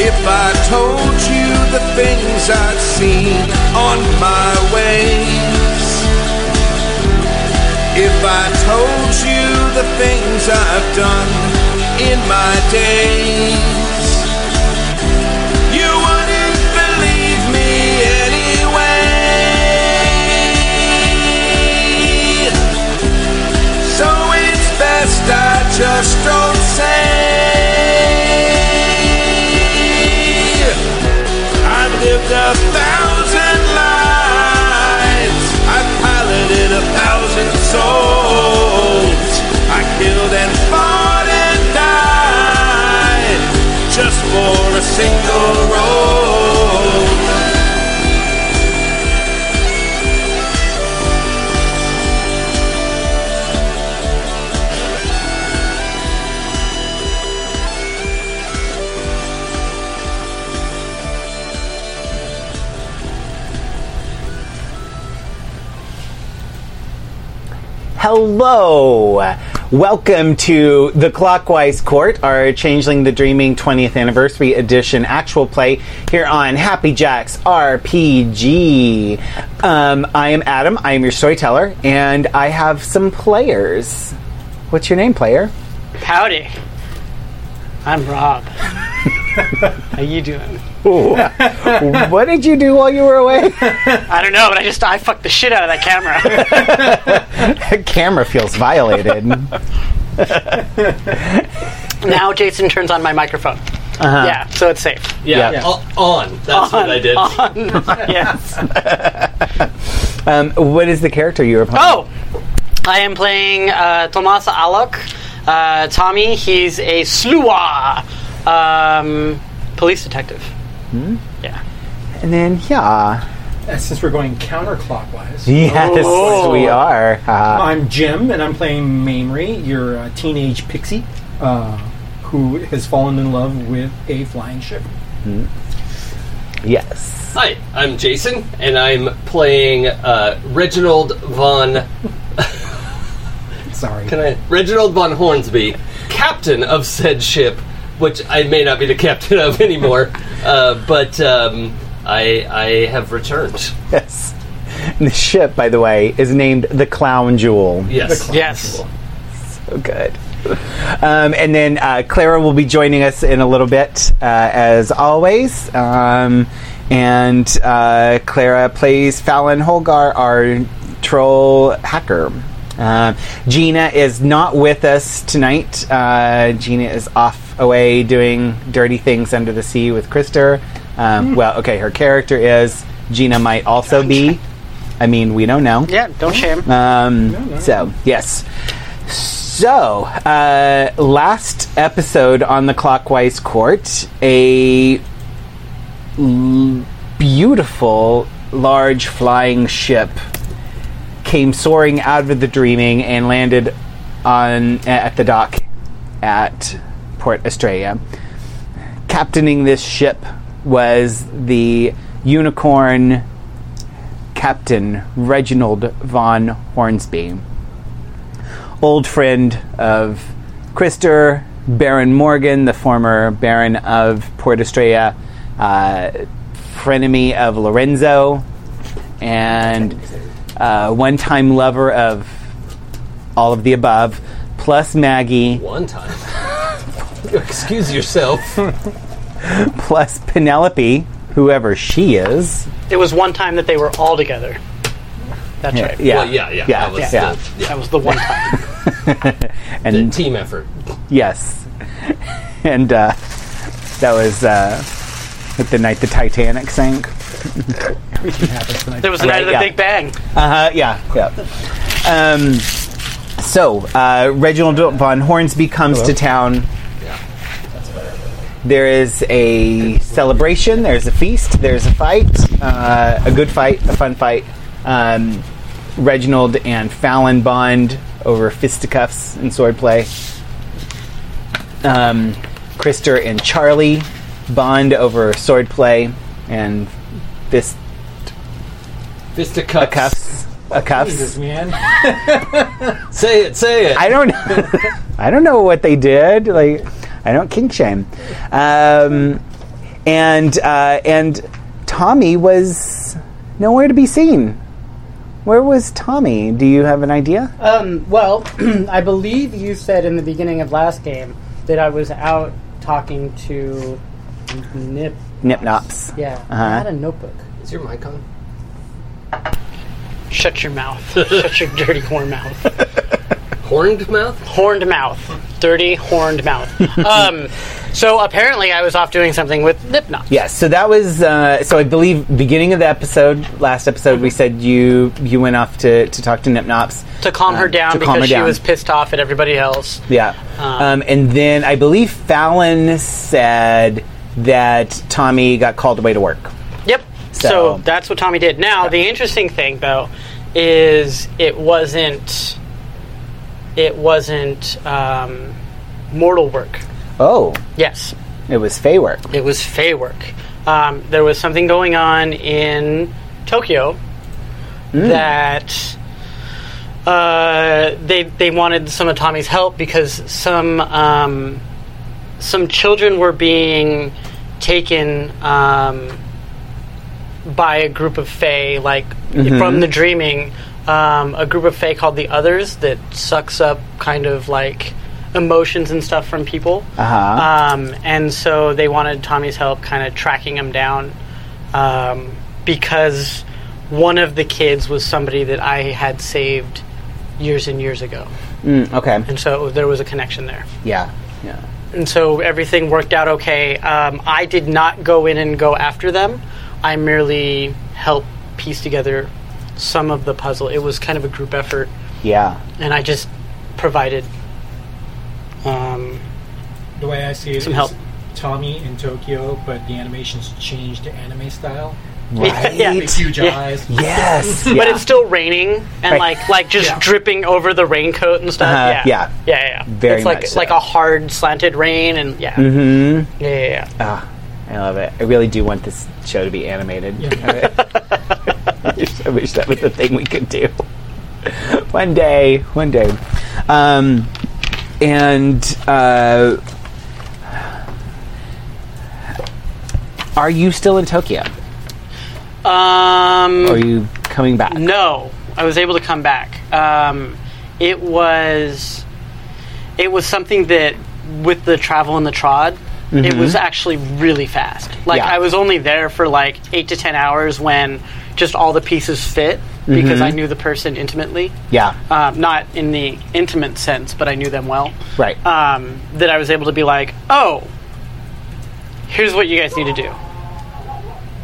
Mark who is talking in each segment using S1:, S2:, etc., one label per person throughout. S1: if I told you the things I'd seen on my ways. If I told you the things I've done in my days. You wouldn't believe me anyway. So it's best I just don't say. I've lived a thousand lives. I've piloted a thousand souls. I killed and fought and died just for a single role.
S2: Hello! Welcome to The Clockwise Court, our Changeling the Dreaming 20th Anniversary Edition actual play here on Happy Jacks RPG. Um, I am Adam, I am your storyteller, and I have some players. What's your name, player?
S3: Howdy. I'm Rob. How you doing?
S2: what did you do while you were away?
S3: I don't know, but I just I fucked the shit out of that camera.
S2: the camera feels violated.
S3: now Jason turns on my microphone.
S2: Uh-huh.
S3: Yeah, so it's safe.
S4: Yeah,
S2: Yeah.
S4: o- on. That's what I did.
S3: On. yes.
S2: um, what is the character you are playing?
S3: Oh, I am playing uh, Tomasa Alok. Uh, Tommy, he's a SLUA um, police detective.
S2: Hmm?
S3: Yeah.
S2: And then, yeah.
S5: Uh, Since we're going counterclockwise,
S2: Yes,
S3: Oh.
S2: we are. Uh,
S5: I'm Jim, and I'm playing Mamrie, your uh, teenage pixie, uh, who has fallen in love with a flying ship.
S2: yes.
S4: Hi, I'm Jason, and I'm playing uh, Reginald von.
S5: Sorry.
S4: Can I? Reginald von Hornsby, captain of said ship, which I may not be the captain of anymore, uh, but um, I I have returned.
S2: Yes. And the ship, by the way, is named the Clown Jewel.
S4: Yes.
S3: Yes.
S2: So good. Um, and then uh, Clara will be joining us in a little bit, uh, as always. Um, and uh, Clara plays Fallon Holgar, our troll hacker. Uh, Gina is not with us tonight. Uh, Gina is off away doing dirty things under the sea with Krister. Um, Well, okay, her character is. Gina might also be. I mean, we don't know.
S3: Yeah, don't shame.
S2: Um, So, yes. So, uh, last episode on the Clockwise Court, a l- beautiful, large flying ship came soaring out of the dreaming and landed on at the dock at Port Estrella. Captaining this ship was the unicorn Captain Reginald von Hornsby, old friend of Krister, Baron Morgan, the former Baron of Port Estrella, uh, frenemy of Lorenzo, and uh, one time lover of all of the above, plus Maggie,
S4: One time. Excuse yourself.
S2: plus Penelope, whoever she is.
S3: It was one time that they were all together. That's right.
S2: Yeah,
S4: Well, yeah, yeah.
S2: Yeah,
S4: that was
S2: yeah.
S4: The,
S3: That was the one time.
S2: and
S4: team effort.
S2: Yes. and uh, that was uh, with the night the Titanic sank.
S3: There was
S2: Right,
S3: the night of the
S2: yeah.
S3: Big Bang.
S2: Uh huh. Yeah. Yeah. Um, so uh, Reginald von Hornsby comes to town. There is a celebration. There's a feast. There's a fight. Uh, a good fight. A fun fight. Um, Reginald and Fallon bond over fisticuffs and swordplay. Um, Krister and Charlie bond over swordplay and fist
S4: Fist of cuffs.
S2: cuffs. A cuffs.
S5: man.
S4: Say it. Say it.
S2: I don't. I don't know what they did. Like, I don't kink shame. Um, and uh, and Tommy was nowhere to be seen. Where was Tommy? Do you have an idea?
S6: Um, well, I believe you said in the beginning of last game that I was out talking to Nip.
S2: Nip Nops.
S6: Yeah,
S2: Uh-huh.
S6: I had a notebook.
S4: Is your mic on?
S3: Shut your mouth. Shut your dirty horn mouth.
S4: Horned mouth?
S3: Horned mouth. Dirty horned mouth. Um, so apparently I was off doing something with Nipknot.
S2: Yes, so that was uh, so I believe beginning of the episode, last episode, we said you you went off to, to talk to Nipnops.
S3: To calm her down
S2: to
S3: because
S2: calm her
S3: she
S2: down.
S3: was pissed off at everybody else.
S2: Yeah, um, and then I believe Fallon said that Tommy got called away to work.
S3: Yep. So,
S2: So-
S3: that's what Tommy did. Now the interesting thing though is it wasn't it wasn't um, mortal work.
S2: Oh,
S3: Yes,
S2: it was Fey work.
S3: it was Fey work. Um, there was something going on in Tokyo that uh, they they wanted some of Tommy's help because some um, some children were being taken um, by a group of Fey, like from the Dreaming, um, a group of Fey called the Others that sucks up kind of like emotions and stuff from people.
S2: Uh-huh.
S3: Um, and so they wanted Tommy's help kind of tracking him down um, because one of the kids was somebody that I had saved years and years ago.
S2: Mm, okay,
S3: And so there was a connection there.
S2: yeah, yeah.
S3: And so everything worked out okay. Um, I did not go in and go after them. I merely helped piece together some of the puzzle. It was kind of a group effort,
S2: Yeah.
S3: and I just provided. Um,
S5: The way I see it
S3: Some
S5: is
S3: help.
S5: Tommy in Tokyo, but the animation's changed to anime style.
S2: Right.
S3: Yeah.
S5: Big, huge
S3: Yeah.
S5: eyes.
S2: Yes. yeah.
S3: But it's still raining and
S2: Right.
S3: like like just
S5: Yeah.
S3: dripping over the raincoat and stuff.
S2: Uh-huh, yeah.
S3: Yeah. yeah, yeah, yeah.
S2: Very
S3: it's like
S2: much so.
S3: like a hard slanted rain and yeah,
S2: hmm
S3: yeah, yeah, yeah.
S2: Ah, I love it. I really do want this show to be animated. I, wish, I wish that was a thing we could do. one day, one day. Um, and uh, are you still in Tokyo?
S3: Um,
S2: Or are you coming back?
S3: No, I was able to come back. Um, it was it was something that with the travel and the trod, it was actually really fast. Like
S2: Yeah.
S3: I was only there for like eight to ten hours when just all the pieces fit because I knew the person intimately.
S2: Yeah.
S3: Um, not in the intimate sense, but I knew them well.
S2: Right.
S3: Um, that I was able to be like, oh, here's what you guys need to do.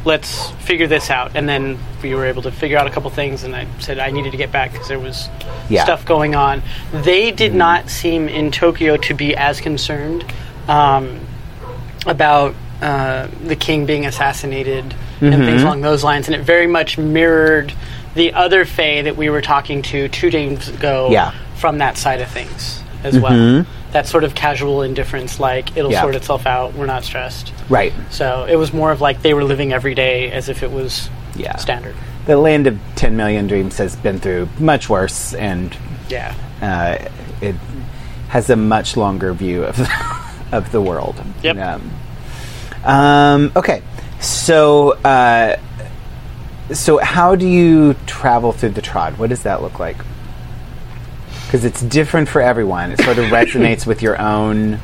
S3: Let's figure this out. And then we were able to figure out a couple things, and I said I needed to get back because there was
S2: Yeah. Mm-hmm.
S3: stuff going on. They did not seem in Tokyo to be as concerned um, about uh, the king being assassinated and
S2: Mm-hmm.
S3: things along those lines, and it very much mirrored the other Fae that we were talking to two days ago
S2: Yeah. Mm-hmm.
S3: from that side of things as well. That sort of casual indifference, like it'll
S2: Yeah.
S3: sort itself out. We're not stressed.
S2: right.
S3: So it was more of like they were living every day as if it was
S2: Yeah.
S3: standard.
S2: The land of 10 million dreams has been through much worse and
S3: Yeah.
S2: uh, it has a much longer view of of the world.
S3: Yep.
S2: Um, um, okay, so uh, so how do you travel through the trod? What does that look like? Because it's different for everyone. It sort of resonates with your own.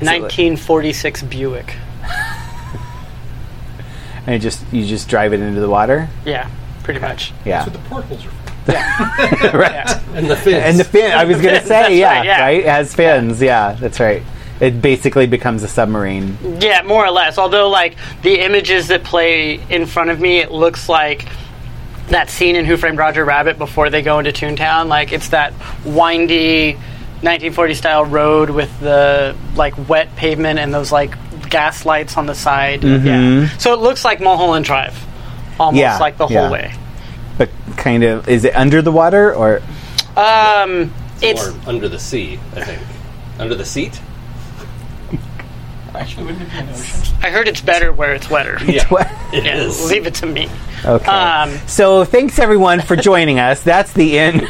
S3: 1946 Buick.
S2: And you just you just drive it into the water.
S3: Yeah, pretty much.
S2: Yeah.
S5: That's what the portholes are for.
S2: right.
S4: And the fins.
S2: And the fin. I was gonna say,
S3: That's
S2: yeah,
S3: right, yeah.
S2: It has fins. Yeah, that's right. It basically becomes a submarine.
S3: Yeah, more or less. Although, like, the images that play in front of me, it looks like that scene in Who Framed Roger Rabbit before they go into Toontown. Like, it's that windy 1940 style road with the, like, wet pavement and those, like, gas lights on the side. Yeah. So it looks like Mulholland Drive, almost
S2: Mm-hmm. Yeah,
S3: like the whole
S2: yeah.
S3: way.
S2: but kind of is it under the water or
S3: Um, it's.
S4: or under the sea, I think. Under the seat?
S5: Actually, wouldn't it be an ocean?
S3: I heard it's better where it's wetter.
S4: Yeah.
S2: what?
S4: It
S3: Yeah,
S4: is.
S3: leave it to me.
S2: Okay.
S3: Um,
S2: so thanks everyone for joining us. That's the end.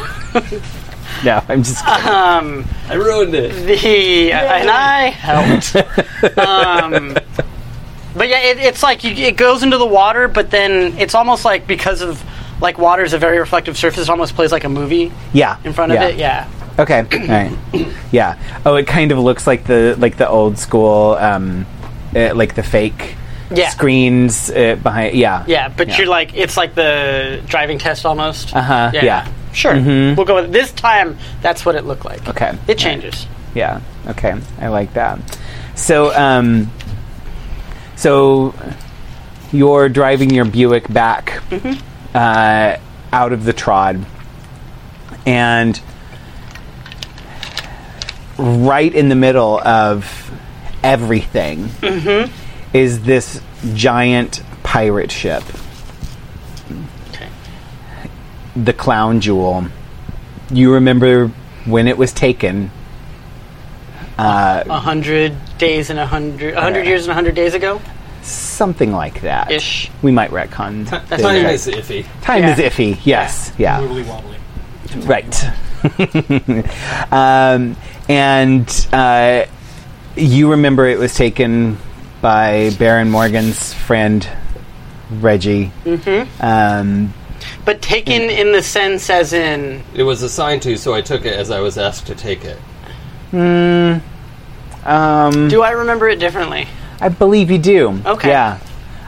S2: No, I'm just kidding.
S3: Um,
S4: I ruined it.
S3: the uh, and I helped. um, but yeah, it, it's like you, it goes into the water, but then it's almost like because of like water is a very reflective surface, it almost plays like a movie
S2: yeah.
S3: in front of it. Yeah,
S2: Okay. All right. Yeah. Oh, it kind of looks like the like the old school, um, uh, like the fake
S3: Yeah.
S2: screens uh, behind. Yeah.
S3: yeah. But
S2: Yeah.
S3: you're like it's like the driving test almost.
S2: Uh huh. Yeah. Mm-hmm.
S3: Sure, we'll go with this time. That's what it looked like.
S2: Okay.
S3: it changes.
S2: Yeah. Okay. I like that. So, um, so you're driving your Buick back uh, out of the trod, and right in the middle of everything is this giant pirate ship,
S3: Okay.
S2: the Clown Jewel. You remember when it was taken? Uh,
S3: A hundred days and a hundred, a hundred years and a hundred days ago,
S2: something like that.
S3: ish.
S2: We might retcon. the-
S4: Time is iffy.
S2: Time
S3: yeah.
S2: is iffy. Yes. Yeah.
S5: Wibbly wobbly.
S2: Right. um, and uh, you remember it was taken by Baron Morgan's friend Reggie. Mm-hmm. Um,
S3: But taken
S2: Mm.
S3: in the sense as in
S4: It was assigned to, so I took it as I was asked to take it.
S2: um,
S3: Do I remember it differently?
S2: I believe you do.
S3: Okay.
S2: Yeah.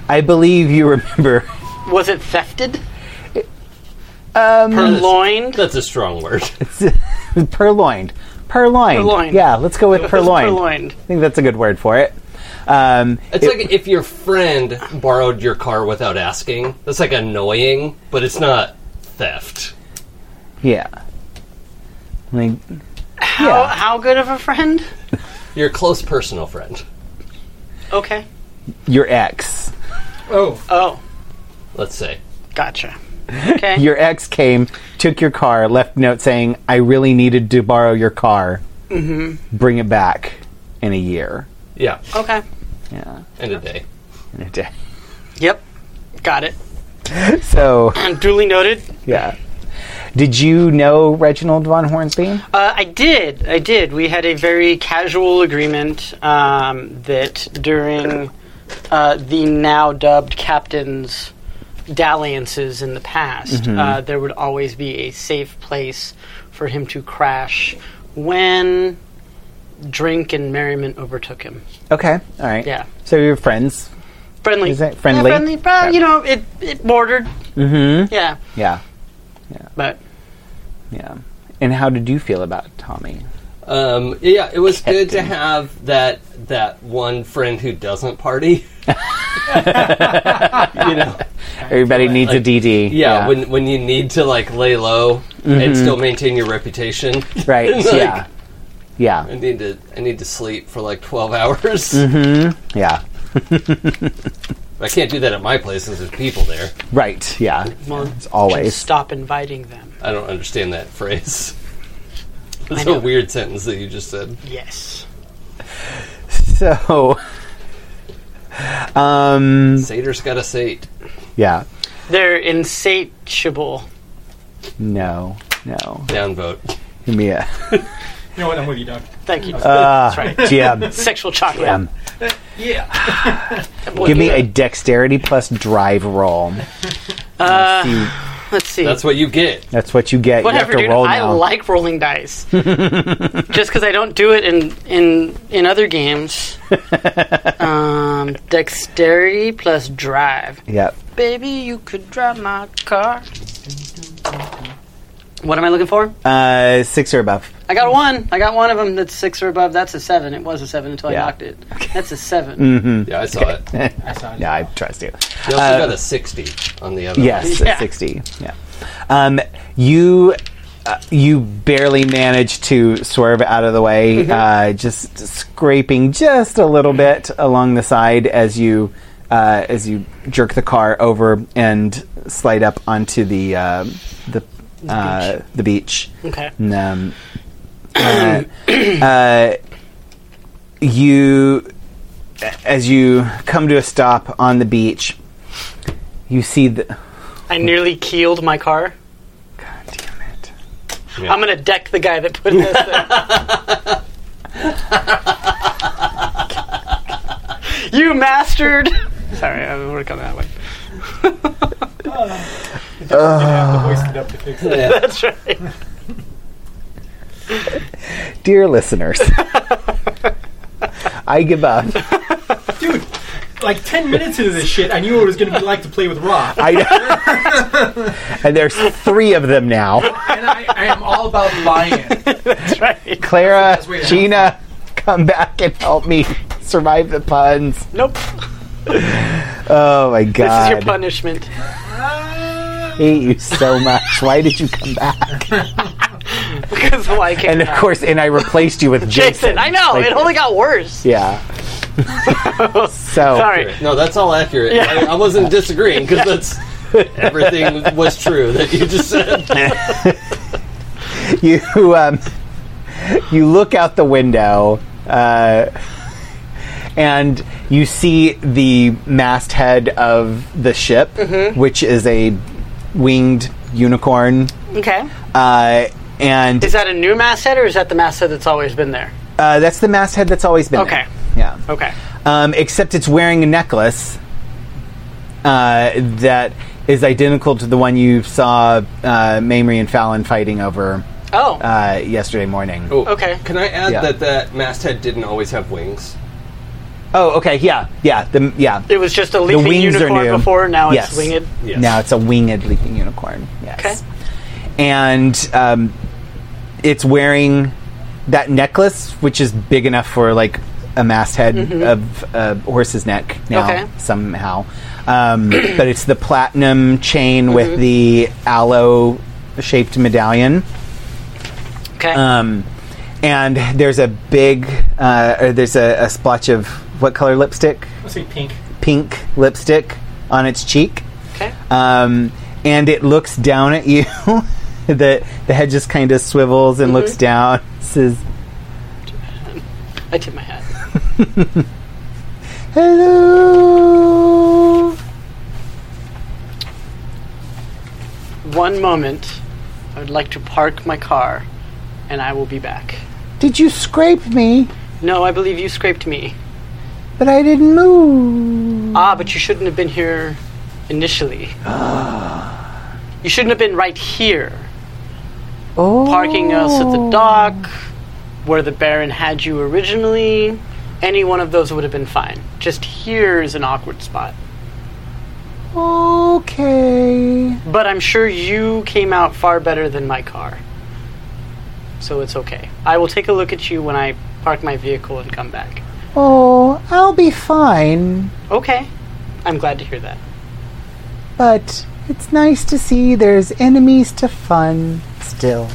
S2: I believe you remember.
S3: Was it thefted?
S2: Um,
S3: Purloined?
S4: That's a strong word.
S2: purloined. Purloined.
S3: Purloined.
S2: Yeah, let's go with purloined.
S3: Purloined.
S2: I think that's a good word for it. Um,
S4: It's like if your friend borrowed your car without asking. That's like annoying, but it's not theft.
S2: Yeah. Like,
S3: How,
S2: Yeah.
S3: how good of a friend?
S4: Your close personal friend.
S3: Okay.
S2: your ex.
S5: Oh,
S3: Oh,
S4: Let's say.
S3: gotcha. Okay.
S2: Your ex came, took your car, left a note saying, I really needed to borrow your car. Mm-hmm. Bring it back in a year.
S4: Yeah.
S3: okay.
S2: Yeah.
S4: And a day.
S2: In a day.
S3: Yep. Got it.
S2: So,
S3: Duly noted.
S2: yeah. Did you know Reginald von Hornsby?
S3: Uh, I did. I did. We had a very casual agreement um, that during uh, the now dubbed captain's dalliances in the past,
S2: Mm-hmm.
S3: uh, there would always be a safe place for him to crash when drink and merriment overtook him.
S2: Okay. All right.
S3: Yeah.
S2: So you're friends.
S3: Friendly.
S2: Is it friendly?
S3: Yeah, friendly. But, You know, it, it bordered.
S2: Mm-hmm.
S3: Yeah.
S2: Yeah.
S3: But
S2: Yeah. And how did you feel about Tommy?
S4: Um, yeah, it was good to have that that one friend who doesn't party. you know,
S2: Everybody needs a
S4: like-
S2: DD.
S4: yeah, When when you need to like lay low and still maintain your reputation.
S2: right.
S4: Like,
S2: yeah. Yeah.
S4: I need to I need to sleep for like twelve hours.
S2: Yeah.
S4: I can't do that at my place since there's people there.
S2: Right. Yeah.
S3: well,
S2: always.
S3: should stop inviting them.
S4: I don't understand that phrase. It's
S3: know.
S4: a weird sentence that you just said.
S3: Yes.
S2: So, um,
S4: Satyrs got a sate.
S2: yeah,
S3: They're insatiable.
S2: no, no,
S4: Downvote.
S2: give me a
S5: you know what? I'm with you, Doc.
S3: Thank you.
S2: uh,
S3: That's right.
S2: GM.
S3: Sexual chocolate.
S2: Um,
S5: Yeah.
S2: give me a dexterity plus drive roll. See,
S3: Let's see.
S4: That's what you get.
S2: that's what you get.
S3: Whatever,
S2: you have to
S3: dude.
S2: roll
S3: I
S2: now.
S3: like rolling dice. Just because I don't do it in in in other games. um, dexterity plus drive.
S2: yep.
S3: Baby, you could drive my car. What am I looking for?
S2: Uh, six or above.
S3: I got one. I got one of them that's six or above. That's a seven. It was a seven until
S2: Yeah. Mm.
S3: I knocked it. That's a seven.
S4: Yeah, I saw it. You
S5: I saw it.
S2: Yeah, I trust you.
S4: also got a sixty on the other. one.
S2: Yes,
S3: Yeah.
S2: sixty. Yeah. Um, you. Uh, you barely managed to swerve out of the way,
S3: Mm-hmm.
S2: uh, just scraping just a little bit along the side as you uh, as you jerk the car over and slide up onto the uh, the uh, the beach.
S3: Okay.
S2: And, um, uh, uh, you, as you come to a stop on the beach, you see the.
S3: I nearly keeled my car.
S2: God damn it.
S3: I'm gonna deck the guy that put this. in. you mastered. Sorry, I would work on that one.
S5: have to hoist it up to fix it.
S3: That's right.
S2: Dear listeners, I give up.
S5: Dude, like 10 minutes into this shit, I knew what it was going to be like to play with Roth.
S2: I, and there's three of them now.
S5: And I, I am all about buy-in.
S3: That's right.
S2: Clara,
S5: way to help.
S2: Gina, come back and help me survive the puns.
S3: Nope.
S2: Oh my
S3: This is your
S2: god.
S3: punishment.
S2: I hate you so much. Why did you come back?
S3: Because why
S2: And
S3: can't
S2: of course, and I replaced you with Jason.
S3: Jason? I know
S2: Like-
S3: it only got worse.
S2: Yeah. so
S3: Sorry.
S4: No, that's all accurate. I, I wasn't disagreeing because that's everything was true that you just said.
S2: you um, you look out the window uh, and you see the masthead of the ship, which is a winged unicorn,
S3: Okay.
S2: uh, and
S3: Is that a new masthead or is that the masthead that's always been there?
S2: uh, that's the masthead that's always been
S3: Okay.
S2: there. Yeah.
S3: Okay.
S2: Um, except it's wearing a necklace uh, that is identical to the one you saw uh, Mamrie and Fallon fighting over
S3: Oh.
S2: uh, yesterday morning.
S4: Oh,
S3: Okay.
S4: Can I add
S2: Yeah.
S4: that that masthead didn't always have wings?
S2: Oh, okay, yeah, yeah, the, yeah.
S3: it was just a leaping
S2: wings are
S3: unicorn
S2: new.
S3: before. Now
S2: Yes.
S3: it's winged.
S4: Yes.
S2: Now it's a winged leaping unicorn.
S3: Okay.
S2: Yes. And um, it's wearing that necklace, which is big enough for like a masthead of a horse's neck now
S3: Mm-hmm. Okay.
S2: somehow. Um, but it's the platinum chain
S3: Mm-hmm.
S2: with the aloe shaped medallion.
S3: Okay.
S2: Um, and there's a big, uh, or there's a, a splotch of what color lipstick?
S5: Let's say pink.
S2: Pink lipstick on its cheek.
S3: okay.
S2: um, and it looks down at you. the The head just kind of swivels and
S3: Mm-hmm.
S2: looks down. Says,
S3: I tip my hat.
S2: "Hello."
S3: One moment. I would like to park my car, and I will be back.
S2: Did you scrape me?
S3: No, I believe you scraped me.
S2: But I didn't move.
S3: Ah, but you shouldn't have been here initially. you shouldn't have been right here,
S2: Oh,
S3: parking us at the dock where the Baron had you originally. Any one of those would have been fine. Just here is an awkward spot.
S2: Okay.
S3: But I'm sure you came out far better than my car. So it's okay. I will take a look at you when I park my vehicle and come back.
S2: Oh, I'll be fine.
S3: Okay. I'm glad to hear that.
S2: But it's nice to see there's enemies to fun still.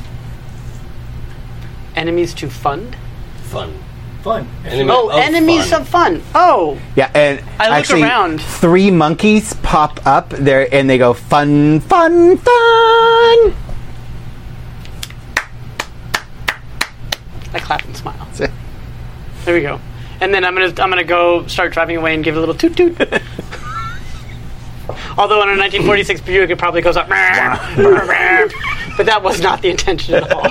S3: Enemies to fund?
S4: Fun.
S5: Fun.
S4: Enemy
S3: Oh, enemies
S4: fun.
S3: of fun. Oh,
S2: Yeah, and
S3: I look
S2: actually,
S3: around.
S2: Three monkeys pop up there, and they go fun, fun, fun.
S3: I clap and smile. There we go. And then I'm gonna I'm gonna go start driving away and give it a little toot toot. Although on a 1946 Buick it probably goes up, but that was not the intention at all.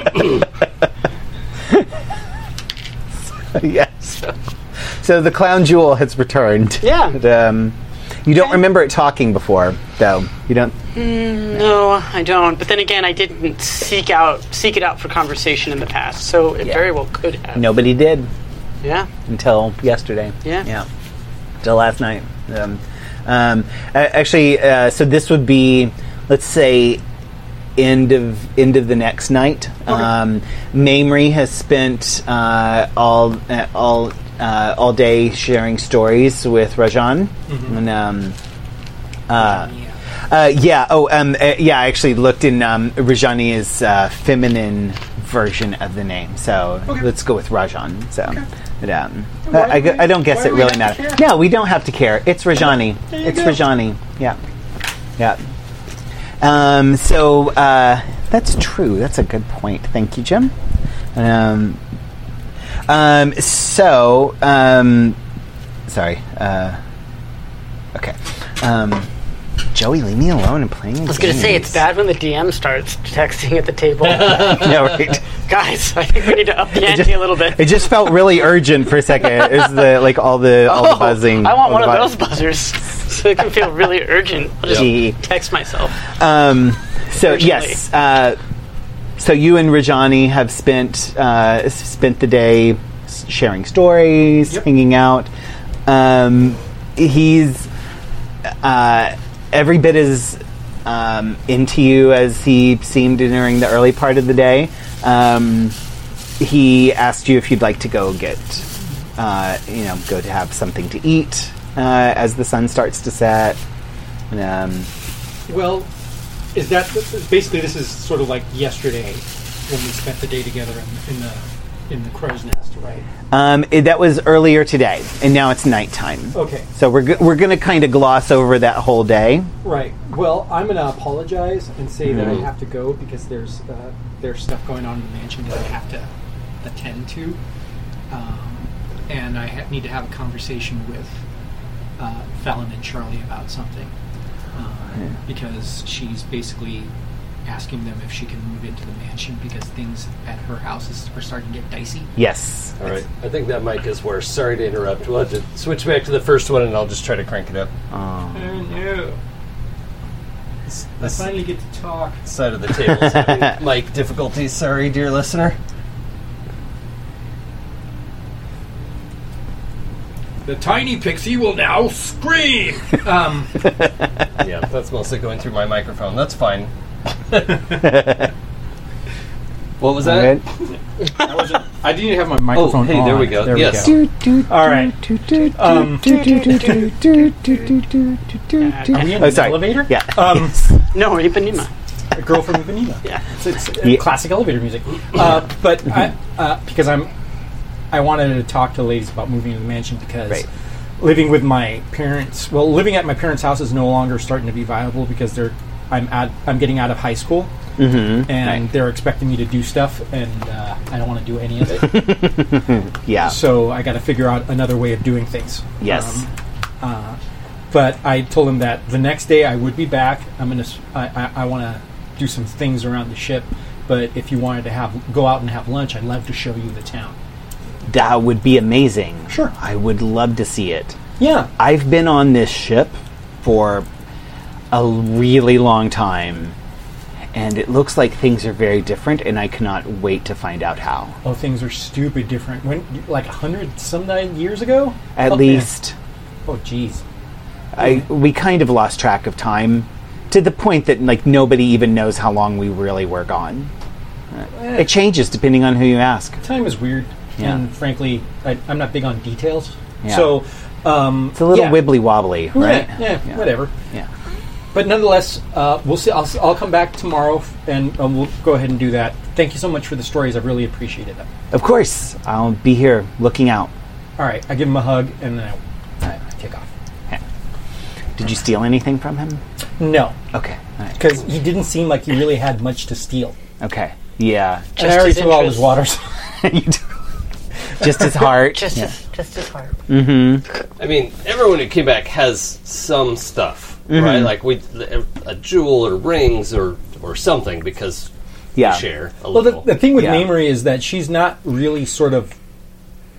S2: yes. So the clown jewel has returned.
S3: Yeah.
S2: And, um, you don't remember it talking before, though. You don't.
S3: No, I don't. But then again, I didn't seek out seek it out for conversation in the past, so it
S2: Yeah.
S3: very well could have.
S2: Nobody did
S3: Yeah.
S2: until yesterday.
S3: Yeah.
S2: Yeah. Till last night. Um, um, a- actually, uh, so this would be, let's say, end of end of the next night. Um, Mamrie has spent uh, all uh, all uh, all day sharing stories with Rajan, and um, uh, uh, yeah. Oh, um, uh, yeah. I actually looked in um, Rajani is uh, feminine version of the name, so let's go with Rajan. So, but, um, I, I g- I don't guess
S5: why
S2: it
S5: do we
S2: really
S5: have to
S2: matters. No, we don't have to care. It's Rajani. It's
S5: go.
S2: Rajani. Yeah, yeah. Um, so uh, that's true. That's a good point. Thank you, Jim. Um, um, so, um, sorry. Uh, okay. Um, Joey, leave me alone. I'm playing.
S3: I was gonna say it's bad when the DM starts texting at the table.
S2: Yeah, right.
S3: Guys, I think we need to up the ante a little bit.
S2: It just felt really urgent for a second. Is the like all the all the buzzing?
S3: Oh, I want
S2: all
S3: one
S2: the
S3: of
S2: bu-
S3: those buzzers so it can feel really urgent. I'll just
S2: Gee.
S3: text myself.
S2: Um, so
S3: Urgently.
S2: yes, uh, so you and Rajani have spent uh, s- spent the day s- sharing stories, hanging out. Um, he's uh, every bit as um, into you as he seemed during the early part of the day. Um, he asked you if you'd like to go get, uh, you know, go to have something to eat uh, as the sun starts to set. Um,
S7: Well, is that basically this is sort of like yesterday when we spent the day together in, in the in the crow's nest, right?
S2: Um, it- that was earlier today, and now it's nighttime.
S7: Okay.
S2: So we're go- we're gonna kind of gloss over that whole day.
S7: Right. Well, I'm gonna apologize and say that I have to go because there's uh, there's stuff going on in the mansion that I have to attend to, um, and I ha- need to have a conversation with uh, Fallon and Charlie about something um, because she's basically asking them if she can move into the mansion because things at her house is, are starting to get dicey.
S2: Yes.
S4: All right. I think that mic is worse. Sorry to interrupt. We'll have to switch back to the first one, and I'll just try to crank it up.
S2: Um,
S7: Oh no!
S4: This,
S7: I
S4: this
S7: finally get to talk.
S4: side of the table is having mic difficulties. Sorry, dear listener.
S7: The tiny pixie will now scream. um,
S4: Yeah, that's mostly going through my microphone. That's fine. what
S7: Uh,
S4: was that?
S2: Alright.
S7: I, wasn't, I didn't have my
S4: Oh,
S7: microphone.
S4: hey, there we go. yes.
S7: All right. Um, Are we in
S2: Oh,
S7: an
S2: sorry.
S7: elevator?
S2: Yeah.
S7: Um,
S3: No, Ipanema.
S7: a girl from Ipanema.
S3: Yeah.
S7: It's, it's uh,
S2: Yeah.
S7: classic elevator music. Uh, but I, uh, because I'm, I wanted to talk to ladies about moving to the mansion because
S2: Right.
S7: living with my parents, well, living at my parents' house is no longer starting to be viable because they're, I'm out, I'm getting out of high school. Mm-hmm. And they're expecting me to do stuff, and uh, I don't want to do any of it.
S2: Yeah.
S7: so I got to figure out another way of doing things.
S2: Yes.
S7: Um, uh, but I told him that the next day I would be back. I'm gonna. s- I, want to do some things around the ship. But if you wanted to have go out and have lunch, I'd love to show you the town.
S2: that would be amazing.
S7: Sure.
S2: I would love to see it.
S7: Yeah.
S2: I've been on this ship for a really long time, and it looks like things are very different, and I cannot wait to find out how.
S7: Oh, things are stupid different. When like a hundred some nine years ago,
S2: At
S7: Oh, man.
S2: least.
S7: Oh, jeez.
S2: I we kind of lost track of time to the point that like nobody even knows how long we really were gone.
S7: Eh.
S2: It changes depending on who you ask.
S7: Time is weird,
S2: Yeah.
S7: and frankly, I, I'm not big on details.
S2: Yeah.
S7: So, um,
S2: It's a little
S7: yeah.
S2: wibbly wobbly, right?
S7: Yeah, yeah,
S2: Yeah.
S7: whatever.
S2: Yeah.
S7: But nonetheless, uh, we'll see. I'll, I'll come back tomorrow f- and um, we'll go ahead and do that. Thank you so much for the stories. I really appreciated them.
S2: Of course, I'll be here looking out.
S7: All right, I give him a hug and then I, I take off.
S2: Did you steal anything from him?
S7: No,
S2: Okay. All right.
S7: because he didn't seem like he really had much to steal.
S2: Okay. Yeah.
S7: And I already
S3: his
S7: took all his
S3: interest.
S7: waters.
S2: You do- Just his heart.
S3: Just
S2: Yeah.
S3: as just as hard.
S4: I mean, everyone who came back has some stuff, right? Like we, a jewel or rings or or something because
S2: Yeah.
S4: we share a
S7: well, the,
S4: little.
S7: the thing with
S2: Yeah.
S7: Mamrie is that she's not really sort of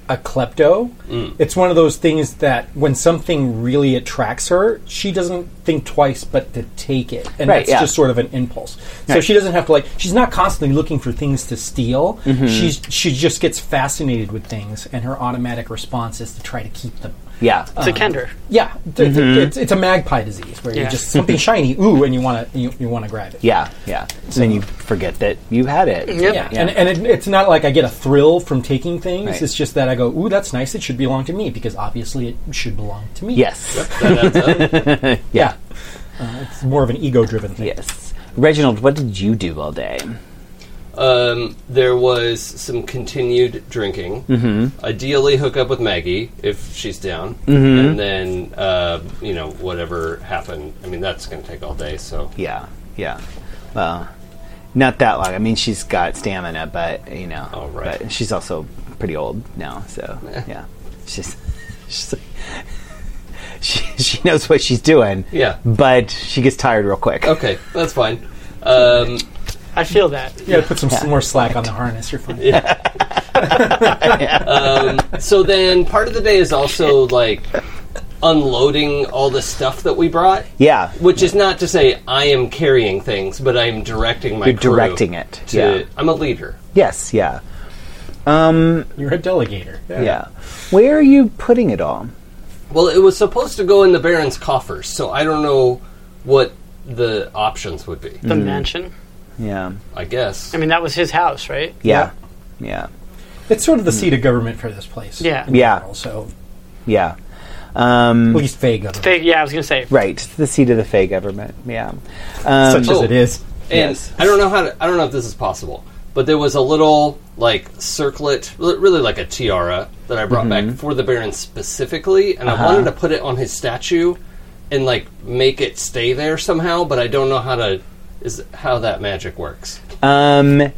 S7: a klepto. It's one of those things that when something really attracts her, she doesn't think twice but to take it. And
S2: Right,
S7: that's
S2: yeah.
S7: just sort of an impulse. So she doesn't have to like she's not constantly looking for things to steal.
S2: Mm-hmm.
S7: She's she just gets fascinated with things and her automatic response is to try to keep them.
S2: Yeah. uh,
S3: It's a kender.
S7: Yeah, th- th-
S2: Mm-hmm.
S7: it's, it's a magpie disease where you
S3: Yeah.
S7: just something shiny, ooh, and you want to you, you want to grab it.
S2: yeah. Yeah. So then you forget that you had it.
S3: Yep.
S7: Yeah,
S2: Yeah.
S7: and, and it, it's not like I get a thrill from taking things.
S2: Right.
S7: It's just that I go, ooh, that's nice. It should belong to me because obviously it should belong to me.
S2: Yes.
S7: yeah. Uh, it's more of an ego-driven thing.
S2: Yes. Reginald, what did you do all day?
S4: Um, there was some continued drinking. Mm-hmm. Ideally, hook up with Maggie if she's down,
S2: Mm-hmm.
S4: and then uh, you know whatever happened. I mean, that's going to take all day. So
S2: Yeah, yeah. Well, not that long. I mean, she's got stamina, but you know,
S4: Oh, right.
S2: But she's also pretty old now, so yeah. She's she's like, she she knows what she's doing.
S4: Yeah.
S2: But she gets tired real quick.
S4: Okay, that's fine. Um,
S3: I feel that.
S5: You gotta put some more slack on the harness. You're fine.
S4: um, so then part of the day is also like unloading all the stuff that we brought.
S2: Yeah.
S4: Which is not to say I am carrying things, but I am directing my
S2: You're
S4: crew
S2: directing it,
S4: to-
S2: yeah.
S4: I'm a leader.
S2: Yes, yeah.
S5: You're a delegator.
S2: Yeah. Where are you putting it all?
S4: Well, it was supposed to go in the Baron's coffers, so I don't know what the options would be.
S2: Mm.
S3: The mansion.
S2: Yeah.
S4: I guess.
S3: Mm. I mean, that was his house, right?
S2: Yeah. Yeah.
S5: It's sort of the seat of government for this place.
S3: Yeah.
S5: in
S2: Mm. Yeah. Mm.
S5: general, so
S2: Yeah.
S5: at least vague government,
S3: They, yeah, I was gonna say.
S2: Right. The seat of the Fey government. Yeah. Um,
S5: such as
S4: Oh.
S5: it is.
S4: and
S2: Yes.
S4: I don't know how to, I don't know if this is possible, but there was a little like circlet, li- really like a tiara that I brought
S3: Mm-hmm.
S4: back for the Baron specifically, and
S3: Uh-huh.
S4: I wanted to put it on his statue and like make it stay there somehow, but I don't know how to is how that magic works.
S2: Um.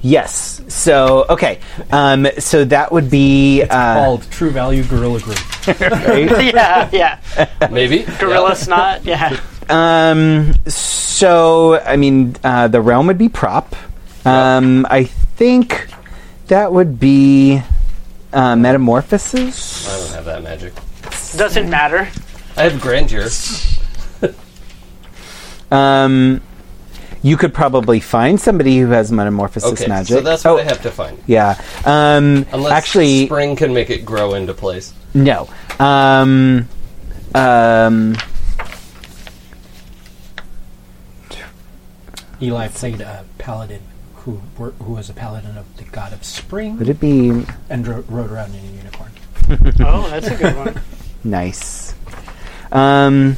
S2: Yes. So okay. Um. So that would be. Uh,
S5: Called True Value Gorilla Group.
S3: yeah, yeah.
S4: Maybe
S3: Gorilla
S4: Yeah.
S3: snot. Yeah.
S2: um. So I mean, uh, the realm would be prop. Um. I think that would be uh, metamorphosis.
S4: I don't have that magic.
S3: Doesn't matter.
S4: I have grandeur.
S2: Um. You could probably find somebody who has metamorphosis
S4: Okay,
S2: magic. Oh,
S4: so that's
S3: Oh.
S4: what I have to find.
S2: Yeah. Um.
S4: Unless
S2: actually,
S4: spring can make it grow into place.
S2: No. Um, um,
S5: Eli played a paladin who were, who was a paladin of the god of spring
S2: would it be
S5: and dro- rode around in a unicorn.
S3: Oh, that's a good one.
S2: nice? Um,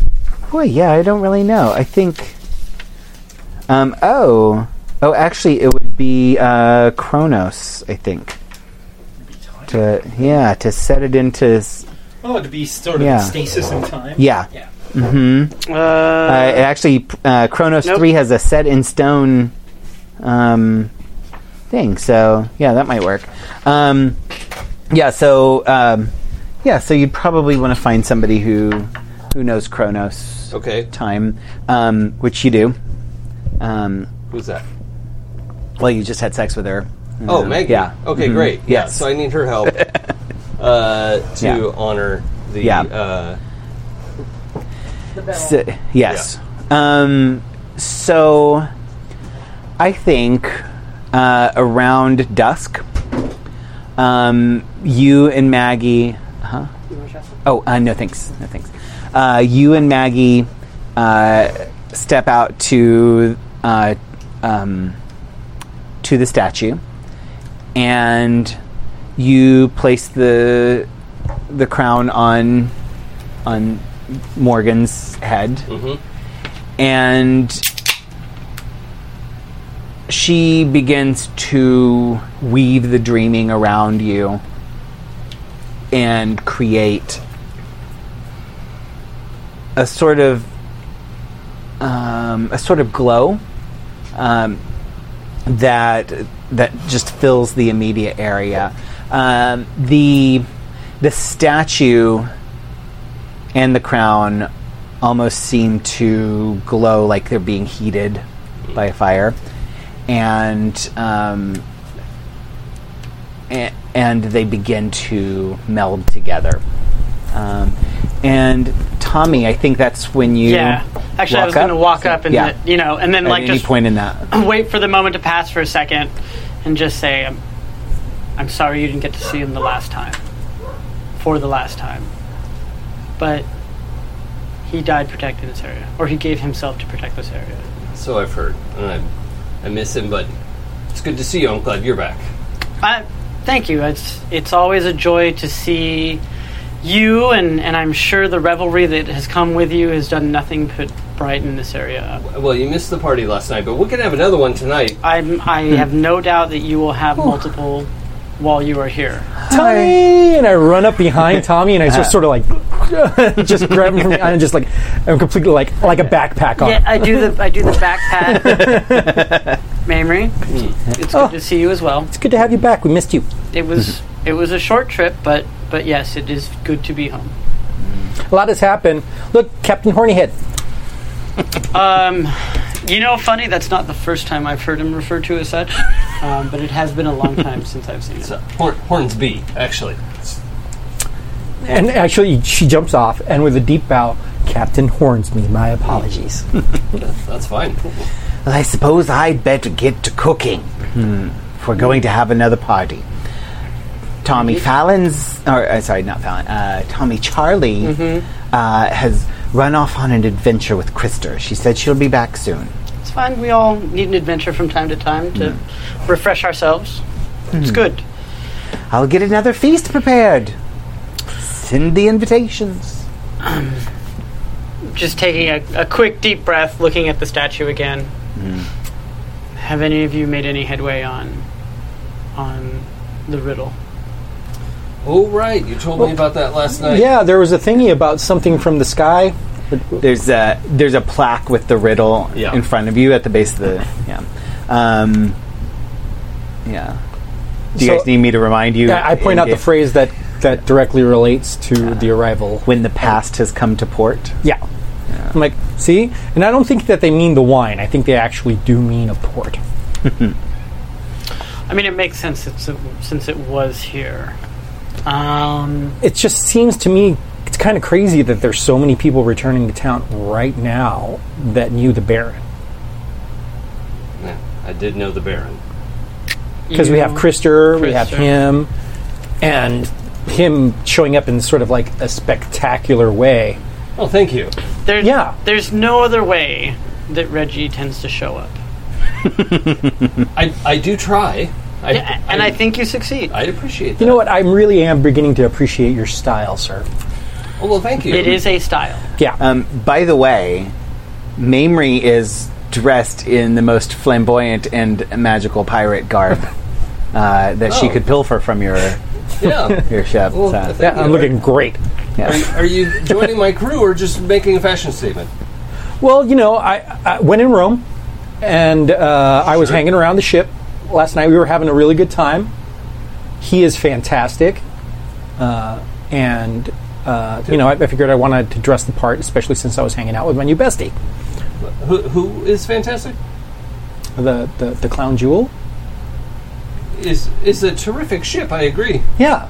S2: boy, yeah, I don't really know. I think. Um, oh, oh, actually, it would be uh, Kronos. I think. To yeah, to set it into s-
S5: Oh, to be sort of
S2: Yeah.
S5: stasis in time.
S2: yeah.
S5: Yeah.
S3: Uh,
S2: Uh, it actually, uh, Kronos
S3: Nope.
S2: three has a set in stone um, thing, so yeah, that might work. Um, yeah, so um, yeah, so you'd probably want to find somebody who who knows Kronos
S4: Okay,
S2: time, um, which you do. Um,
S4: who's that?
S2: well, you just had sex with her.
S4: Oh, Maggie.
S2: yeah. Mm-hmm.
S4: Okay, great. Yeah.
S2: Yes.
S4: So I need her help uh, to
S2: Yeah.
S4: honor the.
S2: Yeah.
S4: Uh,
S2: So- yes. Um, so I think uh, around dusk, um, you and Maggie. Huh? Oh, uh, no thanks. No thanks. Uh, you and Maggie uh, step out to uh, um, to the statue, and you place the the crown on on Morgan's head, and she begins to weave the dreaming around you and create a sort of um, a sort of glow um, that that just fills the immediate area. Um, the the statue and the crown almost seem to glow like they're being heated by a fire, and um, a- and they begin to meld together. Um, and Tommy, I think that's when you
S3: yeah. Actually, I was going to walk up and
S2: Yeah.
S3: uh, you know, and then
S2: at
S3: like
S2: any
S3: just
S2: point in that.
S3: wait for the moment to pass for a second, and just say, "I'm, I'm sorry you didn't get to see him the last time, for the last time, but." He died protecting this area, or he gave himself to protect this area.
S4: so I've heard, and I, I miss him, but it's good to see you. I'm glad you're back.
S3: I, thank you. It's it's always a joy to see you, and, and I'm sure the revelry that has come with you has done nothing but brighten this area up.
S4: Well, you missed the party last night, but we can have another one tonight.
S3: I'm, I have no doubt that you will have multiple while you are here.
S5: Tommy! And I run up behind Tommy and I just sort of like, just grab him from behind and just like, I'm completely like, like a backpack on.
S3: Yeah, I do the I do the backpack. Mamrie, it's good to see you as well.
S5: It's good to have you back. We missed you.
S3: It was it was a short trip, but but yes, it is good to be home.
S7: A lot has happened. Look, Captain Hornyhead.
S3: Um, you know, funny, that's not the first time I've heard him referred to as such, um, but it has been a long time since I've seen it.
S4: So, Horn, Horns B, actually. It's-
S7: And actually, she jumps off, and with a deep bow, Captain Hornsby, my apologies.
S4: That's fine.
S2: I suppose I'd better get to cooking. Hmm. If we're going to have another party. Tommy Fallon's, or uh, sorry, not Fallon, uh, Tommy Charlie
S7: Mm-hmm.
S2: uh, has run off on an adventure with Krister. She said she'll be back soon.
S3: It's fine. We all need an adventure from time to time to refresh ourselves. It's good.
S2: I'll get another feast prepared. Send the invitations.
S3: Just taking a, a quick deep breath, looking at the statue again.
S7: Hmm.
S3: Have any of you made any headway on on the riddle?
S4: Oh, right. You told me about that last night.
S7: yeah, there was a thingy about something from the sky.
S2: There's a there's a plaque with the riddle
S4: Yeah.
S2: in front of you at the base of the yeah, um, yeah. Do you
S7: So-
S2: guys need me to remind you?
S7: I I point
S2: in
S7: out the
S2: case-
S7: phrase that, that directly relates to the arrival.
S2: when the past has come to port.
S7: Yeah. I'm like, see? And I don't think that they mean the wine. I think they actually do mean a port.
S3: I mean, it makes sense it's since it was here. Um,
S7: It just seems to me it's kind of crazy that there's so many people returning to town right now that knew the Baron.
S4: Yeah, I did know the Baron.
S7: Because we have
S3: you-
S7: Krister, we have
S3: Krister.
S7: him, and him showing up in sort of like a spectacular way.
S4: Oh, thank you.
S3: There,
S7: Yeah.
S3: There's no other way that Reggie tends to show up,
S4: I, I do try. I,
S3: and I think you succeed.
S4: I'd appreciate that.
S7: You know what? I really am beginning to appreciate your style, sir.
S4: Oh, well, thank you.
S3: it is a style.
S7: Yeah.
S2: Um, by the way, Mamrie is dressed in the most flamboyant and magical pirate garb uh, that she
S4: Oh.
S2: could pilfer from your
S4: Yeah.
S2: your ship.
S4: Well,
S2: so,
S4: thank
S7: yeah, I'm
S4: you.
S7: looking great.
S4: Are you, are you joining my crew or just making a fashion statement?
S7: Well, you know, I, I went in Rome, and uh, I was hanging around the ship last night. We were having a really good time. He is fantastic, uh, and uh, you know, I, I figured I wanted to dress the part, especially since I was hanging out with my new bestie,
S4: Who, who is fantastic?
S7: the the, the clown jewel.
S4: Is is a terrific ship. I agree.
S7: Yeah,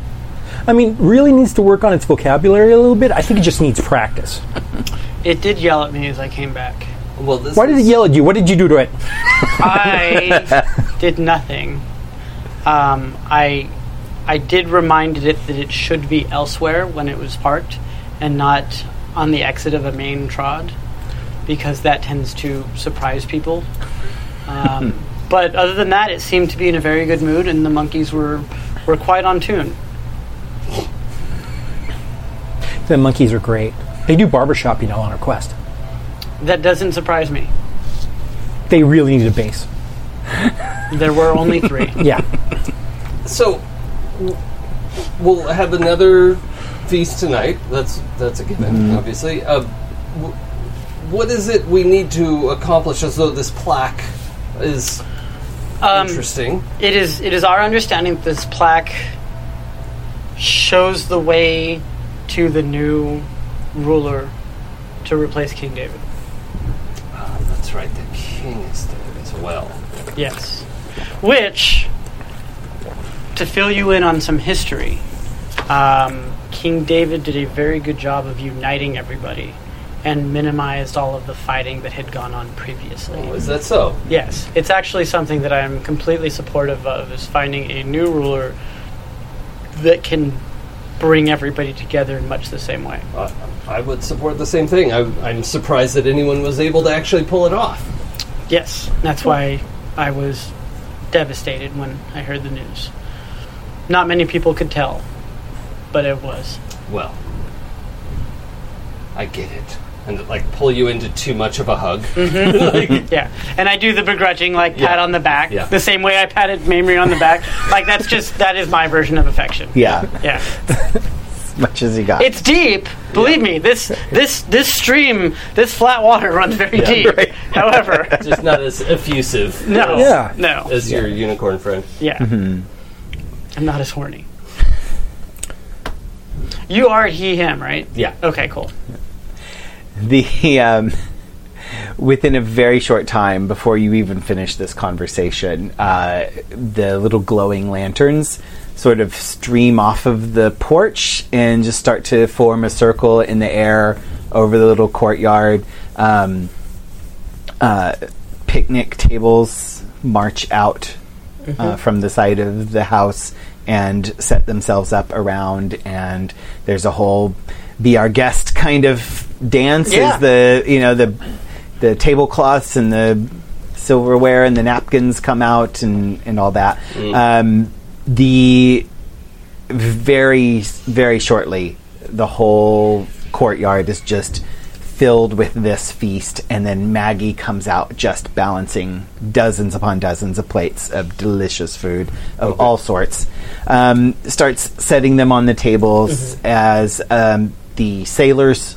S7: I mean, really needs to work on its vocabulary a little bit. I think it just needs practice.
S3: It did yell at me as I came back.
S4: Well, this
S7: Why did it
S4: is-
S7: yell at you? What did you do to it?
S3: I did nothing. Um, I I did remind it that it should be elsewhere when it was parked, and not on the exit of a main trod, because that tends to surprise people. Um, but other than that, it seemed to be in a very good mood, and the monkeys were were quite on tune.
S7: The monkeys are great. They do barbershop, you know, on request.
S3: That doesn't surprise me.
S7: They really need a bass.
S3: There were only three.
S7: Yeah.
S4: So w- we'll have another feast tonight. That's that's a given,
S7: Mm-hmm.
S4: obviously. Uh, w- what is it we need to accomplish? As though this plaque is
S3: Um,
S4: interesting.
S3: It is it is our understanding that this plaque shows the way to the new ruler to replace King David.
S4: Ah, that's right. The king is there as well.
S3: Yes. Which to fill you in on some history, um, King David did a very good job of uniting everybody and minimized all of the fighting that had gone on previously.
S4: Oh, is that so?
S3: Yes, it's actually something that I'm completely supportive of is finding a new ruler that can bring everybody together in much the same way.
S4: Uh, I would support the same thing. I, I'm surprised that anyone was able to actually pull it off.
S3: Yes, that's why I was devastated when I heard the news. Not many people could tell, but it was.
S4: Well, I get it. And like pull you into too much of a hug.
S3: Yeah, and I do the begrudging like pat
S4: Yeah.
S3: on the back,
S4: Yeah.
S3: the same way I patted Mamrie on the back. like that's just that is my version of affection.
S2: yeah,
S3: Yeah.
S2: as much as you got.
S3: It's deep. Believe me, this this this stream, this flat water runs very deep. However,
S4: Just not as effusive.
S3: no,
S7: Yeah. Mm-hmm.
S3: no,
S4: As your unicorn friend.
S3: yeah, I'm not as horny. You are at he, him, right?
S4: Yeah.
S3: Okay, cool.
S2: the um, within a very short time before you even finish this conversation, uh, the little glowing lanterns sort of stream off of the porch and just start to form a circle in the air over the little courtyard. Um, uh, picnic tables march out uh, from the side of the house and set themselves up around, and there's a whole be our guest kind of dance
S3: Yeah.
S2: as the you know the the tablecloths and the silverware and the napkins come out and and all that. Um, the very very shortly the whole courtyard is just filled with this feast and then maggie comes out just balancing dozens upon dozens of plates of delicious food of all sorts um, starts setting them on the tables
S4: Mm-hmm.
S2: as um, the sailors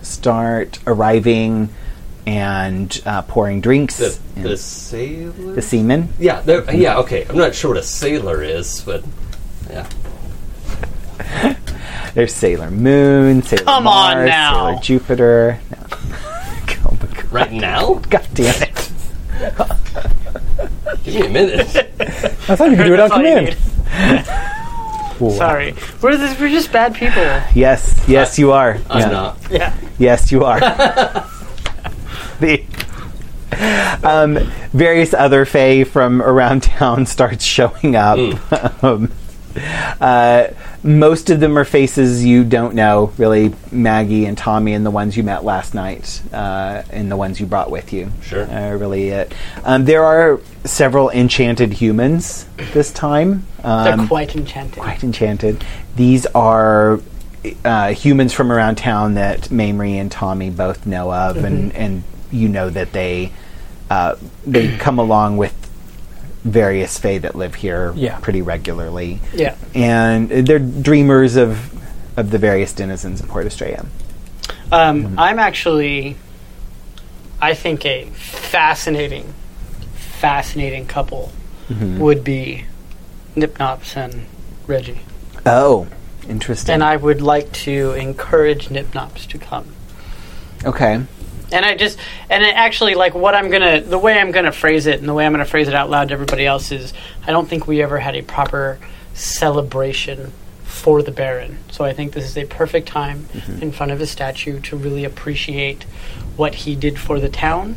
S2: start arriving and uh, pouring drinks
S4: The,
S2: and
S4: the sailor.
S2: the seamen
S4: yeah. there- Yeah. Okay. I'm not sure what a sailor is, but yeah.
S2: There's Sailor Moon, Sailor
S3: Come on
S2: Mars,
S3: now.
S2: Sailor Jupiter. No. oh my god,
S4: Right now.
S2: god damn it.
S4: Give me a minute.
S7: I thought you could do it on
S3: That's all you
S7: command.
S3: need. Sorry, we're, this, we're just bad people.
S2: Yes, yes, you are.
S4: I'm
S2: Yeah.
S4: not.
S3: Yeah.
S2: Yes, you are. the um, various other Fae from around town starts showing up. Um, uh, most of them are faces you don't know, really. Maggie and Tommy and the ones you met last night, uh, and the ones you brought with you.
S4: Sure.
S2: are really it. Um, there are several enchanted humans this time.
S3: They're
S2: Um,
S3: quite enchanted.
S2: quite enchanted. These are uh, humans from around town that Mamrie and Tommy both know of, and, and you know that they uh, they come along with various fae that live here
S7: Yeah.
S2: pretty regularly.
S3: Yeah.
S2: and they're dreamers of of the various denizens of Port Estrella.
S3: Um, I'm actually, I think a fascinating, fascinating couple would be Nip Nops and Reggie.
S2: Oh, interesting.
S3: And I would like to encourage Nip Nops to come.
S2: okay,
S3: And I just, and it actually, like, what I'm gonna, the way I'm gonna phrase it and the way I'm gonna phrase it out loud to everybody else is I don't think we ever had a proper celebration for the Baron. So I think this is a perfect time in front of his statue to really appreciate what he did for the town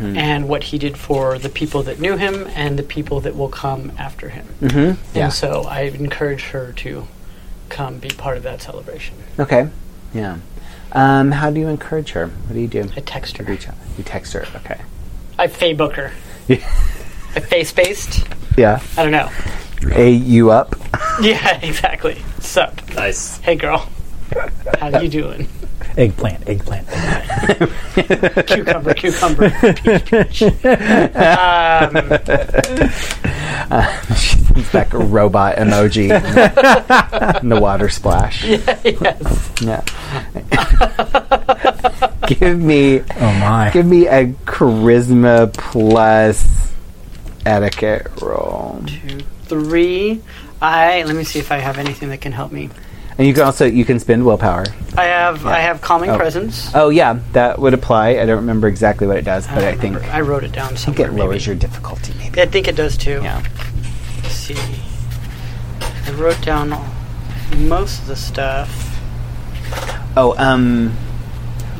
S3: and what he did for the people that knew him and the people that will come after him. Mm-hmm. And
S2: Yeah.
S3: so I encourage her to come be part of that celebration.
S2: okay, yeah. Um, how do you encourage her? What do you do?
S3: I text her.
S2: Reach out. You text her. Okay.
S3: I Facebook her. I face based.
S2: Yeah.
S3: I don't know.
S2: A you up.
S3: Yeah, exactly. Sup.
S4: Nice.
S3: Hey, girl. How you doing?
S7: Eggplant, eggplant.
S3: Cucumber, cucumber. Peach, peach. Um,
S2: It's like a robot emoji and the water splash.
S3: yes.
S2: Yeah. give me
S7: Oh my.
S2: give me a charisma plus etiquette roll.
S3: Two, three. I let me see if I have anything that can help me.
S2: And you can also you can spend willpower.
S3: I have I have calming
S2: Oh.
S3: presence.
S2: Oh yeah, that would apply. I don't remember exactly what it does, but I,
S3: don't
S2: think
S3: remember. I wrote it down
S2: I think
S3: somewhere.
S2: it lowers
S3: maybe.
S2: your difficulty maybe.
S3: I think it does too.
S2: Yeah.
S3: Let's see. I wrote down all- most of the stuff.
S2: Oh, um,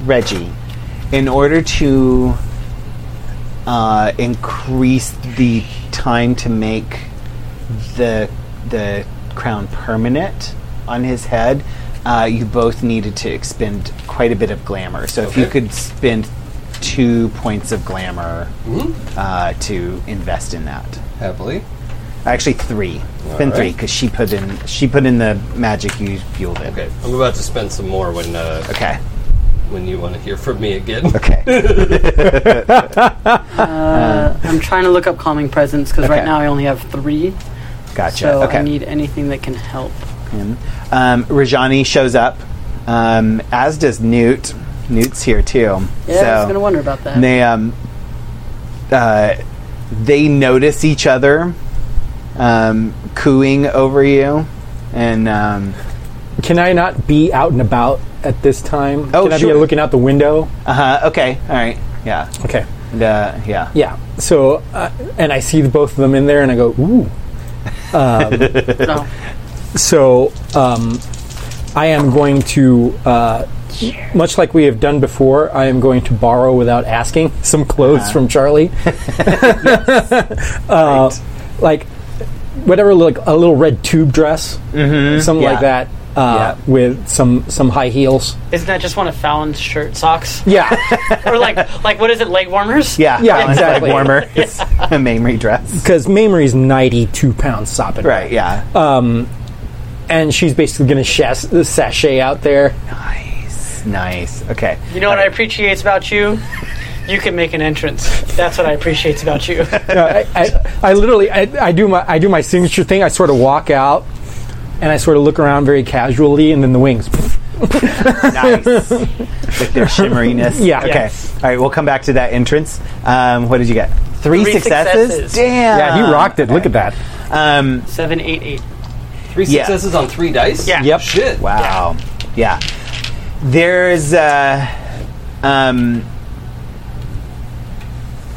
S2: Reggie, in order to uh, increase the time to make the the crown permanent on his head, uh, you both needed to expend quite a bit of glamour. So if you
S4: Okay.
S2: could spend two points of glamour
S4: Mm-hmm.
S2: uh, to invest in that,
S4: Happily.
S2: actually three, spend
S4: All
S2: three
S4: right.
S2: because she put in she put in the magic you fueled in.
S4: Okay. I'm about to spend some more when uh,
S2: Okay.
S4: when you want to hear from me again.
S2: Okay.
S3: I'm trying to look up calming presence because right
S2: Uh, Okay.
S3: now I only have three.
S2: Gotcha.
S3: So
S2: okay.
S3: I need anything that can help.
S2: him. Um, Rajani shows up, um, as does Newt. Newt's here too.
S3: Yeah, I was gonna
S2: so
S3: wonder about that.
S2: they um, uh, they notice each other um, cooing over you, and um,
S7: Can I not be out and about at this time?
S2: Oh,
S7: Can I
S2: sure.
S7: be looking out the window?
S2: Uh huh. Okay. All right. Yeah.
S7: Okay.
S2: And, uh, yeah.
S7: Yeah. So, uh, and I see both of them in there, and I go, ooh. Um, So, um, I am going to, uh, much like we have done before, I am going to borrow without asking some clothes
S2: Uh-huh.
S7: from Charlie. uh, Like, whatever, like a little red tube dress, something like
S2: Mm-hmm. Yeah.
S7: that, uh, with some some high heels.
S3: Isn't that just one of Fallon's shirt socks?
S7: Yeah.
S3: or like, like what is it? Leg warmers?
S2: Yeah.
S7: Yeah,
S2: Balance
S7: exactly.
S2: Leg warmer. It's a memory dress.
S7: Because Mamrie's 92 pounds sopping. wet.
S2: Right. Yeah.
S7: and she's basically going to shas- sashay out there.
S2: nice. Nice. Okay.
S3: You know what I appreciate about you? You can make an entrance. That's what I appreciate about you.
S7: No, Uh, I, I, I literally, I, I do my, I do my signature thing. I sort of walk out, and I sort of look around very casually, and then the wings.
S2: nice. With their shimmeriness.
S7: Yeah.
S2: Okay.
S3: Yes.
S2: All right. We'll come back to that entrance. Um, what did you get? Three,
S3: Three
S2: successes?
S3: successes.
S2: Damn.
S7: yeah, he rocked it. Look at that.
S2: Um,
S3: Seven, eight, eight.
S4: Three
S2: Yeah.
S4: successes on three dice.
S3: Yeah.
S7: Yep.
S4: Shit.
S2: Wow. Yeah. There's uh um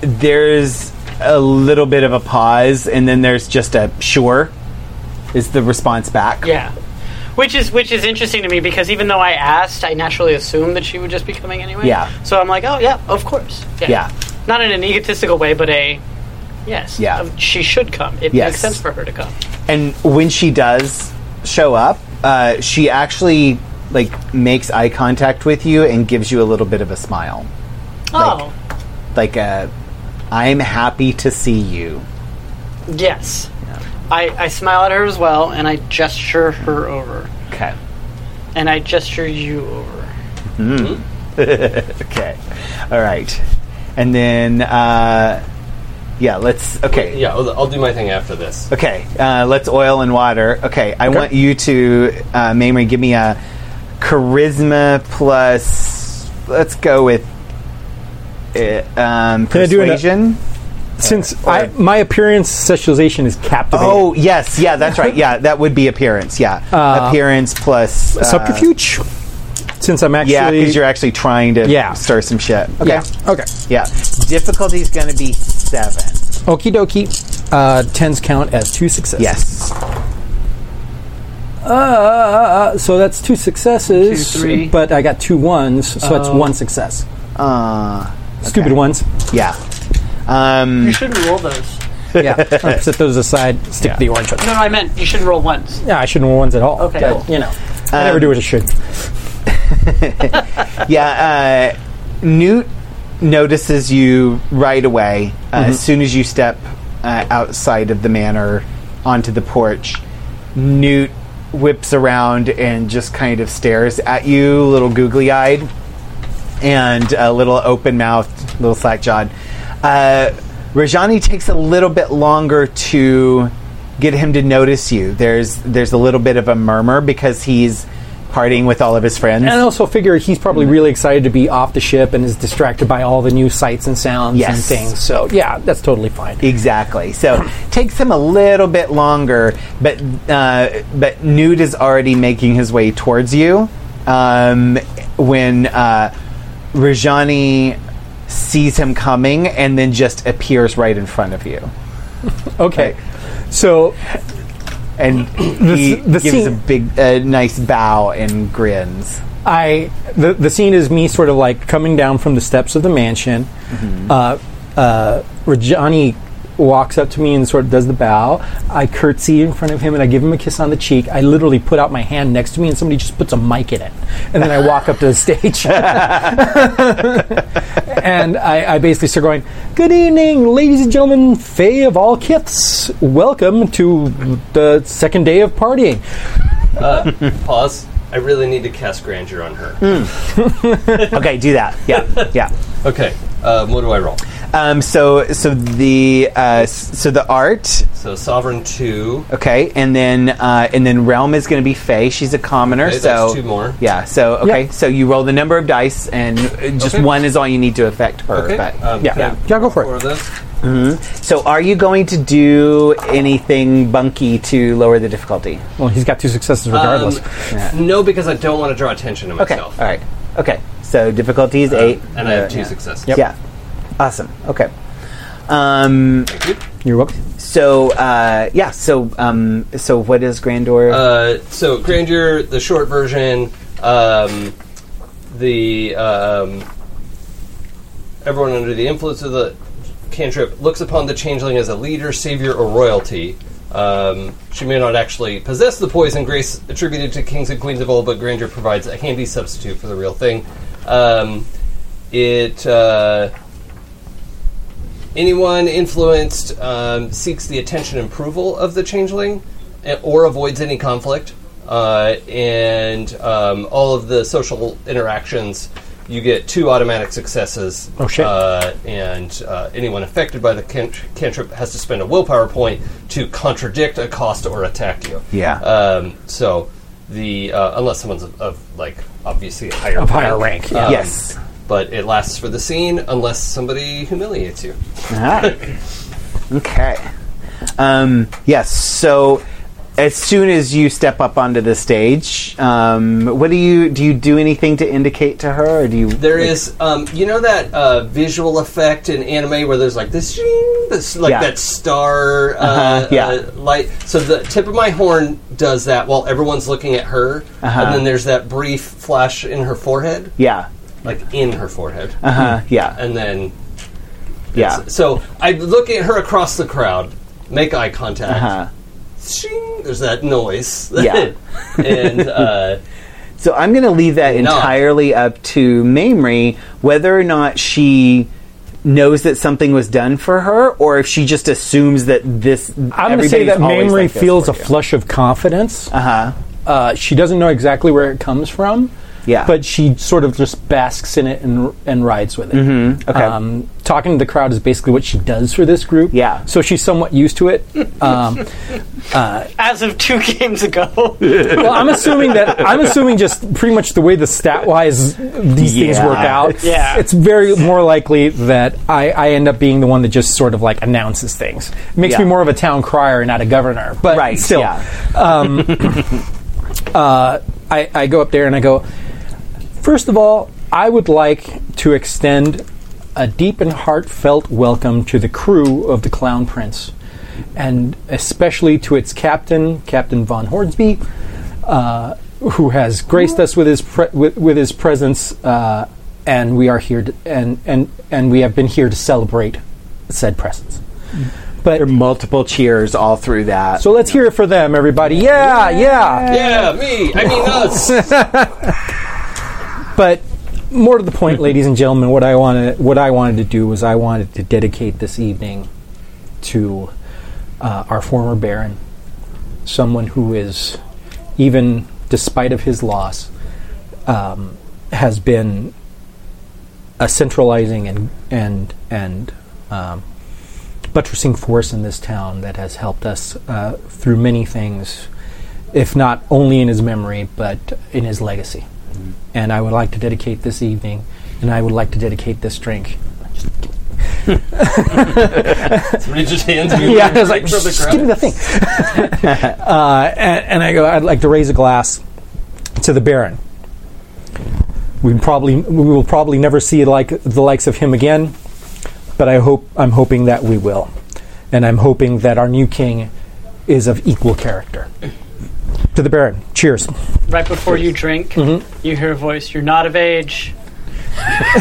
S2: there's a little bit of a pause and then there's just a sure is the response back.
S3: Yeah. Which is which is interesting to me because even though I asked, I naturally assumed that she would just be coming anyway.
S2: Yeah.
S3: So I'm like, oh yeah, of course.
S2: Yeah.
S3: Not in an egotistical way, but a yes.
S2: Yeah.
S3: of- she should come. It
S2: Yes.
S3: makes sense for her to come.
S2: And when she does show up, uh, she actually like makes eye contact with you and gives you a little bit of a smile.
S3: Oh.
S2: Like a I'm happy to see you.
S3: Yes. I, I smile at her as well, and I gesture her over,
S2: Okay.
S3: and I gesture you over.
S2: Okay. All right. And then, uh, yeah, let's. Okay.
S4: Yeah, I'll, I'll do my thing after this.
S2: Okay. Uh, let's oil and water. Okay. I want you to, uh, Mamrie, give me a charisma plus. Let's go with uh, um,
S7: I do an- uh,
S2: persuasion.
S7: Since I, my appearance sexualization is captivating.
S2: Oh yes, yeah, that's right. Yeah, that would be appearance. Yeah,
S7: Uh,
S2: appearance plus uh,
S7: subterfuge. Since I'm actually
S2: Yeah, because you're actually trying to
S7: Yeah.
S2: stir some shit. Okay.
S7: yeah okay.
S2: Yeah. Difficulty is going to be seven.
S7: Okie dokie. Uh, tens count as two successes.
S2: Yes.
S7: Uh, so that's two successes.
S3: Two, three. Oh.
S7: But I got two ones, so that's one success.
S2: Uh,
S7: Stupid
S2: okay.
S7: ones.
S2: Yeah. Um,
S3: You shouldn't roll those.
S7: yeah, I'll set those aside. Stick to the orange one.
S3: No, no, I meant you shouldn't roll once.
S7: Yeah, I shouldn't wear ones at all.
S3: Okay.
S7: but, you know,
S2: Um,
S7: I never do what I should.
S2: yeah, uh, Newt notices you right away uh, as soon as you step uh, outside of the manor onto the porch. Newt whips around and just kind of stares at you, little googly eyed and a little open mouthed, little slack jawed. Uh, Rajani takes a little bit longer to get him to notice you. There's there's a little bit of a murmur because he's partying with all of his friends.
S7: And I also figure he's
S2: Mm-hmm.
S7: probably really excited to be off the ship and is distracted by all the new sights and sounds and
S2: Yes.
S7: things. So yeah, that's totally fine.
S2: Exactly. So takes him a little bit longer, but uh, but Nude is already making his way towards you um, when uh, Rajani sees him coming and then just appears right in front of you,
S7: Okay, so
S2: and he
S7: the
S2: gives a
S7: scene-
S2: big, a nice bow and grins.
S7: I the the scene is me sort of like coming down from the steps of the mansion. Uh, uh, Rajani walks up to me and sort of does the bow. I curtsy in front of him and I give him a kiss on the cheek. I literally put out my hand next to me and somebody just puts a mic in it, and then I walk up to the stage. and I, I basically start going, "Good evening, ladies and gentlemen, Fae of all kiths. Welcome to the second day of partying."
S4: Pause. I really need to cast grandeur on her.
S2: Hmm. Okay, do that. Yeah, yeah.
S4: Okay. Um, what do I roll?
S2: Um, so so the uh, s- so the art
S4: So sovereign two.
S2: Okay, and then uh, and then realm is going to be Faye. She's a commoner,
S4: Okay,
S2: so
S4: that's two more.
S2: Yeah. So okay,
S7: Yeah.
S2: so you roll the number of dice, and uh, just
S4: Okay.
S2: one is all you need to affect her.
S4: Okay.
S2: But
S4: Um,
S7: Yeah.
S4: can I
S7: Yeah, go for it.
S4: Four of those.
S2: So, are you going to do anything bunky to lower the difficulty?
S7: Well, he's got two successes
S4: Um,
S7: regardless.
S4: No, because I don't want to draw attention to
S2: Okay.
S4: myself.
S2: All right. Okay. So, difficulty is
S4: Um,
S2: eight. Uh,
S4: and I have two
S2: yeah.
S4: successes.
S2: Yeah. Awesome. Okay. Um,
S4: Thank you.
S7: You're welcome.
S2: so, uh, yeah. So, um, so what is Grandor?
S4: Uh, so grandeur, the short version, um, the um, everyone under the influence of the cantrip looks upon the changeling as a leader, savior, or royalty. Um, she may not actually possess the poison grace attributed to kings and queens of old, but grandeur provides a handy substitute for the real thing. Um, it. Uh, Anyone influenced um, seeks the attention and approval of the changeling eh, or avoids any conflict. Uh, and um, all of the social interactions, you get two automatic successes.
S7: Oh, shit.
S4: Uh, and uh, anyone affected by the can- cantrip has to spend a willpower point to contradict, accost, or attack you.
S2: Yeah.
S4: Um, so, the uh, unless someone's of, of like obviously higher
S7: Of higher rank, yeah.
S4: um,
S2: Yes.
S4: But it lasts for the scene unless somebody humiliates you.
S2: Ah. okay. Um, yes. So, as soon as you step up onto the stage, um, what do you do? You do anything to indicate to her, or do you?
S4: There is, um, you know, that uh, visual effect in anime where there's like this, zing, this like
S2: Yeah.
S4: that star uh,
S2: Uh-huh, yeah.
S4: uh, light. So the tip of my horn does that while everyone's looking at her,
S2: Uh-huh.
S4: and then there's that brief flash in her forehead,
S2: Yeah.
S4: like in her forehead,
S2: Uh, yeah.
S4: and then
S2: Yeah.
S4: so I look at her across the crowd, make eye contact.
S2: Uh-huh.
S4: Zing, there's that noise.
S2: Yeah.
S4: and uh,
S2: So I'm going to leave that
S4: No.
S2: entirely up to Mamrie whether or not she knows that something was done for her, or if she just assumes that this.
S7: I'm going to say that Mamrie feels a flush of confidence.
S2: Uh huh.
S7: Uh, she doesn't know exactly where it comes from.
S2: Yeah.
S7: But she sort of just basks in it and, and rides with it.
S2: Mm-hmm. Okay.
S7: Um, talking to the crowd is basically what she does for this group.
S2: Yeah.
S7: So she's somewhat used to it. Um,
S3: As of two games ago,
S7: well, I'm assuming that I'm assuming just pretty much the way the stat wise these things
S2: Yeah.
S7: work out.
S3: Yeah.
S7: It's very more likely that I, I end up being the one that just sort of like announces things. It makes me
S2: Yeah.
S7: more of a town crier and not a governor. But
S2: Right,
S7: still. um, uh,
S2: yeah.
S7: I, I go up there and I go, first of all, I would like to extend a deep and heartfelt welcome to the crew of the Clown Prince, and especially to its captain, Captain Von Hornsby, uh, who has graced us with his pre- with, with his presence, uh, and we are here to, and and and we have been here to celebrate said presence. But
S2: Multiple cheers all through that.
S7: so let's hear it for them, everybody. Yeah, yeah.
S4: yeah, me. I mean us.
S7: But more to the point, ladies and gentlemen, what I wanted what I wanted to do was I wanted to dedicate this evening to uh, our former Baron, someone who is, even despite of his loss, um, has been a centralizing and and and um, buttressing force in this town that has helped us uh, through many things, if not only in his memory but in his legacy and I would like to dedicate this evening, and I would like to dedicate this drink.
S4: Somebody just hands me.
S7: Yeah,
S4: the
S7: I was like,
S4: drink from the
S7: "Shh,
S4: crowd."
S7: give me the thing. uh, and, and I go, I'd like to raise a glass to the Baron. We probably we will probably never see like the likes of him again, but I hope I'm hoping that we will, and I'm hoping that our new king is of equal character. To the Baron, cheers.
S3: right before you drink, you hear a voice. You're not of age.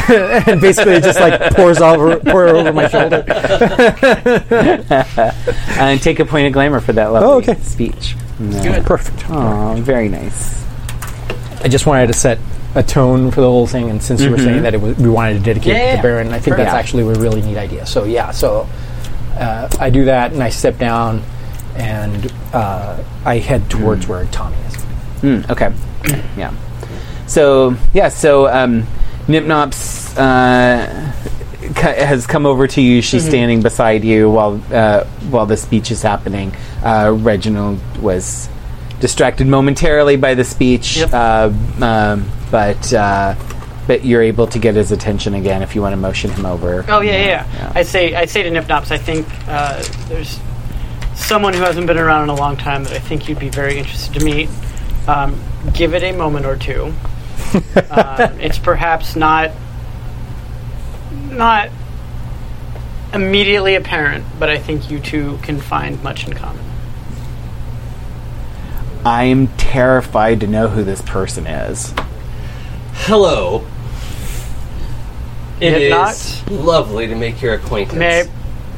S7: And basically, it just like pours over pour over my shoulder.
S2: and take a point of glamour for that lovely
S7: Oh, okay.
S2: speech.
S7: Perfect.
S2: Oh, very nice.
S7: I just wanted to set a tone for the whole thing, and since you were saying that it was, we wanted to
S3: Yeah,
S7: dedicate it to
S3: yeah.
S7: the Baron, I think that's
S2: Yeah.
S7: actually a really neat idea. So yeah, so uh, I do that, and I step down, and uh, I head towards where Tommy is.
S2: Mm, okay. yeah. So yeah. So um, Nipnops uh, c- has come over to you. She's standing beside you while uh, while the speech is happening. Uh, Reginald was distracted momentarily by the speech,
S3: Yep.
S2: uh, um, uh, but uh, But you're able to get his attention again if you want to motion him over.
S3: Oh yeah, yeah. yeah. I say, I say to Nipnops, I think uh, there's someone who hasn't been around in a long time that I think you'd be very interested to meet. Um, give it a moment or two. um, it's perhaps not not immediately apparent, but I think you two can find much in common.
S2: I am terrified to know who this person is.
S4: Hello. It
S3: Did
S4: is
S3: not?
S4: lovely to make your acquaintance.
S3: May I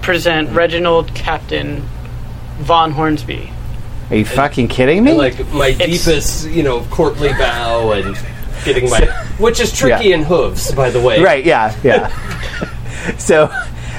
S3: present Reginald Captain Von Hornsby?
S2: Are you fucking kidding me?
S4: like my
S3: It's-
S4: deepest, you know, courtly bow and getting my, which is tricky
S2: Yeah.
S4: in hooves, by the way.
S2: Right, yeah, yeah. so,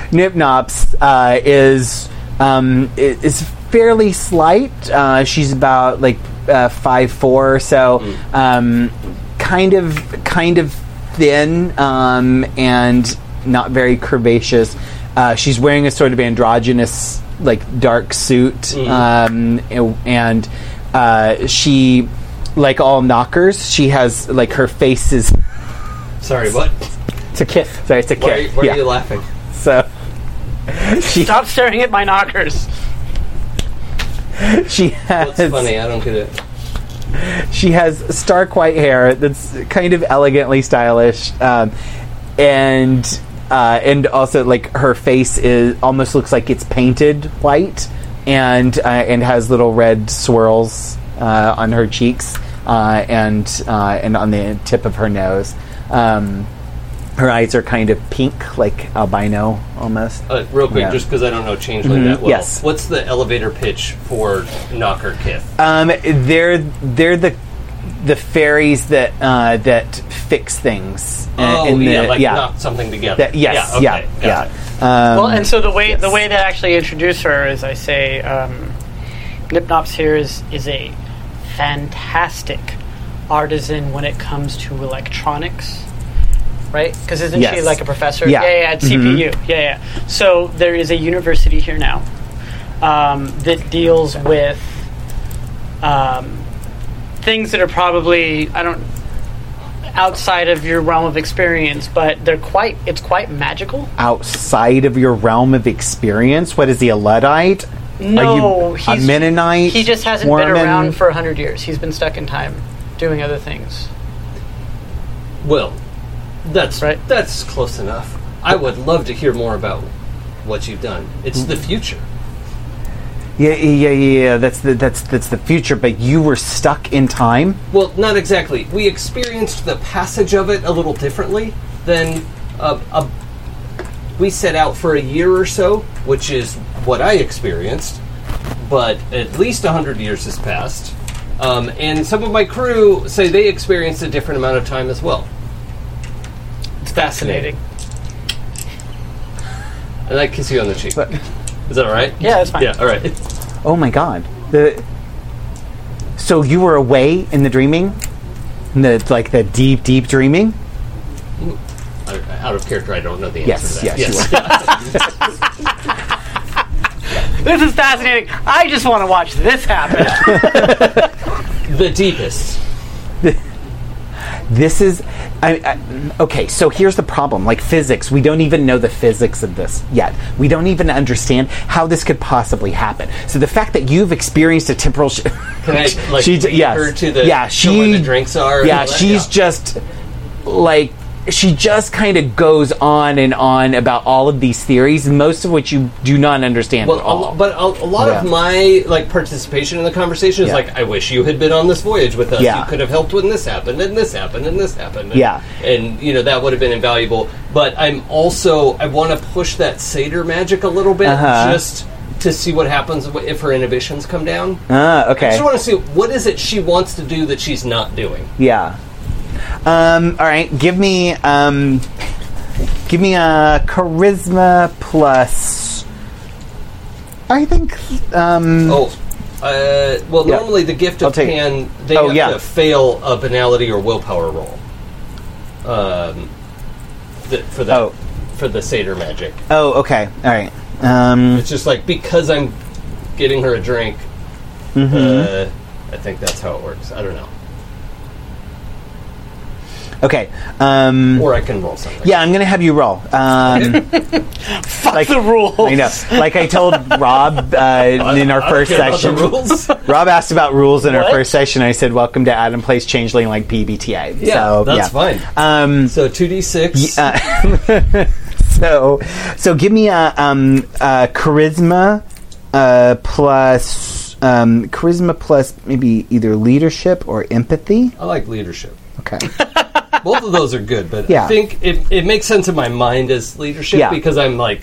S2: Nipnops uh, is um, i- is fairly slight. Uh, she's about like uh, five four, so
S4: Hmm.
S2: um, kind of kind of thin um, and not very curvaceous. Uh, she's wearing a sort of androgynous, like dark suit,
S4: Mm-hmm.
S2: um, and- and uh, she, like all knockers, she has like her face is
S4: Sorry, what?
S2: it's a kiss. Sorry, it's a
S4: Why, are-
S2: kiss.
S4: why
S2: yeah.
S4: are you laughing?
S2: so
S3: Stop staring at my knockers.
S2: she
S4: What's
S2: has
S4: funny? I don't get it.
S2: she has stark white hair that's kind of elegantly stylish, um, and uh, and also like her face is almost looks like it's painted white, and uh, and has little red swirls uh, on her cheeks uh, and uh, and on the tip of her nose. Um, her eyes are kind of pink, like albino almost.
S4: Uh, real quick,
S2: Yeah.
S4: just because I don't know Changeling that well.
S2: Yes.
S4: What's the elevator pitch for Knocker Kith?
S2: Um, they're they're the the fairies that uh, that fix things. uh,
S4: oh,
S2: in the-
S4: yeah, like
S2: yeah.
S4: knock something together.
S2: That- yes,
S4: okay,
S2: yeah,
S4: gotcha.
S2: yeah. Um,
S3: Well, and so the way the way that I actually introduce her is I say, um, Nipnops here is is a fantastic artisan when it comes to electronics, right? Because isn't she
S2: Yes.
S3: like a professor?
S2: Yeah. Mm-hmm.
S3: yeah, at CPU. Yeah, yeah. So there is a university here now um, that deals with um, things that are probably I don't outside of your realm of experience, but they're quite it's quite magical.
S2: outside of your realm of experience, what is he a luddite?
S3: No,
S2: Are you a Mennonite?
S3: He just hasn't
S2: Mormon?
S3: been around for hundred years. He's been stuck in time, doing other things.
S4: Well, that's
S3: Right.
S4: That's close enough. I would love to hear more about what you've done. It's the future.
S2: Yeah, yeah, yeah, yeah. That's the that's that's the future. But you were stuck in time.
S4: Well, not exactly. We experienced the passage of it a little differently than uh, a, we set out for a year or so, which is what I experienced. But at least hundred years has passed, um, and some of my crew say they experienced a different amount of time as well. It's
S3: Fascinating.
S4: And I kiss you on the cheek. Is that all right?
S3: Yeah, that's fine.
S4: Yeah. All right.
S2: Oh my god. The so you were away in the dreaming, in the like the deep, deep dreaming.
S4: I- Out of character, I don't know the answer
S2: Yes,
S4: to that.
S2: yes, you were.
S3: This is fascinating. I just want to watch this happen.
S4: The deepest.
S2: this is I, I, Uh, okay so here's the problem like physics we don't even know the physics of this yet we don't even understand how this could possibly happen so the fact that you've experienced a temporal sh-
S4: Can I like
S2: She d-
S4: lead
S2: yes.
S4: her to the
S2: Yeah,
S4: to where
S2: she-
S4: the drinks are? and
S2: yeah
S4: all that?
S2: she's just like she just kind of goes on and on about all of these theories most of which you do not understand
S4: Well,
S2: at
S4: a
S2: all
S4: lo- but a, a lot of
S2: Yeah.
S4: my like participation in the conversation is
S2: Yeah.
S4: like, I wish you had been on this voyage with us.
S2: Yeah.
S4: You could have helped when this happened, and this happened, and this happened. And,
S2: Yeah.
S4: and you know that would have been invaluable. But I'm also I want to push that satyr magic a little bit
S2: Uh-huh.
S4: just to see what happens wh- if her inhibitions come down.
S2: Ah,
S4: I
S2: okay
S4: just want to see what is it she wants to do that she's not doing.
S2: yeah um, all right give me um, give me a charisma plus I think um,
S4: Oh. Uh, well,
S2: Yeah.
S4: normally the gift
S2: I'll
S4: of
S2: take it.
S4: pan, they
S2: Oh,
S4: have
S2: yeah.
S4: to fail a banality or willpower roll. Um, th- for the
S2: Oh.
S4: for the satyr magic,
S2: oh okay all right um,
S4: it's just like because I'm getting her a drink.
S2: Mm-hmm.
S4: Uh, I think that's how it works. I don't know.
S2: Okay. Um,
S4: Or I can roll something.
S2: yeah, I'm going to have you roll. Um,
S3: Fuck
S2: Like-
S3: the rules.
S2: I know. Like I told Rob uh, in our first
S4: Okay, about
S2: session.
S4: the rules.
S2: Rob asked about rules in our
S3: What?
S2: first session. I said, "Welcome to Adam Plays Changeling like PBTA."
S4: yeah,
S2: so,
S4: that's
S2: yeah.
S4: fine.
S2: Um,
S4: So two d six.
S2: so, so give me a, um, a charisma uh, plus um, charisma plus maybe either leadership or empathy.
S4: I like leadership.
S2: Okay.
S4: Both of those are good, but
S2: Yeah.
S4: I think it, it makes sense in my mind as leadership
S2: Yeah.
S4: because I'm like,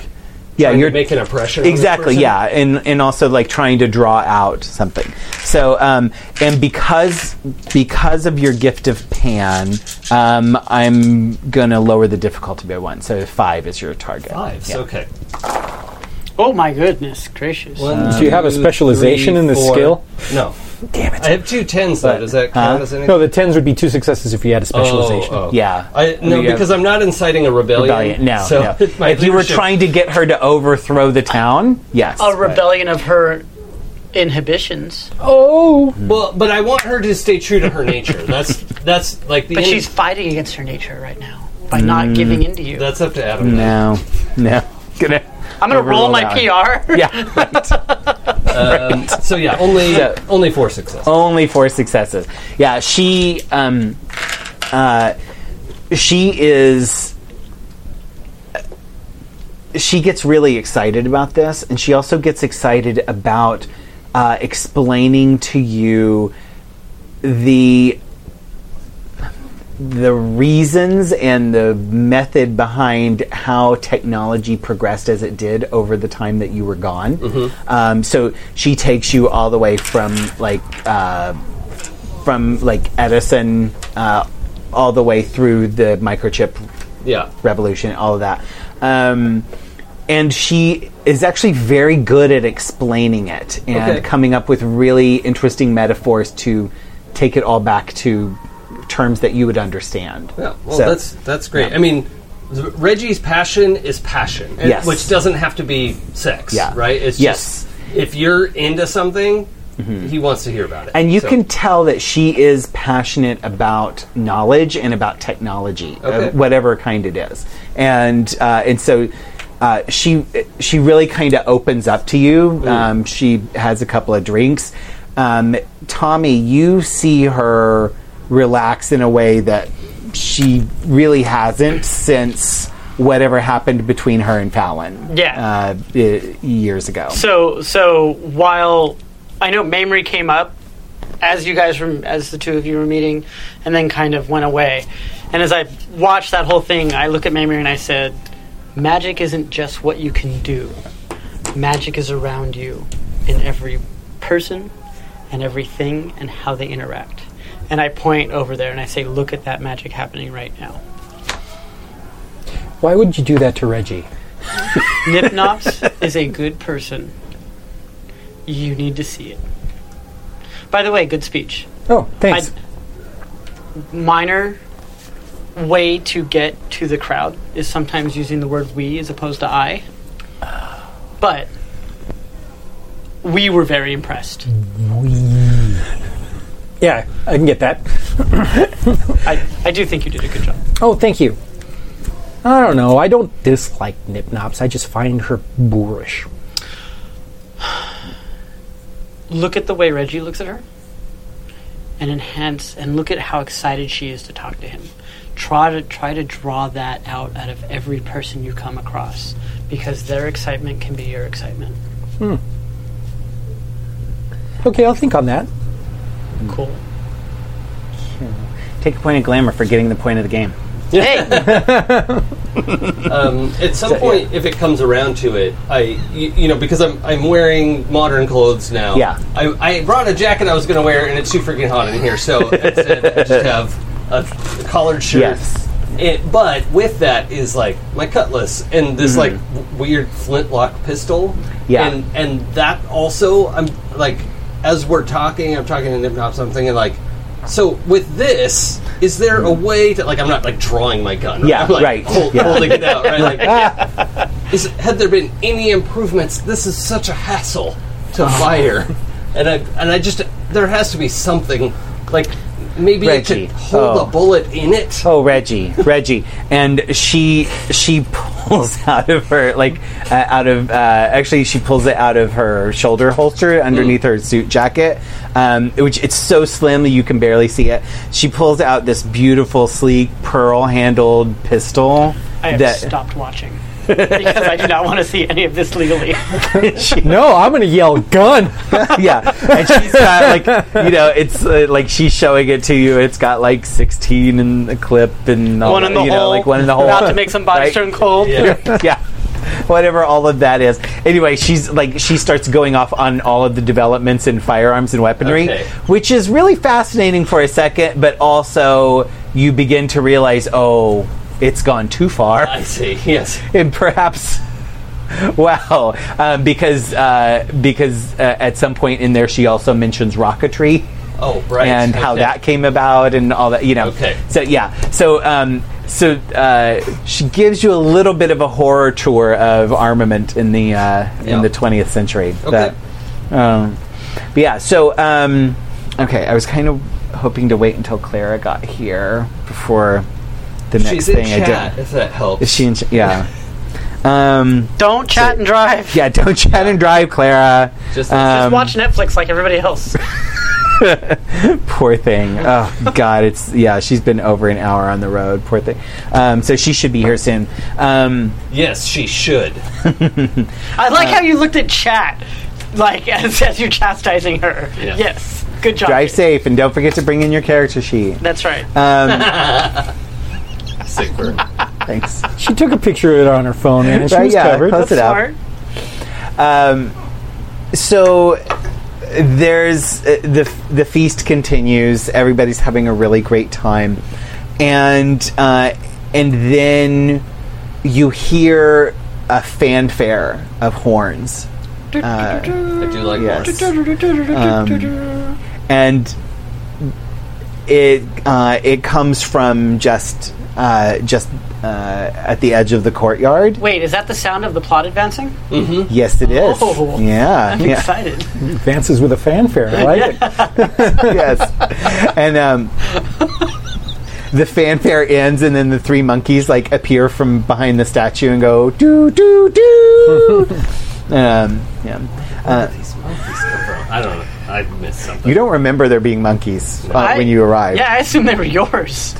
S2: Yeah,
S4: trying to
S2: you're-
S4: make an impression. on this
S2: exactly
S4: person.
S2: yeah and and also like trying to draw out something so um and because because of your gift of pan um i'm gonna lower the difficulty by one so five is your target
S4: Fives.
S2: Yeah.
S4: Okay.
S3: Oh my goodness gracious.
S2: Uh,
S4: One,
S7: Do you have a
S4: two,
S7: specialization
S4: three,
S7: in this
S4: four.
S7: skill?
S4: No.
S2: damn it
S4: I have two tens though. Does that count as anything?
S7: No, the tens would be two successes if you had a
S4: Oh,
S7: specialization.
S4: oh.
S2: yeah
S4: I, no,
S2: Yeah.
S4: because I'm not inciting a rebellion.
S2: rebellion no,
S4: So
S2: no.
S4: my
S2: if you were
S4: leadership-
S2: trying to get her to overthrow the town yes
S3: a rebellion of her inhibitions,
S4: well, but I want her to stay true to her nature. That's that's like the.
S3: but
S4: end-
S3: she's fighting against her nature right now by
S2: Mm,
S3: not giving in to you.
S4: that's up to Adam. now.
S2: no no gonna
S3: I'm gonna roll
S2: overrule
S3: my
S2: that.
S3: PR.
S2: yeah
S4: Um, so yeah, only only four successes.
S2: only four successes. Yeah, she um, uh, she is. She gets really excited about this, and she also gets excited about uh, explaining to you the the reasons and the method behind how technology progressed as it did over the time that you were gone. Um, so she takes you all the way from like uh, from like Edison uh, all the way through the microchip
S4: Yeah.
S2: revolution, all of that. Um, and she is actually very good at explaining it and
S4: Okay.
S2: coming up with really interesting metaphors to take it all back to terms that you would understand.
S4: Yeah, well,
S2: So-
S4: that's that's great. I mean, th- Reggie's passion is passion, and-
S2: Yes.
S4: which doesn't have to be sex,
S2: Yeah.
S4: right? It's
S2: Yes. Mm-hmm.
S4: just if you're into something, he wants to hear about it,
S2: And you
S4: So-
S2: can tell that she is passionate about knowledge and about technology,
S4: Okay.
S2: uh, whatever kind it is. And uh, and so uh, she she really kind of opens up to
S4: Mm.
S2: you. Um, she has a couple of drinks. Um, Tommy, you see her relax in a way that she really hasn't since whatever happened between her and Fallon. uh,
S3: Yeah.
S2: i- years ago.
S3: So so while I know Mamrie came up as you guys were as the two of you were meeting, and then kind of went away. And as I watched that whole thing, I look at Mamrie and I said, "Magic isn't just what you can do. Magic is around you, in every person, and everything, and how they interact." And I point over there and I say, "Look at that magic happening right now."
S7: Why would you do that to Reggie?
S3: Nipnops is a good person. You need to see it. By the way, good speech.
S7: Oh,
S3: I,
S7: thanks.
S3: minor way to get to the crowd is sometimes using the word we as opposed to I. But we were very impressed.
S7: yeah, I can get that.
S3: I, I do think you did a good job.
S7: Oh, thank you. I don't know. I don't dislike Nip Nops. I just find her boorish.
S3: Look at the way Reggie looks at her and enhance and look at how excited she is to talk to him. Try to try to draw that out out of every person you come across because their excitement can be your excitement.
S7: Okay, I'll think on that.
S2: Hmm.
S3: Cool.
S2: Take a point of glamour for getting the point of the game.
S3: Hey,
S4: Um, at some point, if it comes around to it, I y- you, know because I'm I'm wearing modern clothes now.
S2: Yeah.
S4: I, I brought a jacket I was going to wear, and it's too freaking hot in here, so instead I just have a collared shirt.
S2: Yes.
S4: It, but with that is like my cutlass and this like w- weird flintlock pistol.
S2: Mm-hmm. Yeah.
S4: And and that also I'm like as we're talking, I'm talking to Nipnop something and like so with this, is there a way to like I'm not like drawing my gun?
S2: Mm-hmm. Yeah,
S4: I'm, like,
S2: right.
S4: hol-
S2: Yeah.
S4: Holding it out, right? Like, is, had there been any improvements? This is such a
S2: Ah.
S4: hassle to fire, and I and I just there has to be something like Maybe
S2: Reggie.
S4: it could hold
S2: Oh.
S4: a bullet in it.
S2: Oh, Reggie, Reggie, and she she pulls out of her like uh, out of uh, actually she pulls it out of her shoulder holster underneath her suit jacket, um, which it's so slim that you can barely see it. She pulls out this beautiful, sleek, pearl-handled pistol.
S3: I have stopped watching because I do not want to see any of this legally.
S7: No, I'm gonna yell gun.
S2: yeah, and she's got like you know, it's uh, like she's showing it to you. It's got like sixteen in the clip and all
S3: one in
S2: that,
S3: the
S2: you
S3: hole,
S2: know, like one in the hole.
S3: about to make some
S2: Right?
S3: bodies turn cold.
S2: yeah. Whatever all of that is. Anyway, she's like she starts going off on all of the developments in firearms and weaponry,
S4: Okay.
S2: which is really fascinating for a second, but also you begin to realize, oh, it's gone too far
S4: I see. Yes.
S2: and perhaps wow um, because uh, because uh, at some point in there she also mentions rocketry
S4: Oh, right.
S2: and how
S4: okay.
S2: that came about and all that you know
S4: Okay.
S2: so yeah so um, so uh, she gives you a little bit of a horror tour of armament in the uh, in
S4: Yeah.
S2: the 20th century
S4: Okay.
S2: that, um, but yeah so um, okay I was kind of hoping to wait until Clara got here before the next
S4: She's in
S2: thing I
S4: chat.
S2: did
S4: If that helps.
S2: is she in? Ch- yeah. Um.
S3: Don't chat and drive.
S2: Yeah. Don't chat and drive, Clara.
S4: Just-
S2: uh, Um,
S3: Just watch Netflix like everybody else.
S2: Poor thing. Oh God. It's yeah. She's been over an hour on the road. Poor thing. Um. So she should be here soon. Um.
S4: yes, she should.
S3: I like
S2: uh,
S3: how you looked at chat, like as, as you're chastising her.
S4: Yeah.
S3: Yes, good job.
S2: Drive safe and don't forget to bring in your character sheet.
S3: That's right.
S2: Um.
S4: Sick burn.
S2: thanks.
S7: She took a picture of it on her phone and she
S2: Right,
S7: was
S2: yeah,
S7: covered.
S2: close it up.
S3: Smart.
S2: Um. So there's uh, the the feast continues. Everybody's having a really great time, and uh, and then you hear a fanfare of horns. Uh,
S4: I do like
S2: Yes.
S4: horns.
S2: um, and it uh, it comes from just uh, just uh, at the edge of the courtyard.
S3: Wait, is that the sound of the plot advancing?
S2: Yes, it is.
S3: Oh.
S2: yeah,
S3: I'm
S2: yeah.
S3: excited.
S7: Dances with a fanfare. I like it.
S2: yes. And um, the fanfare ends, and then the three monkeys like appear from behind the statue and go do do do. um, yeah. Uh,
S4: These monkeys come from. I don't know. I missed something.
S2: you don't remember there being monkeys uh,
S3: I-
S2: when you arrived.
S3: Yeah, I assume they were yours.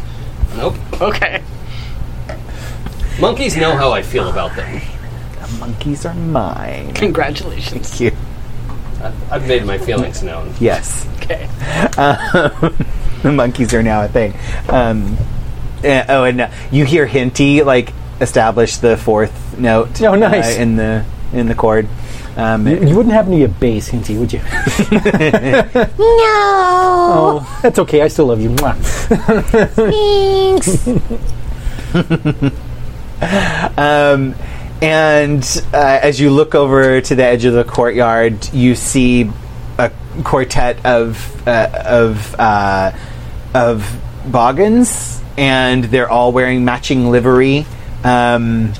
S4: Nope.
S3: Okay.
S4: Monkeys know how I feel about them.
S2: The monkeys are mine.
S3: Congratulations.
S2: Cute.
S4: I've, I've made my feelings known.
S2: Yes.
S3: Okay.
S2: Um, the monkeys are now a thing. Um, eh, oh, and uh, you hear Hinty like establish the fourth note.
S7: Oh, nice.
S2: uh, in the in the chord. Um,
S7: You wouldn't happen to be a bass, Hinty, would you? no. Oh, that's okay. I still love you. Mwah.
S2: Um, and uh, as you look over to the edge of the courtyard, you see a quartet of uh, of uh, of boggins, and they're all wearing matching livery. Um,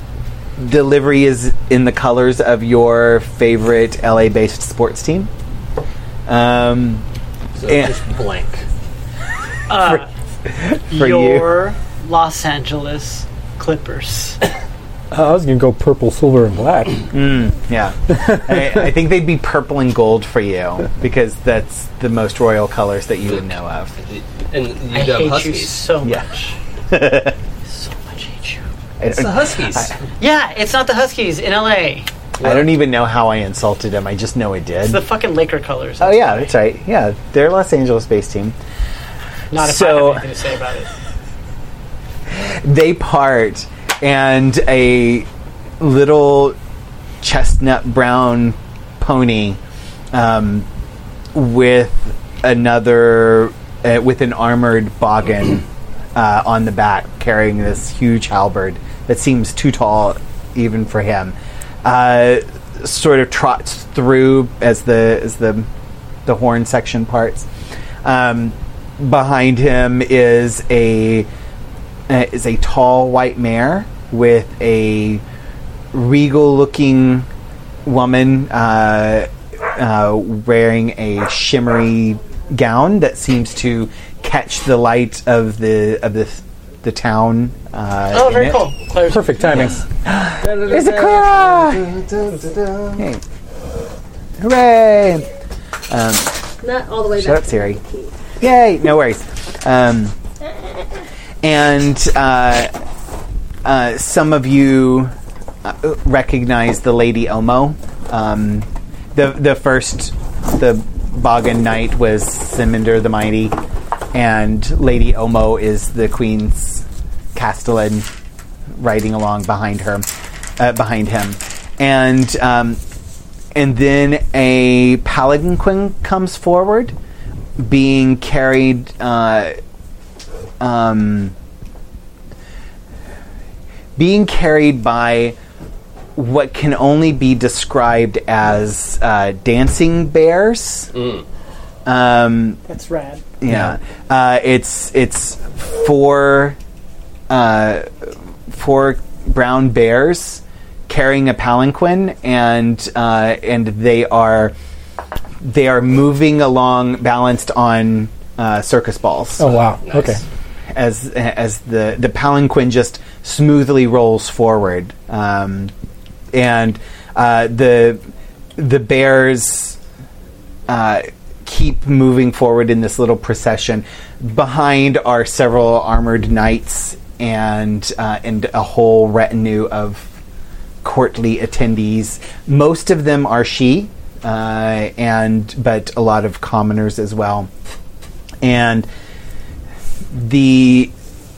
S2: the livery is in the colors of your favorite LA-based sports team. Um,
S4: So
S2: Yeah.
S4: just blank.
S3: Uh,
S2: for you.
S3: your Los Angeles Clippers.
S7: Uh, I was gonna go purple, silver, and black.
S2: yeah, I, I think they'd be purple and gold for you because that's the most royal colors that you would know of.
S3: I
S4: And you
S3: hate
S4: dub
S3: you
S4: uh, huskies.
S3: so
S2: Yeah.
S3: much. so much hate you.
S4: It's the huskies.
S3: Yeah, it's not the Huskies in LA.
S2: I don't even know how I insulted him. I just know I
S3: It's
S2: did.
S3: the fucking Laker colors.
S2: oh yeah, that's right. Yeah, they're Los Angeles based team.
S3: Not if
S2: So-
S3: I have anything to say about it.
S2: They part, and a little chestnut brown pony um, with another uh, with an armored boggin uh, on the back, carrying this huge halberd that seems too tall even for him. Uh, sort of trots through as the as the the horn section parts. Um, behind him is a uh, is a tall white mare with a regal looking woman uh, uh, wearing a shimmery gown that seems to catch the light of the of the the town. Uh,
S3: Oh,
S2: in
S3: very
S2: it.
S3: cool. Claire's
S7: Perfect timing.
S2: It's a Clara! Hey. Hooray!
S8: Not all the way
S2: Um, Shut
S8: back.
S2: up, Siri. Yay! No worries. Um, and uh, uh, some of you uh, recognize the Lady Elmo. Um, the the first the Boggin Knight was Siminder the Mighty, and Lady Elmo is the Queen's Castellan, riding along behind her, uh, behind him, and um, and then a paladin queen comes forward, being carried. Uh, um, being carried by what can only be described as uh, dancing bears. Um,
S6: That's rad.
S2: yeah, uh, it's it's four uh, four brown bears carrying a palanquin, and uh, and they are they are moving along, balanced on uh, circus balls
S7: Oh wow. Okay.
S2: as as the the palanquin just smoothly rolls forward, um, and uh, the the bears uh, keep moving forward in this little procession. Behind are several armored knights and uh, and a whole retinue of courtly attendees. Most of them are she, uh, and but a lot of commoners as well, and the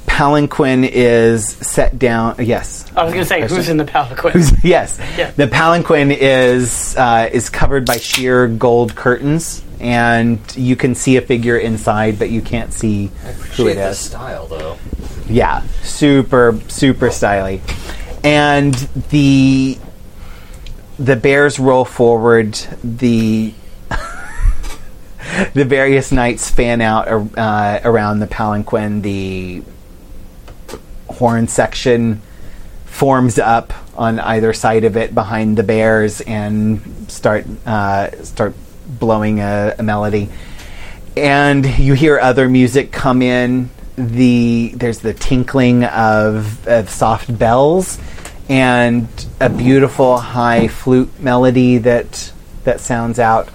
S2: palanquin is set down. Yes.
S3: I was going to say, who's in the palanquin?
S2: Yes,
S3: Yeah.
S2: the palanquin is uh, is covered by sheer gold curtains, and you can see a figure inside, but you can't see who it
S4: the
S2: is.
S4: style though.
S2: Yeah, super super styly, and the the bears roll forward. The the various knights fan out ar- uh, around the palanquin. The horn section forms up on either side of it behind the bears and start uh, start blowing a, a melody. And you hear other music come in. The there's the tinkling of, of soft bells and a beautiful high flute melody that that sounds out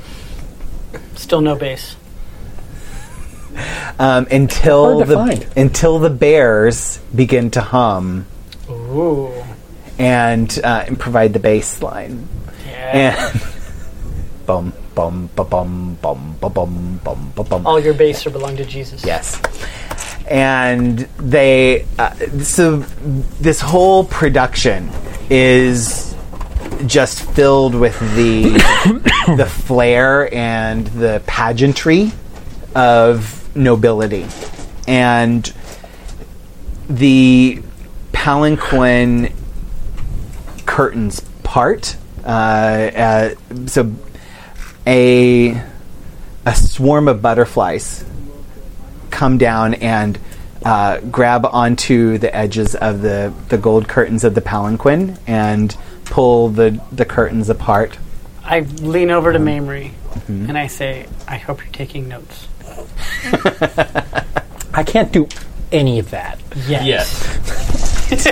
S3: Still no base.
S2: um, until
S7: Hard to
S2: the
S7: find.
S2: until the bears begin to hum
S3: Ooh.
S2: and, uh, and provide the bass line.
S3: Yeah.
S2: And bum bum ba bum bum ba bum bum ba bum.
S3: All your base are belong to Jesus.
S2: Yes. And they uh, so this whole production is just filled with the the flair and the pageantry of nobility. And the palanquin curtains part. Uh, uh, so a a swarm of butterflies come down and uh, grab onto the edges of the, the gold curtains of the palanquin and pull the, the curtains apart.
S3: I lean over to
S2: Mm-hmm.
S3: Mamrie and I say, I hope you're taking notes.
S7: I can't do any of that.
S3: Yes.
S4: Yes.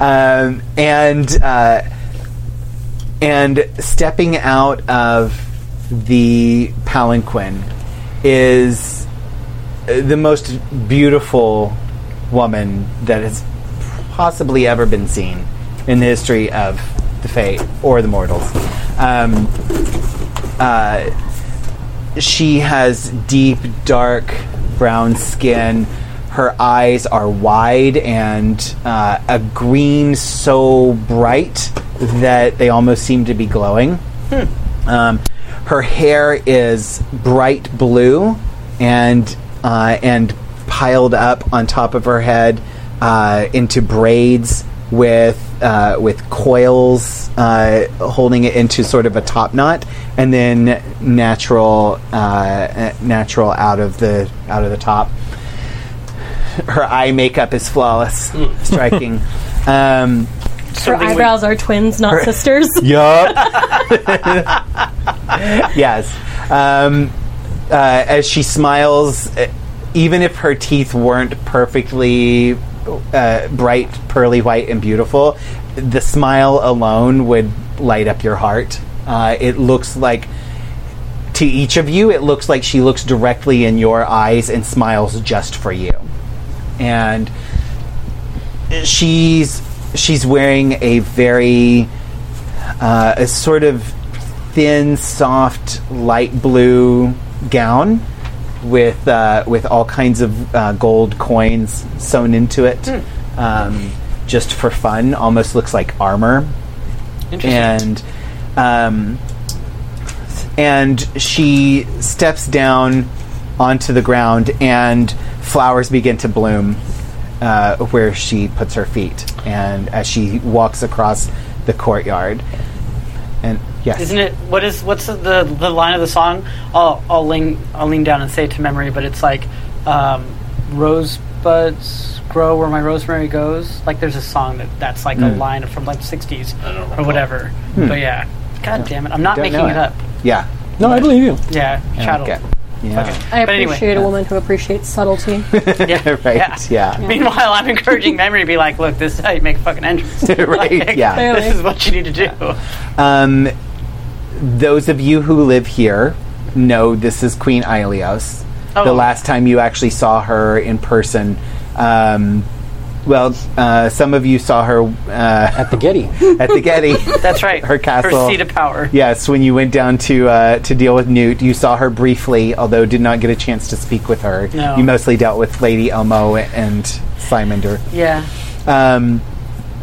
S2: um, and uh, and stepping out of the palanquin is uh, the most beautiful woman that has possibly ever been seen in the history of the Fae or the mortals. Um, uh, she has deep, dark brown skin. Her eyes are wide and uh, a green so bright that they almost seem to be glowing. Um, her hair is bright blue and uh, and piled up on top of her head uh, into braids with uh, with coils uh, holding it into sort of a top knot, and then natural uh, uh, natural out of the out of the top. Her eye makeup is flawless, striking. Um,
S8: Her eyebrows are twins, not sisters.
S2: Yup. yes. Um, uh, as she smiles, uh, even if her teeth weren't perfectly uh, bright, pearly white, and beautiful, the smile alone would light up your heart. Uh, it looks like to each of you, it looks like she looks directly in your eyes and smiles just for you. And she's she's wearing a very uh, a sort of thin, soft, light blue gown with uh, with all kinds of uh, gold coins sewn into it, um, just for fun. Almost looks like armor, and um, and she steps down onto the ground, and flowers begin to bloom uh, where she puts her feet, and as she walks across the courtyard, and yes,
S3: Isn't it? What is? What's the the line of the song? I'll I'll lean I'll lean down and say it to memory, but it's like, um, rosebuds grow where my rosemary goes. Like there's a song that that's like
S2: Mm.
S3: a line from like '60s
S4: don't
S3: or
S4: recall.
S3: whatever. But yeah, God damn it, I'm not
S2: Hmm. Don't
S3: making
S2: know
S3: it.
S2: it.
S3: up.
S2: yeah,
S7: No, I believe you.
S3: Yeah, chattel.
S2: Okay. yeah.
S8: I
S3: But anyway.
S8: appreciate a woman who appreciates subtlety.
S3: Yeah,
S2: right, yeah,
S3: Meanwhile, I'm encouraging memory to be like, look, this is how you make a fucking entrance.
S2: right,
S3: Like,
S2: yeah.
S3: This is what you need to do.
S2: Um, those of you who live here know this is Queen Ilios. The
S3: Oh.
S2: last time you actually saw her in person, um, well, uh, some of you saw her uh,
S7: At the Getty.
S2: at the Getty.
S3: That's right.
S2: Her castle.
S3: Her seat of power.
S2: yes, when you went down to uh, to deal with Newt, you saw her briefly, although did not get a chance to speak with her.
S3: No.
S2: You mostly dealt with Lady Elmo and Simonder.
S3: Yeah.
S2: Um,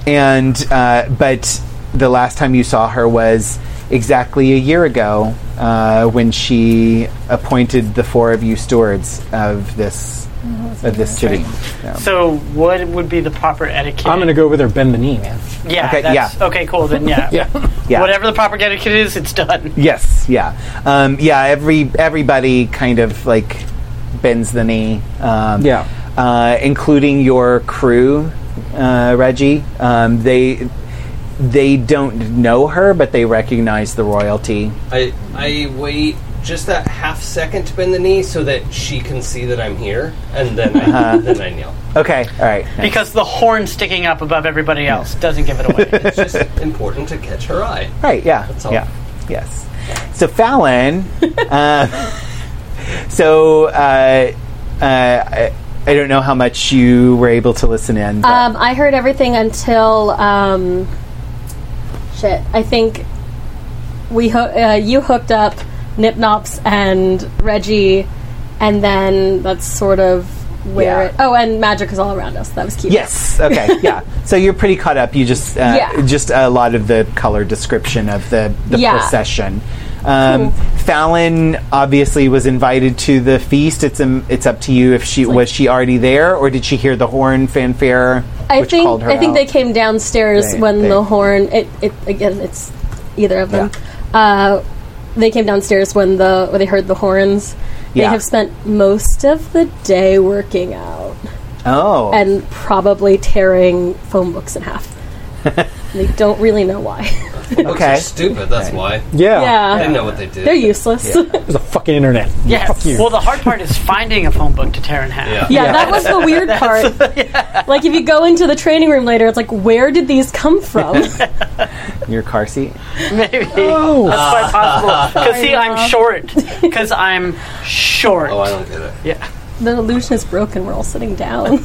S2: and uh, but the last time you saw her was exactly a year ago uh, when she appointed the four of you stewards of this of this city. Yeah.
S3: So, what would be the proper etiquette?
S7: I'm going to go over there, bend the knee, man.
S3: Yeah.
S2: Okay,
S3: that's,
S2: yeah.
S3: Okay. Cool. Then yeah.
S2: Yeah.
S3: Whatever the proper etiquette is, it's done.
S2: Yes. Yeah. Um, yeah. Every everybody kind of like bends the knee. Um,
S7: Yeah.
S2: Uh, including your crew, uh, Reggie. Um, they they don't know her, but they recognize the royalty.
S4: I I wait just that half second to bend the knee so that she can see that I'm here, and then I,
S2: Uh-huh.
S4: then I kneel.
S2: Okay. All right.
S3: Because the horn sticking up above everybody else doesn't give it away.
S4: It's just important to catch her eye.
S2: Right. Yeah.
S4: That's all.
S2: Yeah. Yes. So Fallon. uh, so uh, uh, I, I don't know how much you were able to listen in. but-
S8: Um, I heard everything until um, shit. I think we ho- uh, you hooked up Nip Nops and Reggie, and then that's sort of where
S2: Yeah.
S8: it. Oh, and magic is all around us. That was cute.
S2: yes. Okay. yeah. So you're pretty caught up. You just uh,
S8: Yeah.
S2: just a lot of the color description of the the
S8: Yeah.
S2: procession. Um, Fallon obviously was invited to the feast. It's um, it's up to you if she was she already there or did she hear the horn fanfare?
S8: I
S2: which
S8: think
S2: called her
S8: I think
S2: out?
S8: they came downstairs
S2: They-
S8: when
S2: they-
S8: the horn. It, it again. It's either of them. Uh, they came downstairs when the when they heard the horns. They
S2: Yeah.
S8: have spent most of the day working out
S2: Oh.
S8: and probably tearing phone books in half. they don't really know why.
S2: okay.
S4: Stupid. That's why.
S7: Yeah.
S8: yeah,
S4: I know what they did.
S8: they're useless. Yeah.
S7: It was a fucking internet.
S3: yeah.
S7: Fuck you.
S3: Well, the hard part is finding a phone book to tear in half.
S4: Yeah.
S8: that was the weird part. Like if you go into the training room later, it's like, where did these come from?
S2: Your car seat.
S3: Maybe.
S7: Oh.
S3: That's quite possible. Because see, I'm short. Because I'm short.
S4: Oh, I don't get it.
S3: yeah.
S8: the illusion is broken. We're all sitting down.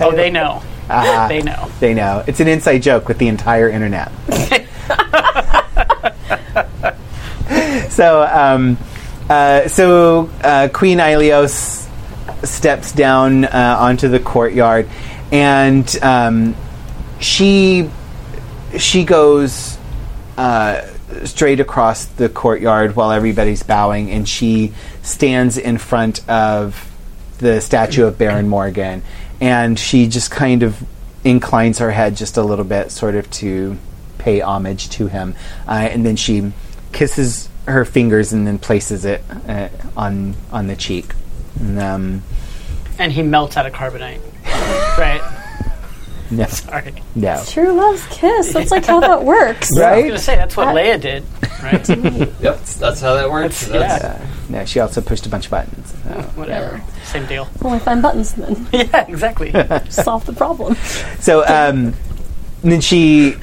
S3: Oh, they know.
S2: Uh-huh.
S3: they know.
S2: They know. It's an inside joke with the entire internet. so, um, uh, so uh, Queen Ilios steps down uh, onto the courtyard, and um, she she goes uh, straight across the courtyard while everybody's bowing, and she stands in front of the statue of Baron Morgan, and she just kind of inclines her head just a little bit, sort of to pay homage to him, uh, and then she kisses her fingers and then places it uh, on on the cheek. And, um,
S3: And he melts out of carbonite. right.
S2: No.
S3: Sorry.
S2: No.
S8: True love's kiss. That's like how that works.
S3: I was
S2: Right?
S3: gonna say that's what Leia did, right?
S4: Yep, that's how that works. That's,
S3: yeah,
S2: No, she also pushed a bunch of buttons.
S3: whatever. Same deal.
S8: Only find buttons and then
S3: yeah, exactly.
S8: solve the problem.
S2: So, um, then she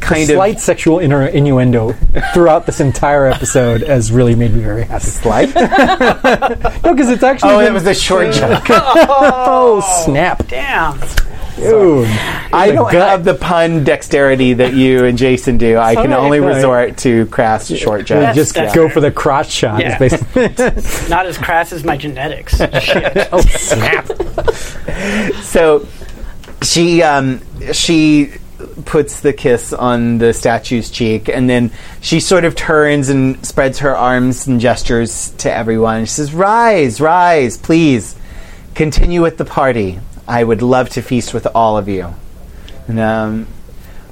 S2: kind of.
S7: Slight sexual innu- innuendo throughout this entire episode has really made me very happy.
S2: Slight?
S7: No, because it's actually
S2: oh,
S7: been-
S2: that was a short joke.
S7: oh snap,
S3: Damn.
S7: dude.
S2: I don't
S7: gut.
S2: have the pun dexterity that you and Jason do. I can
S7: all right,
S2: only
S7: all right.
S2: resort to crass short jokes.
S7: just
S3: that's
S7: go
S3: fair.
S7: for the crotch shot. is
S3: Yeah.
S7: basically-
S3: Not as crass as my genetics. Shit.
S7: oh snap!
S2: so she um, she puts the kiss on the statue's cheek and then she sort of turns and spreads her arms and gestures to everyone she says rise rise please continue with the party i would love to feast with all of you and um,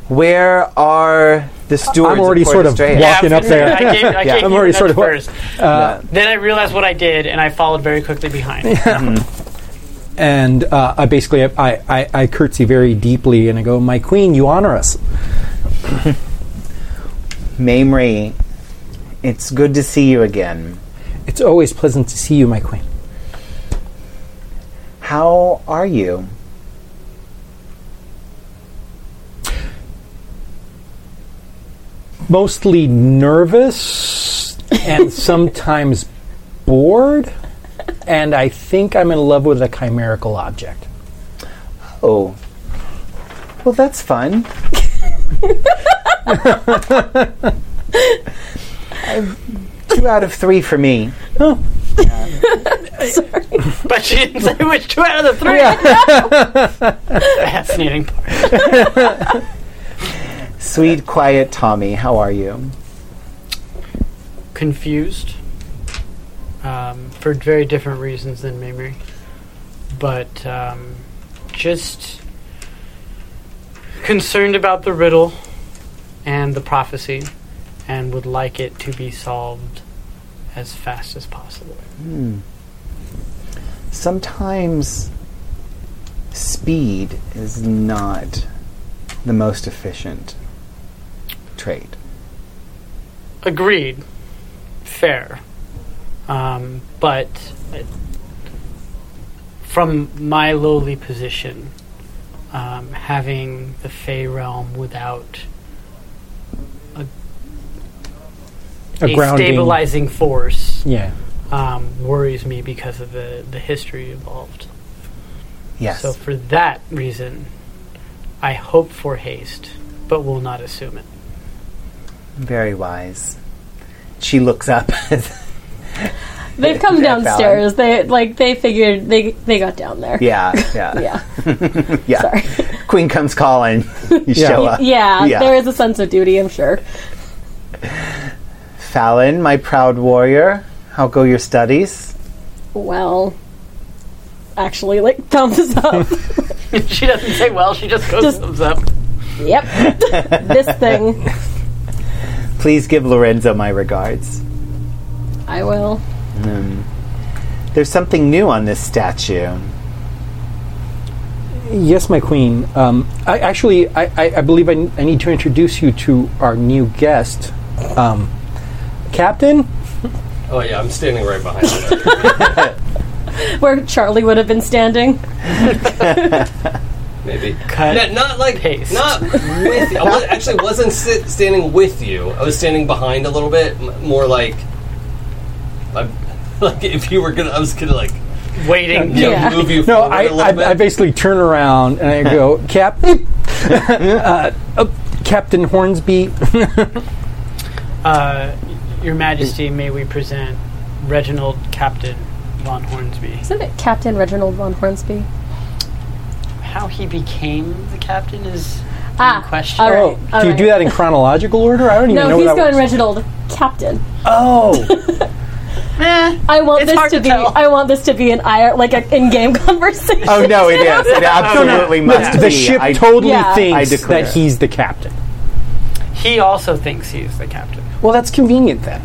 S2: where are the stewards
S7: I'm already
S2: of Port
S7: sort of
S2: Estrella?
S7: walking
S3: I
S7: up
S3: was gonna
S7: there.
S3: say, I gave, I
S2: Yeah.
S3: gave
S7: I'm
S3: you
S7: already
S3: the
S7: sort of
S3: nudge first. Uh,
S2: Yeah.
S3: Then I realized what I did, and I followed very quickly behind.
S7: and uh, I basically I, I, I curtsy very deeply and I go, "My queen, you honor us."
S2: Mamrie, it's good to see you again.
S7: It's always pleasant to see you, my queen.
S2: How are you?
S7: Mostly nervous and sometimes bored, and I think I'm in love with a chimerical object.
S2: Oh. Well, that's fun. Uh, Two out of three for me.
S3: But she didn't say which two out of the three. Fascinating part.
S2: Sweet, quiet Tommy, how are you?
S3: Confused um, for very different reasons than memory, but um, just concerned about the riddle and the prophecy, and would like it to be solved as fast as possible.
S2: Sometimes speed is not the most efficient trait.
S3: Agreed. Fair. Um, but uh, from my lowly position, um, having the Fey realm without
S7: A,
S3: a
S7: grounding.
S3: stabilizing force
S7: Yeah.
S3: um, worries me because of the, the history involved.
S2: Yes.
S3: So, for that reason, I hope for haste, but will not assume it.
S2: Very wise. She looks up.
S8: They've come
S2: Yeah, Fallon.
S8: downstairs. They like they figured they they got down there.
S2: yeah, yeah,
S8: Yeah.
S2: yeah.
S8: Sorry.
S2: Queen comes calling. You show up.
S8: yeah,
S2: Yeah.
S8: there is a sense of duty, I'm sure.
S2: Fallon, my proud warrior, how go your studies?
S8: Well, actually, like thumbs up.
S3: she doesn't say well, she just goes
S8: Just-
S3: thumbs up.
S8: yep, this thing
S2: Please give Lorenzo my regards.
S8: I will.
S2: There's something new on this statue.
S7: Yes, my queen. Um, I actually, I, I, I believe I, n- I need to introduce you to our new guest, um, Captain.
S4: oh yeah, I'm standing right behind it.
S8: Where Charlie would have been standing.
S4: Maybe
S3: Cut.
S4: Not- not like
S3: Paste.
S4: not with. You. I was, actually wasn't sit, standing with you. I was standing behind a little bit, m- more like I'm, like if you were gonna, I was gonna like
S3: Waiting.
S4: you know,
S8: Yeah.
S4: move you
S7: No,
S4: forward
S7: I,
S4: a little bit.
S7: I, I basically turn around and I go, Cap, beep." uh, uh, Captain Hornsby.
S3: Uh, Your Majesty, may we present Reginald Captain Von Hornsby.
S8: Isn't it Captain Reginald von Hornsby?
S3: How he became the captain is
S8: Ah,
S3: in question.
S8: all right.
S7: oh, do you do that in chronological order? I don't even know.
S8: No, he's
S7: what that
S8: going
S7: was.
S8: Reginald Captain.
S7: Oh,
S3: Eh.
S8: I want
S3: It's
S8: this
S3: hard
S8: to
S3: to
S8: be.
S3: tell.
S8: I want this to be an IR, like an in-game conversation.
S2: Oh no, it is. It absolutely must
S7: the
S2: be.
S7: ship
S2: I-
S7: totally
S8: Yeah.
S2: I
S7: thinks
S2: declare.
S7: that he's the captain.
S3: He also thinks he is the captain.
S7: Well, that's convenient then.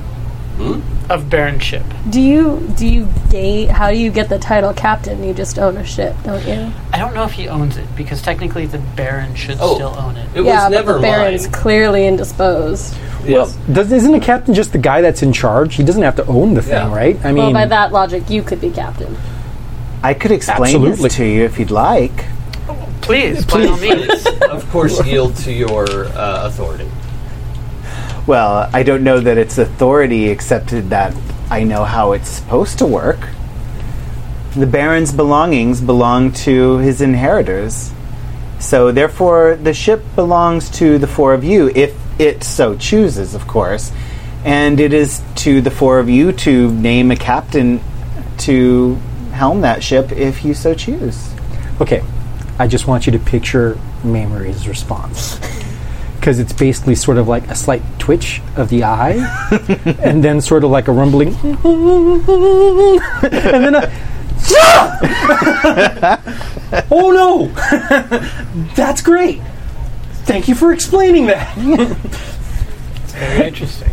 S3: of Baron ship.
S8: Do you do you gate? How do you get the title captain? You just own a ship, don't you?
S3: I don't know if he owns it because technically the Baron should
S4: Oh.
S3: still own it.
S4: It
S8: yeah,
S4: was never
S8: but the Baron's
S4: mine.
S8: clearly indisposed.
S4: Yes.
S7: Well, does, isn't the captain just the guy that's in charge? He doesn't have to own the thing,
S4: Yeah.
S7: right? I mean,
S8: well, by that logic, you could be captain.
S2: I could explain
S7: Absolutely.
S2: this to you if you'd like.
S3: Please, by all means.
S4: of course, yield to your uh, authority.
S2: Well, I don't know that it's authority, except that I know how it's supposed to work. The Baron's belongings belong to his inheritors. So, therefore, the ship belongs to the four of you, if it so chooses, of course. And it is to the four of you to name a captain to helm that ship if you so choose.
S7: okay, I just want you to picture Mamrie's response because it's basically sort of like a slight twitch of the eye, and then sort of like a rumbling, and then a. oh no, that's great. Thank you for explaining that.
S3: Very interesting.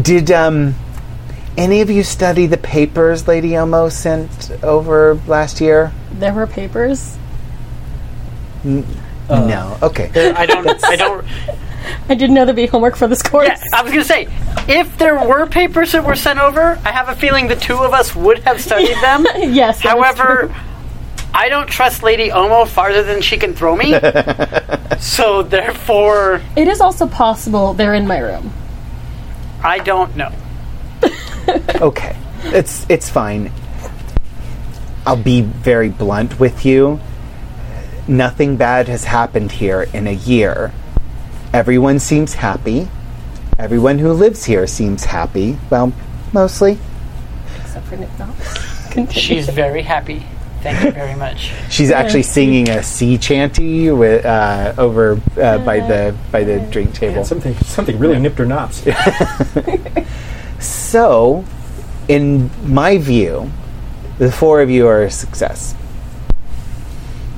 S2: Did um, any of you study the papers Lady Elmo sent over last year?
S8: There were papers.
S2: no. Okay.
S3: I don't. I don't.
S8: I didn't know there'd be homework for this course.
S3: Yeah, I was gonna say, if there were papers that were sent over, I have a feeling the two of us would have studied them.
S8: yes. that is true.
S3: However, I don't trust Lady Omo farther than she can throw me. so therefore,
S8: it is also possible they're in my room.
S3: I don't know.
S2: Okay. It's it's fine. I'll be very blunt with you. Nothing bad has happened here in a year. Everyone seems happy. Everyone who lives here seems happy. Well, mostly.
S8: Except for Nick
S3: She's very happy. Thank you very much.
S2: She's actually singing a sea chanty with uh, over uh, by the by the drink table.
S7: Something, something really nipped her knops.
S2: So, in my view, the four of you are a success.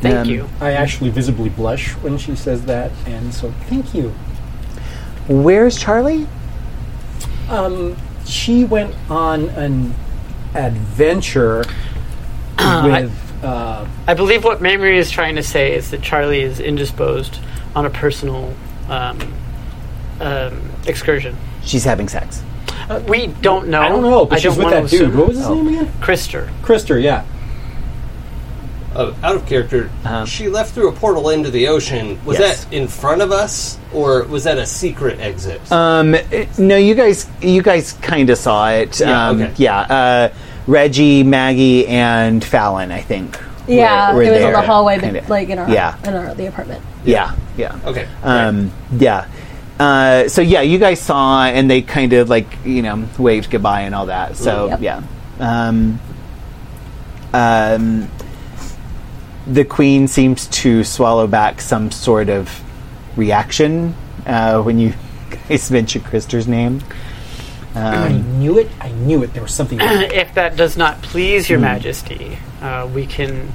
S3: Thank
S2: Um,
S3: you.
S7: I actually visibly blush when she says that, and so thank you.
S2: Where's Charlie?
S7: Um, she went on an adventure with. Uh,
S3: I believe what Mamrie is trying to say is that Charlie is indisposed on a personal um, um, excursion.
S2: She's having sex.
S3: We don't know.
S7: Uh, I don't know, but she's with
S3: wanna
S7: that dude.
S3: assume.
S7: What was his name again?
S3: Krister.
S7: Krister, yeah.
S4: Uh, out of character,
S3: Uh-huh.
S4: she left through a portal into the ocean. Was
S2: Yes.
S4: that in front of us, or was that a secret exit?
S3: Uh,
S2: Um, it- no, you guys, you guys kind of saw it.
S4: Yeah,
S2: um,
S4: okay.
S2: yeah. Uh, Reggie, Maggie, and Fallon, I think. We're-
S8: Yeah,
S2: we're
S8: it was
S2: there.
S8: in the hallway,
S2: Kinda.
S8: but like in our
S2: Yeah.
S8: in our the apartment.
S2: Yeah, yeah.
S4: okay.
S2: Um, yeah. Uh, so yeah, you guys saw, and they kind of like you know waved goodbye and all that. So
S8: Yep.
S2: yeah. Um, um, the queen seems to swallow back some sort of reaction uh, when you guys mention Krister's name.
S7: I knew it. I knew it. There was something.
S3: If that does not please
S7: Hmm.
S3: your majesty, uh, we can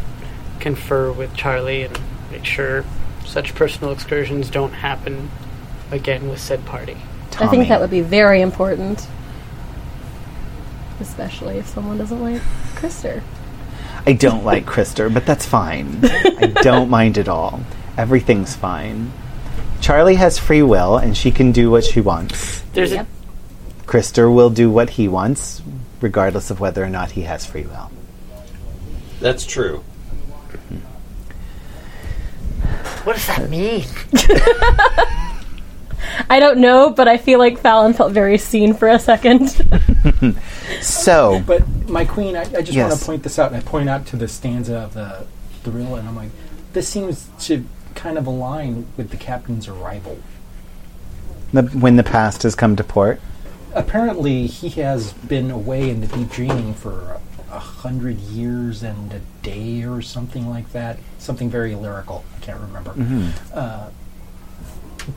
S3: confer with Charlie and make sure such personal excursions don't happen again with said party.
S8: I
S2: Tommy.
S8: think that would be very important, especially if someone doesn't like Krister.
S2: I don't like Krister, but that's fine. I don't mind at all. Everything's fine. Charlie has free will, and she can do what she wants.
S3: There's
S8: Yep.
S2: Krister will do what he wants, regardless of whether or not he has free will.
S4: That's true.
S3: a. What does that mean?
S8: I don't know, but I feel like Fallon felt very seen for a second.
S2: So,
S7: But my queen, I, I just want
S2: Yes.
S7: to point this out. And I point out to the stanza of the the reel, and I'm like, this seems to kind of align with the captain's arrival.
S2: the, when the past has come to port,
S7: Apparently, he has been away in the deep dreaming for a hundred years and a day or something like that. Something very lyrical. I can't remember. Uh,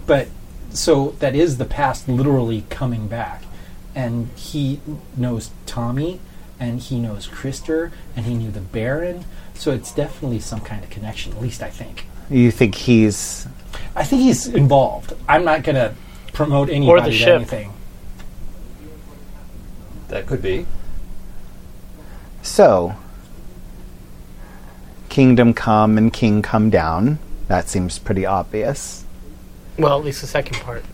S7: but so that is the past literally coming back. And he knows Tommy, and he knows Krister, and he knew the Baron. So it's definitely some kind of connection, at least I think.
S2: you think he's.
S7: I think he's involved. I'm not going to promote anybody
S3: the
S7: to
S3: ship.
S7: anything.
S4: That could be.
S2: So, Kingdom Come and King Come Down. That seems pretty obvious.
S3: Well, at least the second part.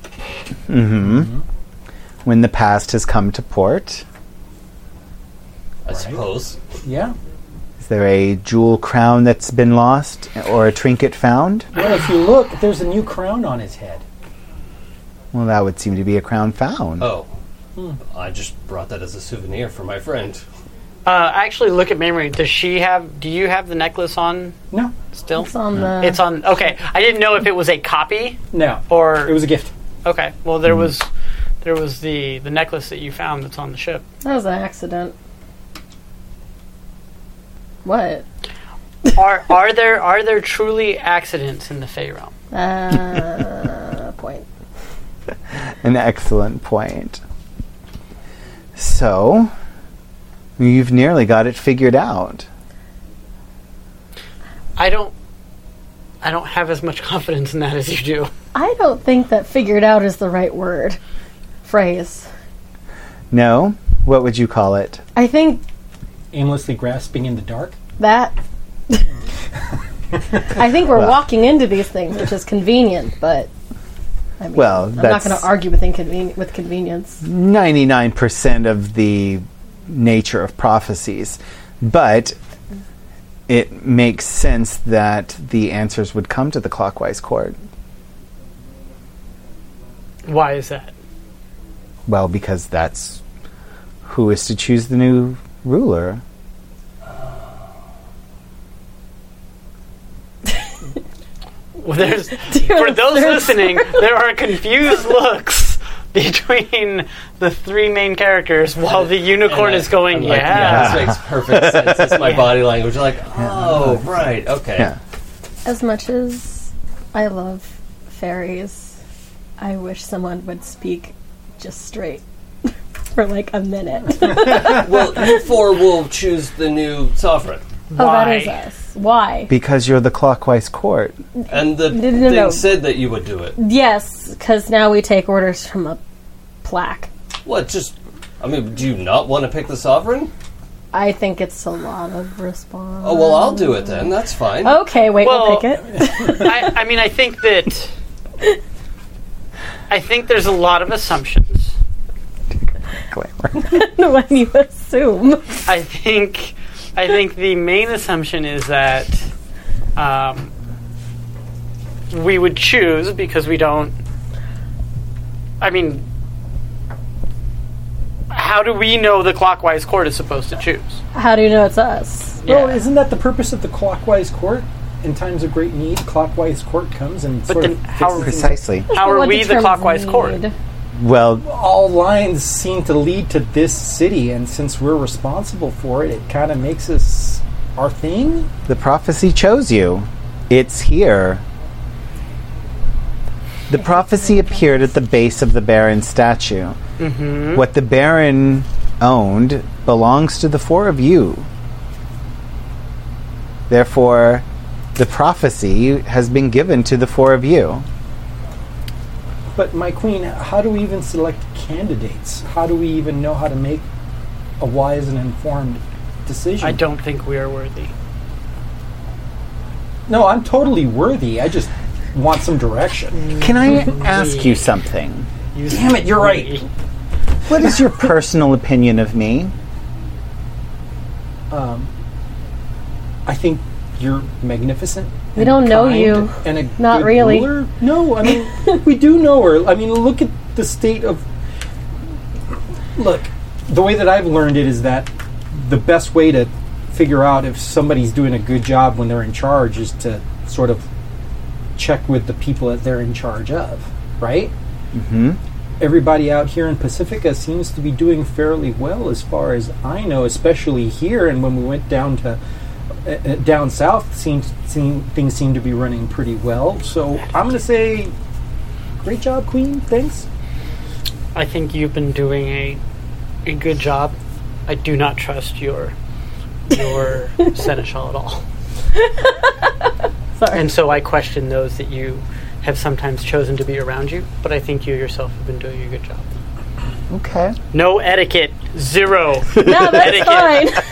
S2: When the past has come to port,
S4: I suppose.
S7: Yeah.
S2: is there a jewel crown that's been lost or a trinket found?
S7: Well, if you look, there's a new crown on his head.
S2: Well, that would seem to be a crown found.
S4: Oh.
S3: Hmm.
S4: I just brought that as a souvenir for my friend.
S3: Uh, actually, look at memory. Does she have? Do you have the necklace on
S7: No.
S3: still?
S8: It's on the.
S3: It's on. Okay, I didn't know if it was a copy
S7: No.
S3: or
S7: It was Hmm. a gift.
S3: Okay. Well, there was there was the the necklace that you found that's on the ship.
S8: that was an accident. What?
S3: Are are there are there truly accidents in the Fey realm?
S8: Uh, point.
S2: An excellent point. So, you've nearly got it figured out.
S3: I don't I don't have as much confidence in that as you do.
S8: I don't think that "figured out" is the right word, phrase.
S2: No? What would you call it?
S8: I think
S7: Aimlessly grasping in the dark.
S8: that. I think we're walking into these things, which is convenient, but. I mean,
S2: Well,
S8: I'm not
S2: that's-
S8: going to argue with inconven- with convenience.
S2: 99% of the nature of prophecies, but it makes sense that the answers would come to the clockwise court.
S3: Why is that?
S2: Well, because that's who is to choose the new ruler.
S3: Well, there's for those listening, there are confused looks between the three main characters while the unicorn is going,
S4: I'm
S3: yeah.
S4: like, This makes perfect sense. It's my body language. Like, oh, right, okay.
S2: Yeah.
S8: As much as I love fairies, I wish someone would speak just straight for like a minute.
S4: Well, you four will choose the new sovereign.
S8: Oh, that
S3: Why?
S8: is us. Why?
S2: Because you're the clockwise court.
S4: And the
S8: No, no,
S4: thing
S8: no.
S4: said that you would do it.
S8: Yes, because now we take orders from a plaque.
S4: What, just. I mean, do you not want to pick the sovereign?
S8: I think it's a lot of response.
S4: Oh, well, I'll do it then. That's fine.
S3: Oh.
S8: Okay, wait,
S3: Well-
S8: we'll pick it.
S3: I, I mean, I think that I think there's a lot of assumptions.
S8: when you assume.
S3: I think I think the main assumption is that um, we would choose because we don't. I mean, how do we know the clockwise court is supposed to choose?
S8: How do you know it's us?
S3: Yeah.
S7: Well, isn't that the purpose of the clockwise court? In times of great need, clockwise court comes and sort
S3: then
S7: of
S3: how-
S7: fixes things.
S2: Precisely.
S3: how are
S8: What
S3: we the
S8: determines
S3: clockwise court?
S8: need?
S2: Well,
S7: all lines seem to lead to this city, and since we're responsible for it, it kind of makes us our thing.
S2: the prophecy chose you. It's here. The prophecy appeared at the base of the Baron statue. What the Baron owned belongs to the four of you. Therefore, the prophecy has been given to the four of you.
S7: But my queen, how do we even select candidates? How do we even know how to make a wise and informed decision?
S3: I don't think we are worthy.
S7: No, I'm totally worthy. I just want some direction.
S2: Can I ask you something?
S7: Damn it, you're right.
S2: What is your personal opinion of me?
S7: Um, I think you're magnificent.
S8: We
S7: and
S8: don't know
S7: kind
S8: you.
S7: And a
S8: Not
S7: good
S8: really.
S7: ruler. No, I mean we do know her. I mean, look at the state of. Look, the way that I've learned it is that the best way to figure out if somebody's doing a good job when they're in charge is to sort of check with the people that they're in charge of, right? everybody out here in Pacifica seems to be doing fairly well, as far as I know, especially here. And when we went down to uh, uh, down south, seems seem, things seem to be running pretty well. So I'm going to say, great job, Queen. Thanks.
S3: I think you've been doing a a good job. I do not trust your your seneschal at all.
S8: Sorry.
S3: And so I question those that you have sometimes chosen to be around you, but I think you yourself have been doing a good job.
S2: Okay.
S3: No etiquette zero.
S8: No, that's
S3: Etiquette.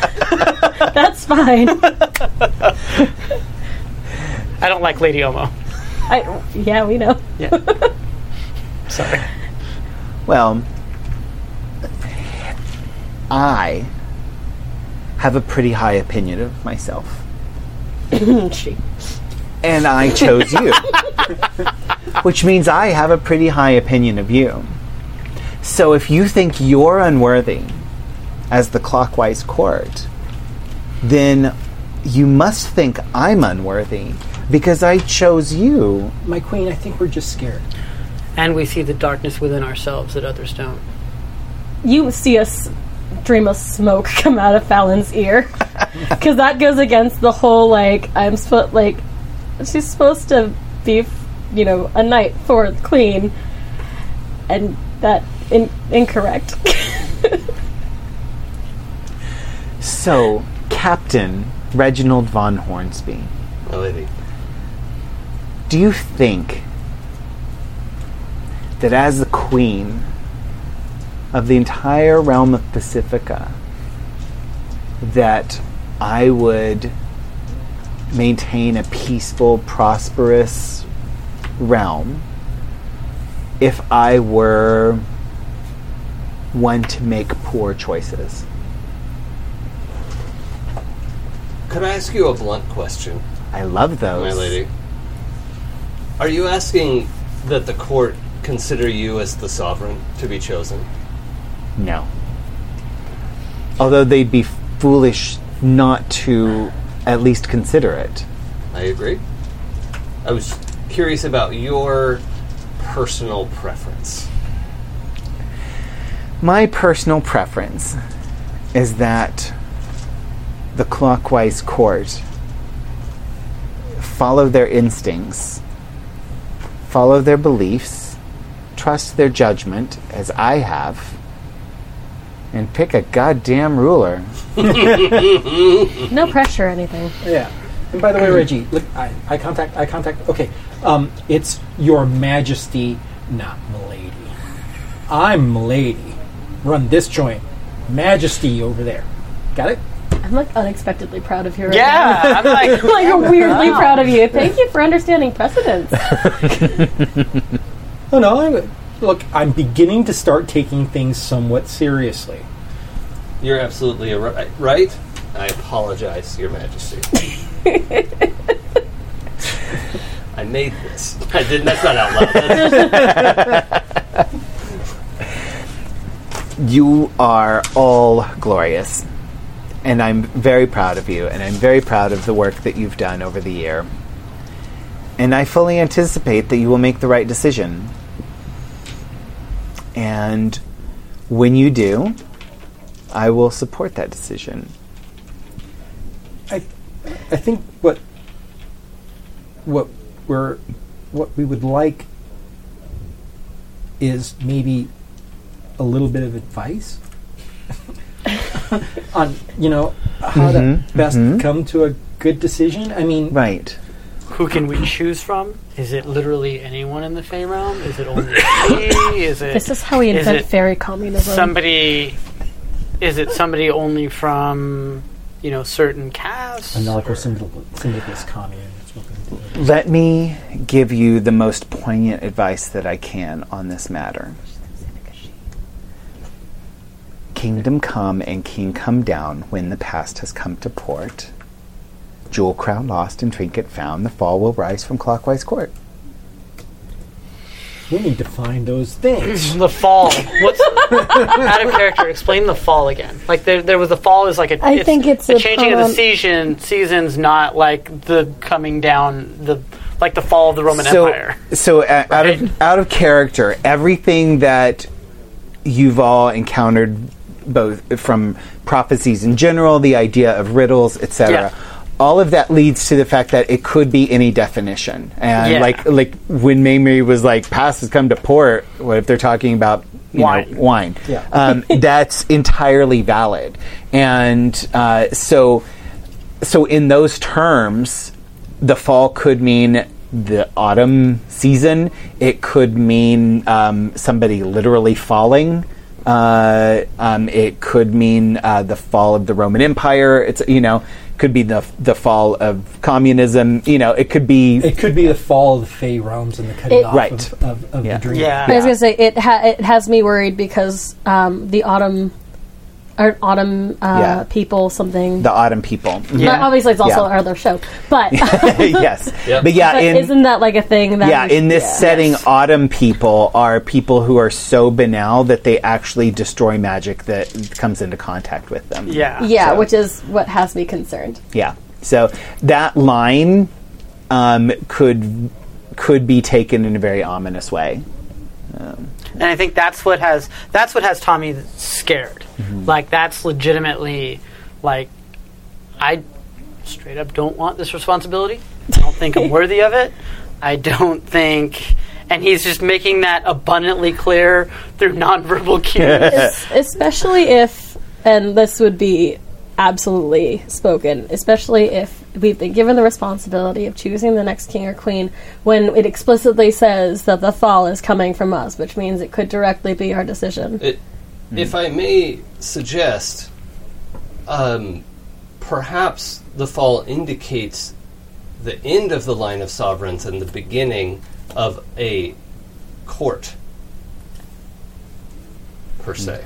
S8: fine. that's fine.
S3: I don't like Lady Omo.
S8: I, yeah, we know.
S3: Yeah.
S8: Sorry.
S2: Well, I have a pretty high opinion of myself.
S3: Mm,
S8: she.
S2: And I chose you. Which means I have a pretty high opinion of you. So if you think you're unworthy as the clockwise court, then you must think I'm unworthy because I chose you.
S7: My queen, I think we're just scared.
S3: And we see the darkness within ourselves that others don't.
S8: You see a s- dream of smoke come out of Fallon's ear. Because that goes against the whole, like, I'm supposed, like, she's supposed to be, you know, a knight for the queen. And that in- incorrect.
S2: So, Captain Reginald von Hornsby.
S4: My lady.
S2: Do you think that as the queen of the entire realm of Pacifica, that I would maintain a peaceful, prosperous realm if I were one to make poor choices?
S4: Could I ask you a blunt question,
S2: I love those.
S4: my lady? Are you asking that the court consider you as the sovereign to be chosen?
S2: No. Although they'd be foolish not to at least consider it.
S4: I agree. I was curious about your personal preference.
S2: My personal preference is that the clockwise court follow their instincts, follow their beliefs, trust their judgment, as I have, and pick a goddamn ruler.
S8: no pressure or anything.
S7: Yeah. And by the way, Reggie, look, eye, eye contact, eye contact. Okay, um, it's Your Majesty, not Milady. I'm Milady. Run this joint. Majesty over there. Got it?
S8: I'm, like, unexpectedly proud of you right
S3: Yeah, I'm like,
S8: now. like, weirdly proud of you. Thank you for understanding precedence.
S7: No, Oh, no. I, look, I'm beginning to start taking things somewhat seriously.
S4: You're absolutely a ri- right. I apologize, Your Majesty. I made this. I didn't. That's not out loud. That's-
S2: You are all glorious. And I'm very proud of you, and I'm very proud of the work that you've done over the year. And I fully anticipate that you will make the right decision. And when you do, I will support that decision.
S7: I, I think what, what we're, what we would like is maybe a little bit of advice on you know how to best come to a good decision. I mean,
S2: Mm-hmm. Right.
S3: who can we choose from? Is it literally anyone in the Fey realm? Is it only me? Is it
S8: This is how we
S3: Is
S8: invent
S3: it
S8: fairy communism.
S3: somebody? Is it somebody only from you know certain casts?
S7: Anarcho syndicalist commune. is what we do.
S2: Let me give you the most poignant advice that I can on this matter. Kingdom come and king come down when the past has come to port. Jewel crown lost and trinket found, the fall will rise from clockwise court.
S7: We need to find those things.
S3: The fall. What's out of character? Explain the fall again. Like there, there was the fall is like a.
S8: I think it's
S3: the
S8: a
S3: changing of the
S8: poem-
S3: season. Seasons, not like the coming down. The like the fall of the Roman Empire.
S2: So uh, out of out of character, everything that you've all encountered, both from prophecies in general, the idea of riddles, etc.
S3: Yeah.
S2: All of that leads to the fact that it could be any definition, and
S3: Yeah.
S2: like like when Mamrie was like, "Past has come to port." What if they're talking about you
S3: Wine.
S2: Know, wine? Um, that's entirely valid, and uh, so so in those terms, the fall could mean the autumn season. It could mean um, somebody literally falling Uh, um, it could mean uh, the fall of the Roman Empire. It's you know could be the the fall of communism. You know it could be
S7: It could be the fall of the Fey realms and the cutting
S8: It-
S7: off
S2: Right.
S7: of, of, of
S2: Yeah.
S7: the dream.
S8: I
S3: Yeah.
S8: was gonna say it. Ha- it has me worried because um, the autumn, or autumn uh,
S2: Yeah.
S8: people, something.
S2: the Autumn people.
S8: But obviously, it's also
S2: Yeah.
S8: our other show. But,
S2: yes,
S4: Yep.
S2: but yeah,
S8: but
S2: in,
S8: isn't that like a thing? That
S2: yeah,
S8: we-
S2: in this setting, autumn people are people who are so banal that they actually destroy magic that comes into contact with them.
S3: Yeah.
S8: yeah,
S2: so-
S8: which is what has me concerned.
S2: Yeah. So that line um, could could be taken in a very ominous way.
S3: and I think that's what has that's what has Tommy scared. Like that's legitimately like I straight up don't want this responsibility. I don't think I'm worthy of it. I don't think and he's just making that abundantly clear through nonverbal cues.
S8: Es- especially if, and this would be absolutely spoken, especially if we've been given the responsibility of choosing the next king or queen when it explicitly says that the fall is coming from us, which means it could directly be our decision.
S4: It, If I may suggest, um, perhaps the fall indicates the end of the line of sovereigns and the beginning of a court, per se.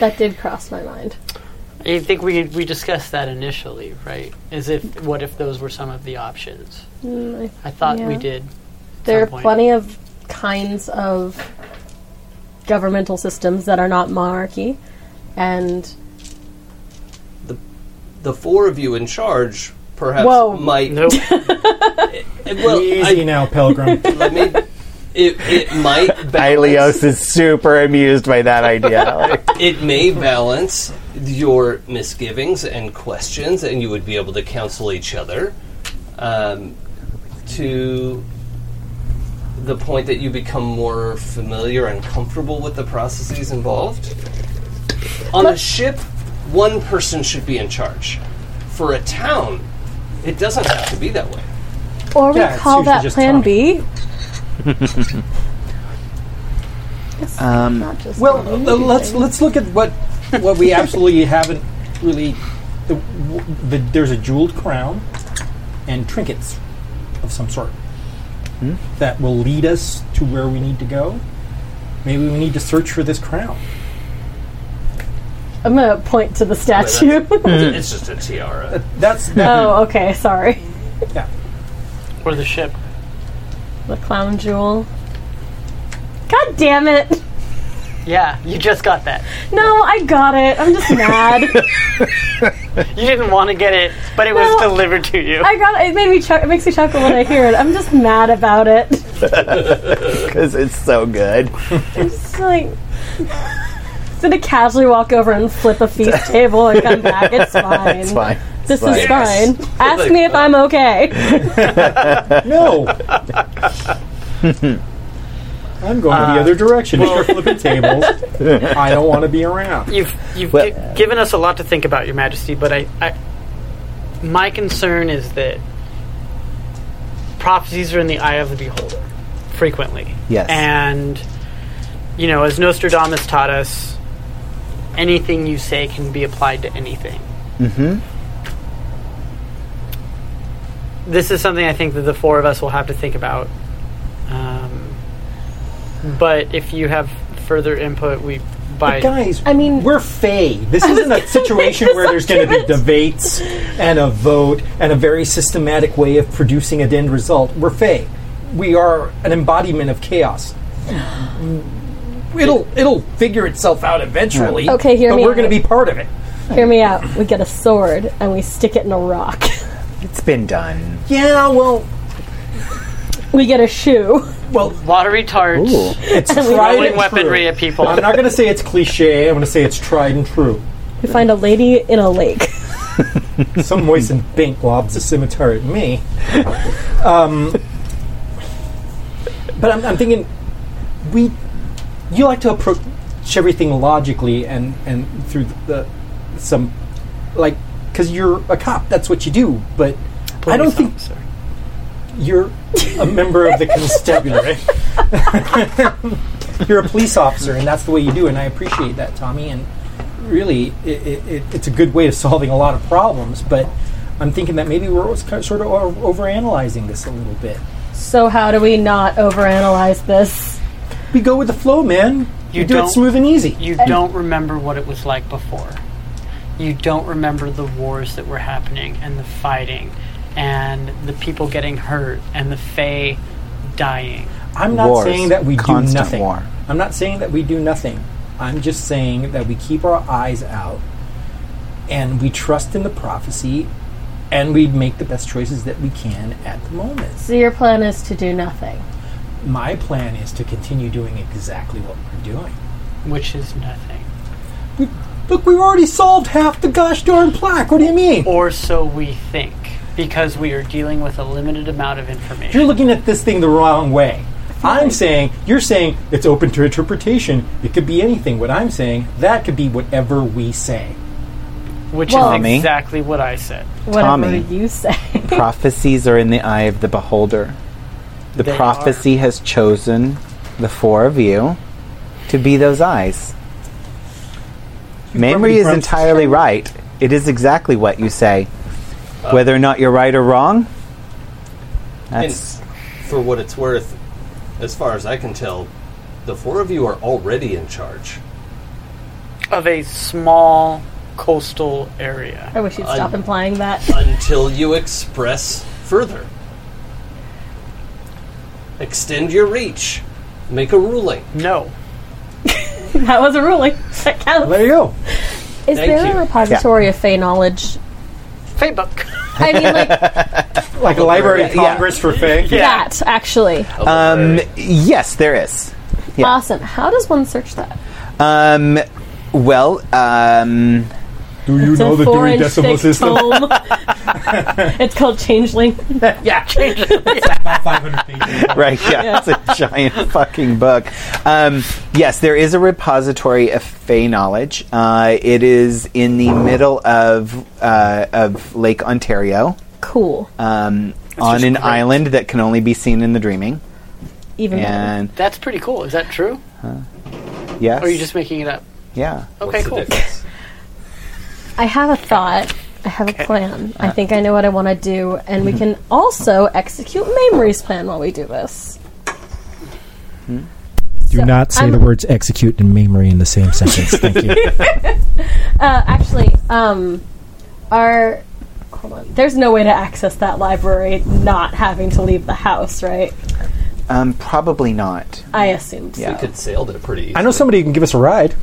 S8: That did cross my mind.
S3: I think we we discussed that initially, right? Is if what if those were some of the options?
S8: Mm, I
S3: I thought we
S8: Yeah.
S3: did.
S8: There are
S3: some point.
S8: plenty of kinds of governmental systems that are not monarchy, and
S4: The four of you in charge perhaps
S8: Whoa.
S4: might.
S3: Nope.
S4: Well,
S7: Easy
S4: I,
S7: now, Pilgrim.
S4: let me. It, it might. balance-
S2: Ilios is super amused by that idea.
S4: it may balance your misgivings and questions, and you would be able to counsel each other um, to the point that you become more familiar and comfortable with the processes involved. On a ship, one person should be in charge. For a town, it doesn't have to be that way.
S8: or we
S7: Yeah, it's
S8: call
S7: usually
S8: that
S7: just
S8: Plan
S7: Tommy.
S8: B. It's not
S7: Um,
S8: just
S7: Well,
S8: Tommy,
S7: l- let's
S8: anything.
S7: let's look at what what we absolutely haven't really. The, w- the, there's a jeweled crown and trinkets of some sort that will lead us to where we need to go. Maybe we need to search for this crown.
S8: I'm gonna point to the statue.
S4: It's just a tiara.
S7: That's
S8: oh, okay, sorry.
S3: or the ship.
S8: The clown jewel. God damn it!
S3: Yeah, you just got that.
S8: No, I got it. I'm just mad.
S3: You didn't want to get it, but it was
S8: No.
S3: delivered to you.
S8: I got it. It made me. Ch- it makes me chuckle when I hear it. I'm just mad about it.
S2: Because it's so good.
S8: Just like just gonna casually walk over and flip a feast table and come back. It's fine.
S2: It's fine.
S8: This
S2: fine.
S8: is
S4: Yes.
S8: fine. Ask me if
S7: uh,
S8: I'm okay.
S7: no. I'm going the other direction. If you're flipping tables, I don't want to be around.
S3: You've you've
S2: Well-
S3: gi- given us a lot to think about, Your Majesty. But I, I, my concern is that prophecies are in the eye of the beholder, frequently.
S2: Yes.
S3: And you know, as Nostradamus taught us, anything you say can be applied to anything. Mm-hmm. This is something I think that the four of us will have to think about. Um, but if you have further input, we by
S7: But guys,
S8: I mean-
S7: we're Fae. This isn't a situation
S8: make
S7: where there's
S8: this
S7: going to be
S8: argument.
S7: debates and a vote and a very systematic way of producing an end result. We're Fae. We are an embodiment of chaos. It'll it'll figure itself out eventually.
S8: Okay, hear
S7: but
S8: me
S7: we're going
S8: out.
S7: to be part of it.
S8: Hear me out. We get a sword and we stick it in a rock.
S2: It's been done.
S7: Yeah, well,
S8: We get a shoe.
S3: lottery tarts.
S2: Ooh.
S7: it's tried
S3: throwing
S7: and
S3: weaponry
S7: true.
S3: at people.
S7: I'm not going to say it's cliche. I'm going to say it's tried and true.
S8: We find a lady in a lake.
S7: Some moistened bink lobs a scimitar at me. Um, but I'm, I'm thinking, we, you like to approach everything logically and and through the, some, like, because you're a cop. That's what you do. But I don't think
S3: Sorry.
S7: you're a member of the constabulary. you're a police officer, and that's the way you do. it, And I appreciate that, Tommy. And really, it, it, it, it's a good way of solving a lot of problems. But I'm thinking that maybe we're sort of o- overanalyzing this a little bit.
S8: So how do we not overanalyze this?
S7: We go with the flow, man.
S3: You
S7: You do it
S3: don't-
S7: smooth and easy.
S3: You don't remember what it was like before. You don't remember the wars that were happening and the fighting and the people getting hurt and the Fae dying.
S7: I'm not
S2: Wars.
S7: saying that we do
S2: Constant
S7: nothing.
S2: war.
S7: I'm not saying that we do nothing. I'm just saying that we keep our eyes out and we trust in the prophecy and we make the best choices that we can at the moment.
S8: So your plan is to do nothing.
S7: My plan is to continue doing exactly what we're doing.
S3: Which is nothing.
S7: Look, we've already solved half the gosh darn plaque. What do you mean?
S3: Or so we think, because we are dealing with a limited amount of information.
S7: You're looking at this thing the wrong way. I'm saying, you're saying it's open to interpretation. It could be anything. What I'm saying, that could be whatever we say.
S3: Which
S8: Well-
S3: is
S2: Tommy.
S3: exactly what I said.
S8: Whatever
S2: Tommy.
S8: you say.
S2: prophecies are in the eye of the beholder. The
S3: They
S2: prophecy has chosen the four of you to be those eyes. Memory
S7: already
S2: is
S7: broke-
S2: entirely right. It is exactly what you say. Whether or not you're right or wrong, that's
S4: For what it's worth, as far as I can tell, the four of you are already in charge.
S3: Of a small coastal area.
S8: I wish you'd stop
S4: I'm-
S8: implying that.
S4: until you express further. Extend your reach. Make a ruling.
S3: No.
S8: that was a ruling. That counts.
S7: There you go.
S8: Is
S4: Thank
S8: there
S4: you.
S8: a repository of Fey knowledge?
S3: Fae book.
S8: I mean, like
S7: Like a Library of
S2: Yeah.
S7: Congress for Fang.
S8: that, actually.
S4: Oh.
S2: um, yes, there is. Yeah.
S8: Awesome. How does one search that?
S2: Um, well, um,
S7: Do you
S8: It's a four-inch thick tome. it's called Changeling.
S7: Five hundred pages.
S2: right? Yeah, it's a giant fucking book. Um, yes, there is a repository of Fey knowledge. Uh, it is in the middle of uh, of Lake Ontario,
S8: Cool.
S2: um, on an island that can only be seen in the dreaming.
S8: Even better.
S2: And
S3: That's pretty cool. Is that true?
S2: yes,
S3: Or are you just making it up?
S2: yeah.
S3: Okay,
S4: What's the
S3: cool.
S4: difference?
S8: I have a thought. I have a plan.
S2: Uh,
S8: I think I know what I want to do, and
S2: mhm.
S8: we can also execute Mamrie's plan while we do this.
S9: Do not say
S8: I'm-
S9: the words execute and memory in the same sentence. Thank you.
S8: Uh, actually, um, our hold on. There's no way to access that library not having to leave the house, right?
S2: Um, probably not.
S8: I assumed.
S4: We
S2: Yeah.
S4: could sailed it pretty easily.
S7: I know somebody who can give us a ride.
S8: so.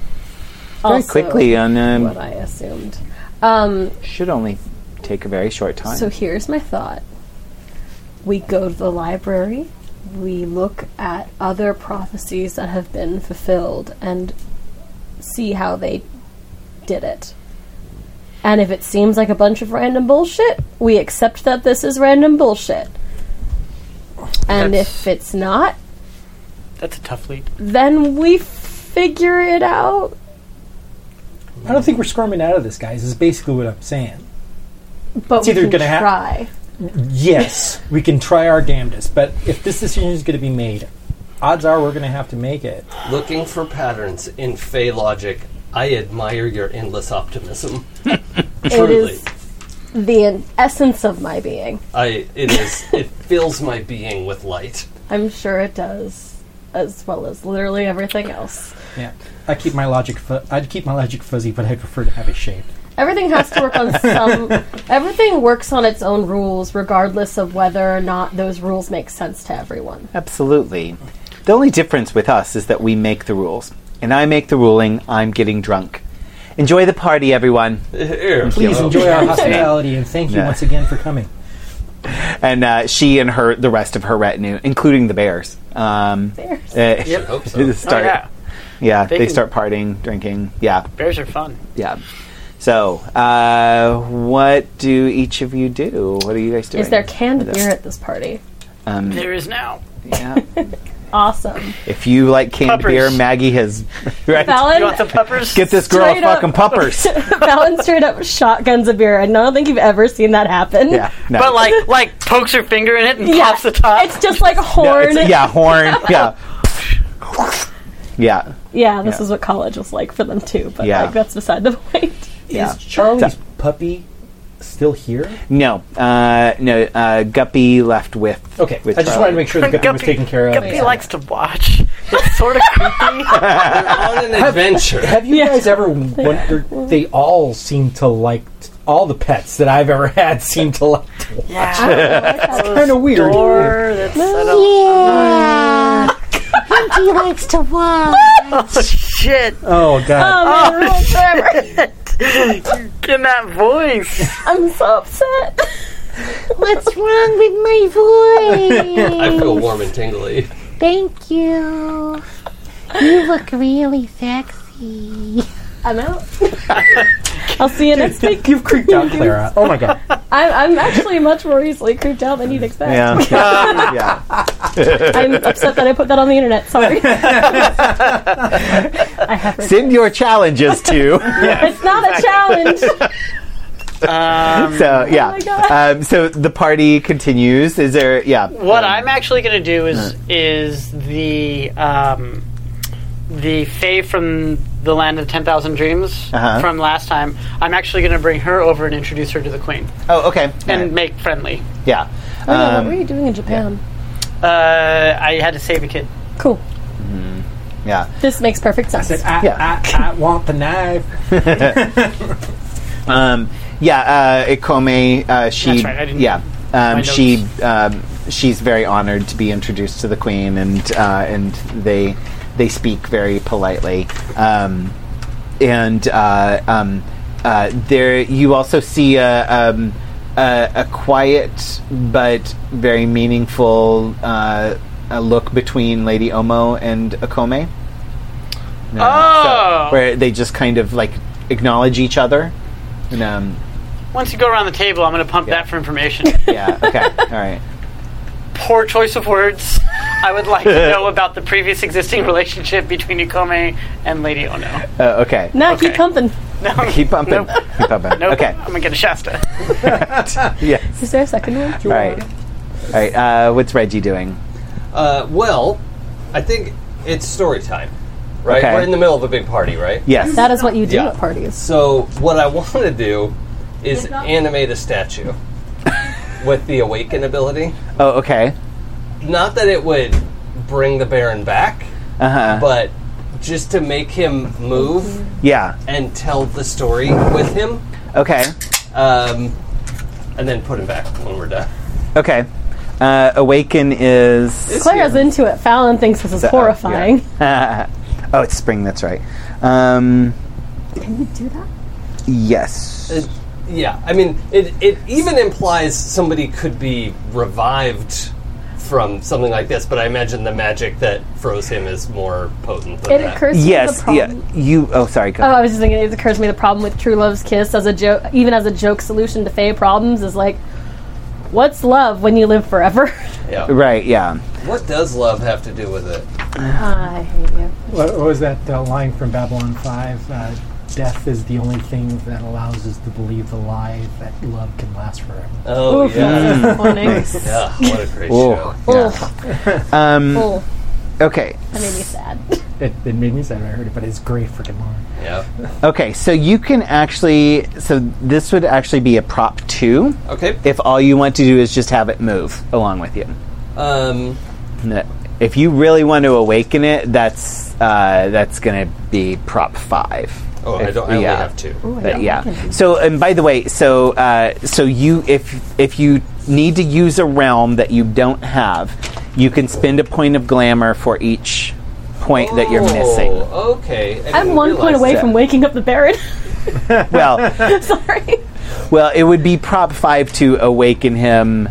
S2: Very
S8: Also
S2: quickly, and um,
S8: What I assumed. Um,
S2: should only take a very short time.
S8: So here's my thought. We go to the library, we look at other prophecies that have been fulfilled and see how they did it. And if it seems like a bunch of random bullshit, we accept that this is random bullshit. And
S3: That's-
S8: if it's not,
S3: That's a tough leap.
S8: then we figure it out.
S7: I don't think we're squirming out of this, guys. Is basically what I'm saying.
S8: But we
S7: either
S8: can
S7: gonna hap-
S8: try.
S7: Yes, we can try our damnedest, but if this decision is going to be made, odds are we're going to have to make it.
S4: Looking for patterns in Fey logic. I admire your endless optimism.
S8: it
S4: Truly,
S8: is the in- essence of my being.
S4: I it is it fills my being with light.
S8: I'm sure it does, as well as literally everything else.
S7: Yeah, I keep my logic. Fu- I'd keep my logic fuzzy, but I prefer to have it shaped.
S8: Everything has to work on some. Everything works on its own rules, regardless of whether or not those rules make sense to everyone.
S2: Absolutely. The only difference with us is that we make the rules. And I make the ruling, I'm getting drunk. Enjoy the party, everyone.
S4: Here,
S7: Please
S4: go.
S7: enjoy our hospitality, and thank you
S2: Yeah.
S7: once again for coming.
S2: And uh, she and her, the rest of her retinue, including the bears, um,
S8: Bears.
S2: uh,
S4: Hope so.
S2: start.
S3: Oh, yeah.
S2: yeah, they,
S3: can-
S2: start partying, drinking. Yeah,
S3: Bears are fun.
S2: yeah. So, uh, what do each of you do? What are you guys doing?
S8: Is there canned
S2: This-
S8: beer at this party?
S9: Mm.
S2: Um,
S3: There is now.
S2: yeah.
S8: Awesome.
S2: If you like canned
S3: Puppers.
S2: beer, Maggie has right.
S8: Fallon,
S3: You want the peppers?
S2: Get this girl
S8: Straight up.
S2: fucking puppers.
S8: Fallon straight up shotguns a beer. I don't think you've ever seen that happen.
S2: yeah, no.
S3: But like, like pokes her finger in it and
S8: Yeah.
S3: pops the top.
S8: It's just like
S2: Yeah,
S8: horn.
S2: it's- yeah, horn. Yeah. Yeah.
S8: Yeah, this
S2: Yeah.
S8: is what college was like for them too. But
S2: Yeah.
S8: like, that's beside the point.
S2: Yeah.
S9: Is Charlie's puppy still here?
S2: No. Uh, no. Uh, Guppy left with.
S9: Okay,
S2: With
S9: I just wanted to make sure that Guppy was
S3: Guppy,
S9: taken care of.
S3: Guppy likes to watch. It's sort of creepy.
S4: on an adventure.
S9: Have you guys ever wondered? They all seem to like all the pets that I've ever had seem to like. To watch.
S3: Oh,
S9: kind of weird.
S3: Door that's set up. Oh shit!
S9: Oh god.
S2: Ah.
S8: Oh, man,
S3: Get in that voice.
S8: I'm so upset.
S10: What's wrong with my voice?
S4: I feel warm and tingly.
S10: Thank you. You look really sexy.
S8: I'm out. I'll see you next week.
S9: You've creeped out, Clara. Oh my god.
S8: I'm, I'm actually much more easily creeped out than you'd expect.
S2: Yeah. yeah.
S8: I'm upset that I put that on the internet. Sorry. I have. regrets.
S2: Send your challenges to.
S8: It's not a challenge. Oh,
S3: Um,
S2: so yeah.
S8: my God.
S2: um, so the party continues. Is there? Yeah.
S3: What I'm actually going to do is is the um, the Fae from the Land of Ten Thousand Dreams
S2: Uh-huh.
S3: from last time. I'm actually going to bring her over and introduce her to the Queen
S2: Oh, okay.
S3: and
S2: Alright.
S3: make friendly.
S2: yeah.
S8: Oh, no,
S2: Um,
S8: what were you doing in Japan?
S3: Uh, I had to save a kid.
S8: Cool.
S2: Mm-hmm. yeah.
S8: This makes perfect sense.
S7: I,
S2: Yeah.
S7: I, I want the knife.
S2: Um, yeah, uh, Ikome, uh, she,
S3: That's right, I didn't-
S2: yeah,
S3: my
S2: um,
S3: notes.
S2: she, um, she's very honored to be introduced to the queen, and uh, and they they speak very politely, um, and uh, um, uh, there you also see a. Um, a, a quiet but very meaningful uh, a look between Lady Omo and Akome. No,
S3: Oh!
S2: where they just kind of like acknowledge each other. And, um,
S3: Once you go around the table, I'm going to pump that for information.
S2: yeah. Okay. All right.
S3: Poor choice of words. I would like to know about the previous existing relationship between Ikome and Lady Ono.
S2: Uh, okay.
S8: Now
S3: Okay.
S8: keep pumping.
S2: Keep bumping. Keep bumping.
S3: Nope.
S2: Okay.
S3: I'm going to get a Shasta.
S2: Yes.
S8: Is there a second one?
S2: All right. All right. Uh, what's Reggie doing?
S4: Uh, well, I think it's story time, right?
S2: Okay.
S4: We're in the middle of a big party, right?
S2: Yes.
S8: That is what you do
S4: Yeah.
S8: at parties.
S4: So what I want to do is animate a statue with the awaken ability.
S2: Oh. Okay.
S4: Not that it would bring the Baron back,
S2: Uh huh.
S4: but just to make him move
S2: Yeah.
S4: and tell the story with him,
S2: Okay.
S4: um, and then put him back when we're done.
S2: Okay. Uh, awaken is.
S8: Clara's into it. Fallon thinks this is
S2: uh,
S8: horrifying.
S2: yeah. oh, it's spring. That's right. Um,
S8: Can you do that?
S2: yes.
S4: It- Uh, yeah, I mean, it, it even implies somebody could be revived from something like this, but I imagine the magic that froze him is more potent than
S8: It
S4: that.
S8: occurs to me the
S2: yes.
S8: problem-
S2: Yeah. You. Oh, sorry. Go
S8: Oh,
S2: ahead.
S8: I was just thinking. It occurs to me the problem with True Love's Kiss as a joke, even as a joke solution to Faye problems, is like, what's love when you live forever?
S4: Yeah.
S2: Right. Yeah.
S4: What does love have to do with it?
S8: Ah, I hate you.
S7: What, what was that uh, line from Babylon 5? Uh, Death is the only thing that allows us to believe the lie that love can last forever.
S4: Oh
S8: Oof.
S2: Mm.
S4: yeah,
S8: Morning.
S4: yeah. What a great
S2: Oh.
S4: show.
S2: Yeah. Um,
S8: Oh,
S2: okay.
S8: that made me sad.
S7: It, it made me sad when I heard it, but it's great for tomorrow.
S4: Yeah.
S2: Okay. So you can actually. So this would actually be a prop two.
S4: Okay.
S2: if all you want to do is just have it move along with you.
S4: Um,
S2: No. If you really want to awaken it, that's uh, that's going to be prop five.
S4: oh, I
S2: If-
S4: don't. I only
S2: yeah.
S4: have two.
S2: But yeah. So, and by the way, so uh, so you if if you need to use a realm that you don't have, you can spend a point of glamour for each point that you're missing.
S4: Oh, Okay. I
S8: I'm
S4: didn't
S8: one
S4: realize
S8: point away
S4: that.
S8: from waking up the Baron.
S2: Well,
S8: Sorry.
S2: well, it would be prop five to awaken him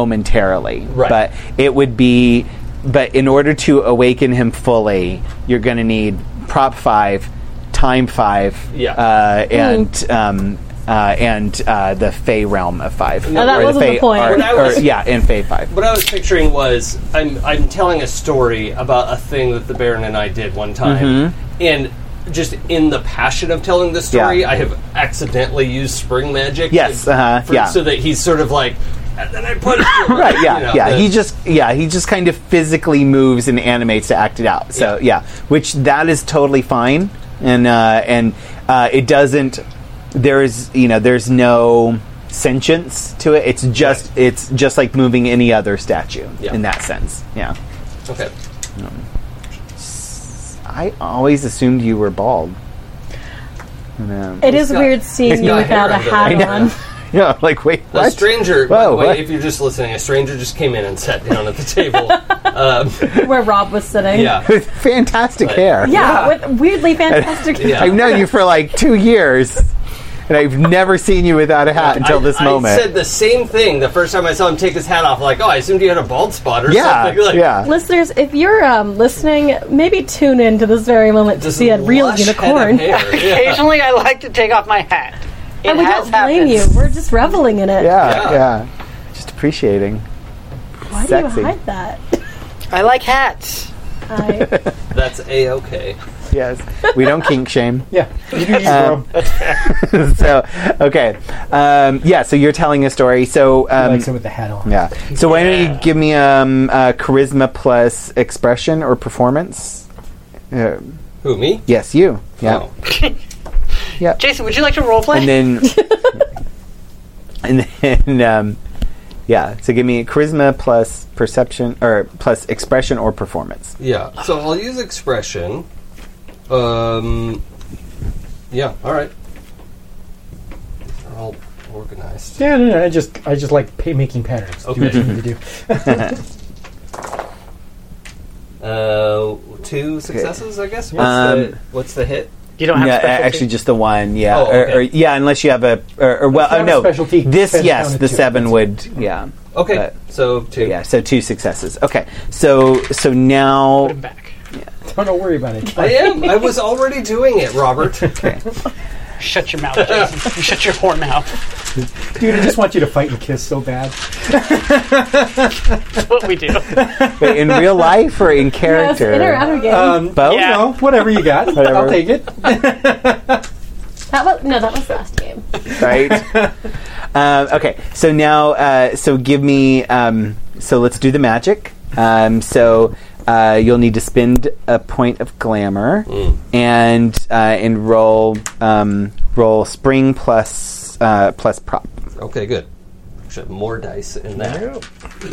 S2: momentarily,
S4: Right.
S2: but it would be. But in order to awaken him fully, you're going to need prop five, time five,
S4: Yeah.
S2: uh, and
S4: Hmm.
S2: um, uh, and uh, the Fey realm of five.
S4: No, that
S2: Or
S4: wasn't
S2: Fey
S8: the point.
S2: Are,
S4: When I
S2: or-
S4: was-
S2: yeah, and Fey five.
S4: What I was picturing was I'm I'm telling a story about a thing that the Baron and I did one time, and just in the passion of telling the story,
S2: Mm-hmm. Yeah.
S4: I have accidentally used spring magic.
S2: Yes,
S4: to-
S2: uh-huh, yeah.
S4: So that he's sort of like and then I punched him.
S2: Right, yeah,
S4: You know,
S2: yeah.
S4: the-
S2: He just, yeah, he just kind of physically moves and animates to act it out. So yeah, which that is totally fine, and uh, and uh, it doesn't. There is, you know, there's no sentience to it. It's just, it's just like moving any other statue
S4: Yeah.
S2: in that sense. Yeah.
S4: Okay.
S2: I always assumed you were bald. And, um,
S8: It is
S4: got-
S8: weird seeing
S4: he's
S8: you
S4: got
S8: without a
S4: hair under
S8: hat
S4: there.
S8: on.
S2: yeah, like wait,
S4: A
S2: what?
S4: stranger, by
S2: Whoa,
S4: the way,
S2: what?
S4: if you're just listening, a stranger just came in and sat down at the table. um,
S8: Where Rob was sitting.
S4: yeah.
S2: With fantastic hair.
S8: Yeah, with weirdly fantastic.
S4: Yeah.
S2: I've known you for like two years, and I've never seen you without a hat until
S4: I-
S2: this
S4: I
S2: moment.
S4: said the same thing the first time I saw him take his hat off. Like, oh, I assumed you had a bald spot or
S2: yeah,
S4: something. Like,
S2: yeah.
S8: Listeners, if you're um, listening, maybe tune in to this very moment to
S4: this
S8: see a real
S4: lush head of
S8: unicorn.
S4: hair. Yeah.
S3: Occasionally, I like to take off my hat. It
S8: And we
S3: has
S8: don't blame
S3: happened.
S8: you. We're just reveling in it.
S2: Yeah, yeah,
S4: Yeah.
S2: Just appreciating.
S8: Why do
S2: Sexy.
S8: you hide that?
S3: I like hats.
S8: I,
S4: That's a okay.
S2: Yes, we don't kink shame.
S9: Yeah. You do you,
S2: Um,
S9: bro.
S2: so, okay, um, yeah. So you're telling a story. So, um,
S9: Likes it with the hat on.
S2: yeah. So why don't you give me um, uh, charisma plus expression or performance? Uh,
S4: Who me?
S2: yes, you. Yeah.
S4: Oh.
S3: Jason, would you like to roleplay?
S2: and then and then um, yeah so give me charisma plus perception or plus expression or performance
S4: Yeah. So I'll use expression. Um. Yeah. All right. They're all organized.
S9: Yeah, no, no. I just, I just like pay making patterns. Do what
S4: Okay.
S9: you need to do.
S4: Uh, two successes, I guess. What's,
S2: Um,
S4: the, what's the hit?
S3: you don't have
S2: yeah, a-
S3: specialty?
S2: actually just the one yeah
S4: Oh,
S2: or, or,
S4: okay.
S2: yeah unless you have a or, or well
S9: If you
S2: oh
S9: have a
S2: no
S9: specialty,
S2: this
S9: that's
S2: yes
S9: counted
S2: the
S9: too.
S2: seven would yeah
S4: Okay.
S2: But-
S4: so two.
S2: yeah so two successes okay so so now
S3: I'm back.
S9: Don't don't worry about it.
S4: I am. I was already doing it, Robert.
S3: Shut your mouth, Jason. you shut your whore mouth.
S9: Dude, I just want you to fight and kiss so bad.
S3: That's what we do.
S2: wait, in real life or in
S8: yes,
S2: character
S8: in or out of game.
S9: Um,
S2: both
S3: Yeah.
S9: no, whatever you got,
S2: Whatever.
S9: I'll take it.
S8: that was no, that was last game.
S2: right? um, okay, so now, uh, so give me, um, so let's do the magic. Um, so uh, you'll need to spend a point of glamour and uh, and roll um, roll spring plus uh, plus prop.
S4: okay. Good. Should have more dice in that.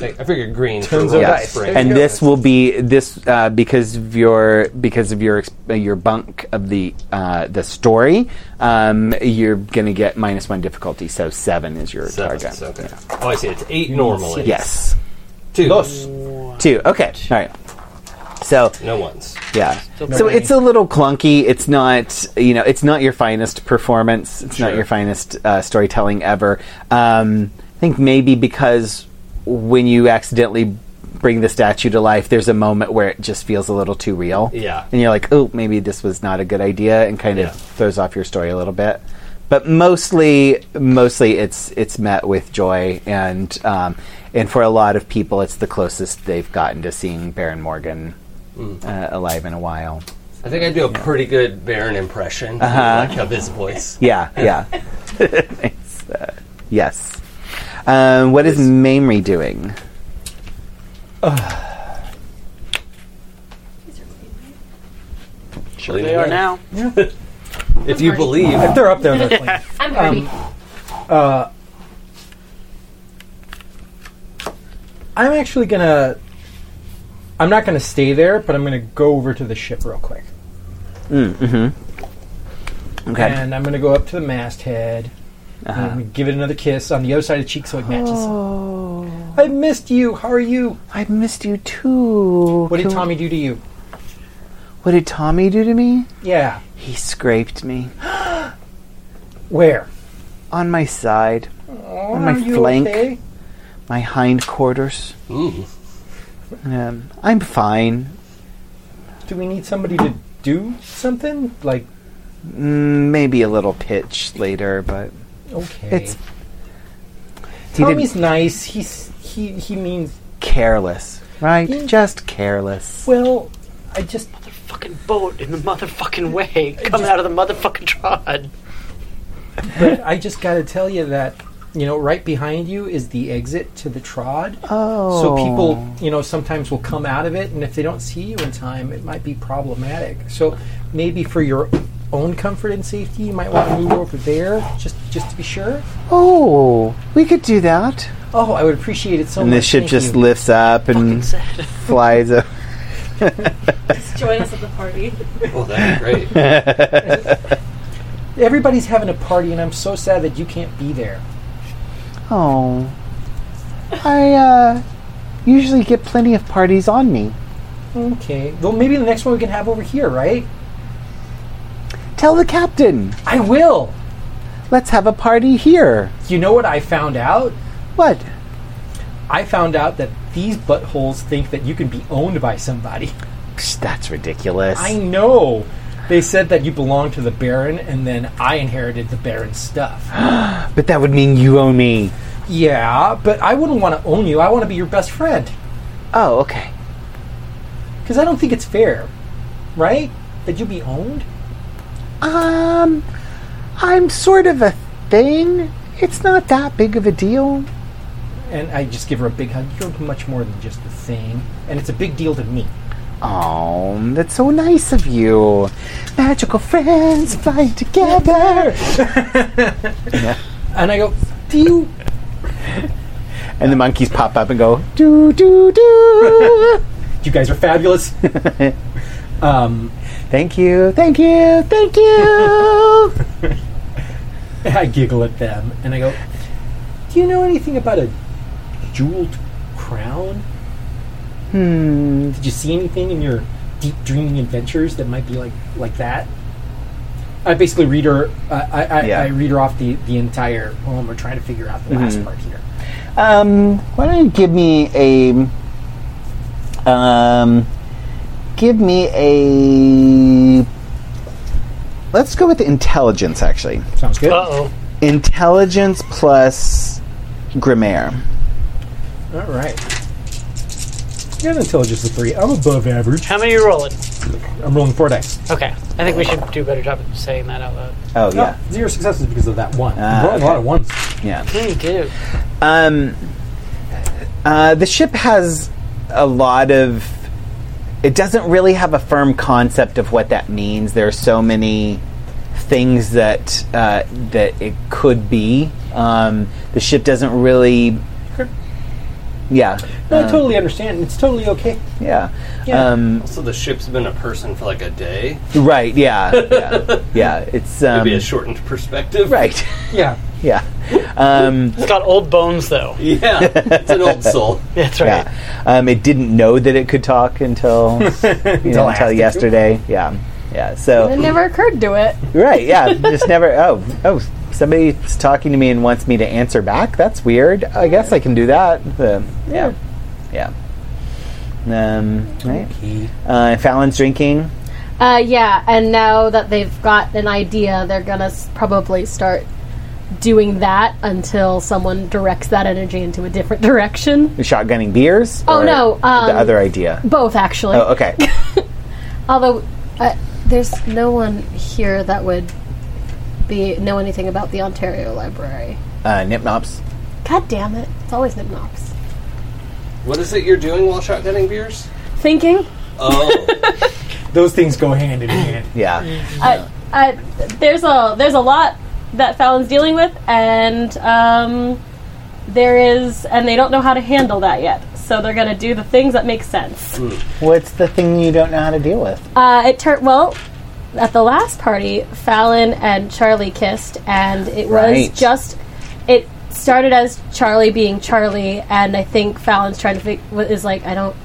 S4: I, I figured green
S9: Tons
S4: for
S9: of
S4: rock
S9: dice.
S4: spring.
S2: And this will be this uh, because of your because of your ex- uh, your bunk of the uh, the story. Um, you're gonna get minus one difficulty, so seven is your
S4: Seven,
S2: target.
S4: so- okay. Oh, I see. It's eight normally.
S2: Yes,
S4: Two.
S2: two. Okay, all right. So
S4: No ones.
S2: Yeah. So it's a little clunky. It's not, you know, it's not your finest performance. It's not
S4: Sure.
S2: your finest uh, storytelling ever. Um, I think maybe because when you accidentally bring the statue to life, there's a moment where it just feels a little too real.
S4: Yeah.
S2: And you're like, oh, maybe this was not a good idea, and kind
S4: Yeah.
S2: of throws off your story a little bit. But mostly, mostly it's it's met with joy, and um, and for a lot of people, it's the closest they've gotten to seeing Baron Morgan
S9: Mm.
S2: uh, alive in a while.
S4: I think I do a pretty good Baron impression. I like of his voice.
S2: Yeah, yeah. Thanks. Uh, yes. Um, what is Mamrie doing?
S4: Sure
S3: They are now.
S4: If you believe,
S9: If they're up there, they're playing.
S8: I'm ready.
S2: Um,
S9: I'm actually gonna. I'm not gonna stay there, but I'm gonna go over to the ship real quick,
S2: Mm, mm-hmm. Okay.
S9: and I'm gonna go up to the masthead.
S2: Uh-huh.
S9: and I'm gonna give it another kiss on the other side of the cheek so it matches.
S2: Oh.
S9: I missed you. How are you?
S2: I missed you too.
S9: What did
S2: Can-
S9: Tommy do to you?
S2: What did Tommy do to me?
S9: Yeah.
S2: He scraped me
S9: Where?
S2: on my side, on my
S9: Are you
S2: flank,
S9: okay?
S2: my hindquarters.
S4: Ooh.
S2: Um, I'm fine.
S9: Do we need somebody to do something? Like,
S2: Mm, maybe a little pitch later, but
S9: okay.
S2: it's he didn't-
S9: Tommy's nice. He's he he means
S2: careless, right?
S9: Yeah.
S2: Just careless.
S9: well. I just
S3: Fucking boat in the motherfucking way. Coming out of the motherfucking trod.
S9: but I just got to tell you that
S7: you know, right behind you is the exit to the trod.
S2: Oh.
S7: So people, you know, sometimes will come out of it, and if they don't see you in time, it might be problematic. So maybe for your own comfort and safety, you might want to move over there just just to be sure.
S2: Oh, we could do that.
S7: Oh, I would appreciate it so
S2: And
S7: much.
S2: this ship
S7: Thank
S2: just
S7: you.
S2: lifts up and flies up.
S8: Join us at the party.
S4: Well, that'd be great.
S7: Everybody's having a party, and I'm so sad that you can't be there.
S2: Oh. I uh, usually get plenty of parties on me.
S7: Okay. Well, maybe the next one we can have over here, right?
S2: Tell the captain.
S7: I will.
S2: Let's have a party here.
S7: You know what I found out?
S2: What?
S7: I found out that these buttholes think that you can be owned by somebody.
S2: Psh, that's ridiculous.
S7: I know. They said that you belong to the Baron, and then I inherited the Baron's stuff.
S2: But that would mean you owe me.
S7: yeah, but I wouldn't want to own you. I want to be your best friend.
S2: Oh, okay.
S7: Because I don't think it's fair, right? That you be owned?
S2: Um, I'm sort of a thing. It's not that big of a deal.
S7: And I just give her a big hug. You're much more than just a thing. And it's a big deal to me.
S2: Oh, that's so nice of you. Magical friends flying together.
S7: And I go, Do you.
S2: And the monkeys pop up and go, doo, doo, doo.
S7: You guys are fabulous. um,
S2: thank you, thank you, thank you.
S7: I giggle at them. And I go, Do you know anything about a jeweled crown?
S2: hmm.
S7: Did you see anything in your deep dreaming adventures that might be like like that? I basically read her. Uh, I, I,
S2: Yeah.
S7: I read her off the, the entire poem. We're trying to figure out the
S2: Mm-hmm.
S7: last part here.
S2: Um, why don't you give me a, um, give me a. Let's go with intelligence, actually.
S7: Sounds good.
S3: Uh oh.
S2: Intelligence plus Grimaire.
S7: All right. You have intelligence of three. I'm above average.
S3: How many are you rolling?
S7: I'm rolling four dice.
S3: Okay. I think we should do a better job of saying that out loud.
S2: Oh
S7: No,
S2: yeah,
S7: zero successes because of that one.
S2: Ah,
S7: I'm rolling
S2: okay.
S7: a lot of ones.
S2: yeah.
S3: We do.
S2: Um, uh, the ship has a lot of. It doesn't really have a firm concept of what that means. There are so many things that uh, that it could be. Um, the ship doesn't really. Yeah.
S7: No, I
S2: um,
S7: totally understand. It's totally okay.
S2: Yeah.
S7: Yeah.
S2: Um,
S4: So the ship's been a person for like a day.
S2: right. Yeah. Yeah. yeah. It's um,
S4: Maybe a shortened perspective.
S2: right.
S7: Yeah.
S2: yeah. Um,
S3: It's got old bones though.
S4: Yeah, it's an old soul.
S3: That's right.
S2: Yeah. Um, it didn't know that it could talk until you know, until yesterday. Yeah. Yeah. So
S8: It never occurred to it.
S2: right. Yeah. Just never. Oh. Oh. Somebody's talking to me and wants me to answer back. That's weird. I guess I can do that. Uh, yeah. Yeah. Um, right. Uh, Fallon's drinking.
S8: Uh, yeah, and now that they've got an idea, they're gonna s- probably start doing that until someone directs that energy into a different direction.
S2: Shotgunning beers.
S8: Oh,
S2: or
S8: no, um,
S2: the other idea.
S8: Both, actually.
S2: Oh, okay.
S8: Although, uh, there's no one here that would be know anything about the Ontario Library.
S2: Uh, Nip Nops.
S8: God damn it! It's always Nip Knox.
S4: What is it you're doing while shotgunning beers?
S8: Thinking.
S4: Oh,
S7: Those things go hand in hand.
S2: Yeah.
S8: I, I, there's a there's a lot that Fallon's dealing with, and um, there is, and they don't know how to handle that yet. So they're going to do the things that make sense.
S2: What's the thing you don't know how to deal with?
S8: Uh, it turned well at the last party. Fallon and Charlie kissed, and it was
S2: Right.
S8: just it started as Charlie being Charlie, and I think Fallon's trying to fig- what is like I don't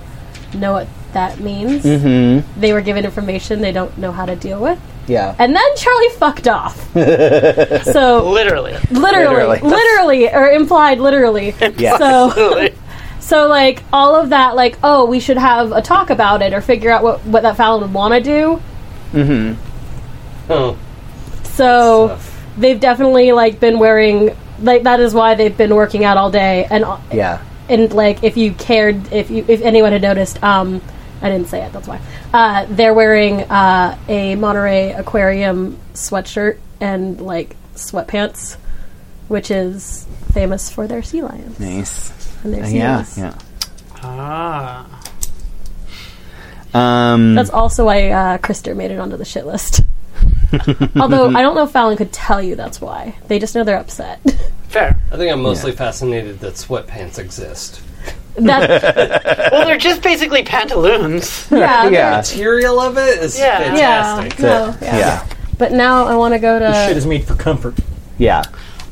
S8: know what that means. Mm-hmm. They were given information they don't know how to deal with.
S2: Yeah.
S8: And then Charlie fucked off. so
S3: Literally.
S8: literally,
S2: Literally.
S8: literally, or implied literally.
S2: Yeah.
S8: So, so like all of that, like oh, we should have a talk about it or figure out what what that Fallon would want to do.
S4: oh.
S8: So
S4: Stuff.
S8: they've definitely like been wearing like that is why they've been working out all day and
S2: yeah.
S8: and like if you cared if you if anyone had noticed um i didn't say it that's why uh they're wearing uh a monterey aquarium sweatshirt and like sweatpants which is famous for their sea lions
S2: Nice. Uh,
S8: and their sea
S2: Yeah,
S8: lions.
S2: yeah.
S3: Ah.
S2: Um,
S8: That's also why uh, Krister made it onto the shit list. Although I don't know if Fallon could tell you that's why. They just know they're upset.
S3: Fair.
S4: I think I'm mostly fascinated that sweatpants exist.
S8: that
S3: Well, they're just basically pantaloons.
S8: yeah,
S2: yeah.
S4: Material of it is
S3: Yeah.
S8: yeah,
S4: fantastic.
S8: no, yeah.
S2: Yeah.
S8: But now I want to go
S7: Shit
S8: to.
S7: is made for comfort.
S2: Yeah.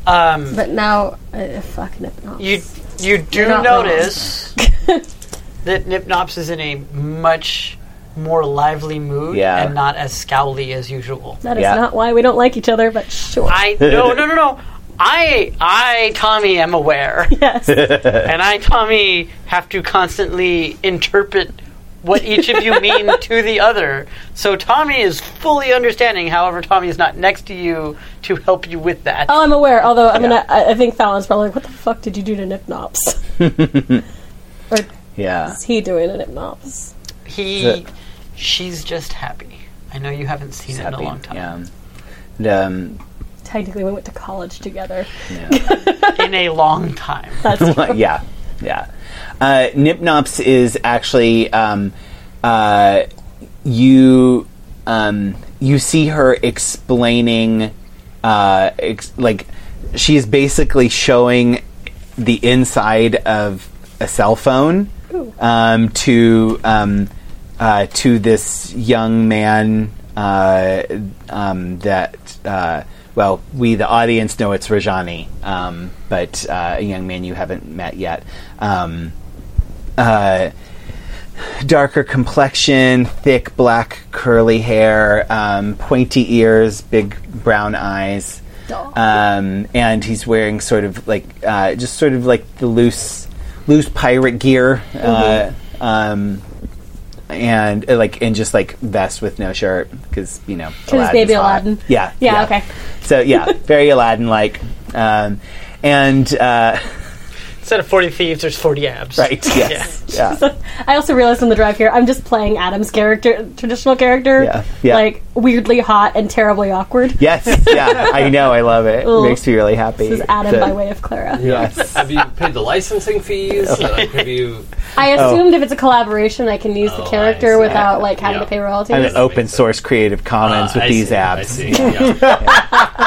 S3: Um,
S8: But now, uh, fuck Nip Knobs.
S3: you you do
S8: You're not wrong.
S3: notice that Nipnops is in a much more lively mood
S2: Yeah.
S3: and not as scowly as usual.
S8: That is
S2: Yeah.
S8: not why we don't like each other, but sure.
S3: I no no no no. I I Tommy am aware,
S8: yes. Oh,
S3: and I Tommy have to constantly interpret what each of you mean to the other. So Tommy is fully understanding. However, Tommy is not next to you to help you with that.
S8: Oh, I'm aware. Although I'm gonna, I, I think Fallon's probably like, "What the fuck did you do to Nip Knobs?
S2: Yeah.
S8: What's he doing to Nip Knobs?"
S3: He,
S2: Is it-
S3: she's just happy. I know you haven't seen it in a
S2: Happy,
S3: long time.
S2: Yeah. And, um,
S8: Technically, we went to college together.
S3: in a long time.
S2: Oh yeah, yeah. Uh, Nipnops is actually um, uh, you. Um, you see her explaining, uh, ex- like she is basically showing the inside of a cell phone um, to um, uh, to this young man uh, um, that uh, well we the audience know it's Rajani um, but uh, a young man you haven't met yet um, uh, darker complexion thick black curly hair um, pointy ears big brown eyes um, and he's wearing sort of like uh, just sort of like the loose loose pirate gear uh,
S8: Mm-hmm.
S2: um, and uh, like and just like vest with no shirt because you know Aladdin's
S8: baby
S2: hot.
S8: Aladdin.
S2: yeah
S8: Yeah, okay.
S2: so yeah very Aladdin like um, and uh,
S3: Instead of 40 thieves, there's 40 abs.
S2: right yes yeah yeah,
S8: I also realized on the drive here, I'm just playing Adam's character, traditional character,
S2: Yeah, yeah.
S8: like weirdly hot and terribly awkward.
S2: yes yeah I know I love it
S8: Ooh.
S2: makes me really happy
S8: This is Adam
S2: So-
S8: by way of Clara.
S2: yes
S4: Have you paid the licensing fees? Uh, have you?
S8: I assumed if it's a collaboration, I can use
S4: Oh,
S8: the
S4: I
S8: character
S4: see.
S8: without like having
S4: Yeah.
S8: to pay royalties.
S2: I'm an open
S4: sense.
S2: source Creative Commons with
S4: Uh, I
S2: these
S4: see, I
S2: apps.
S4: see. Yeah.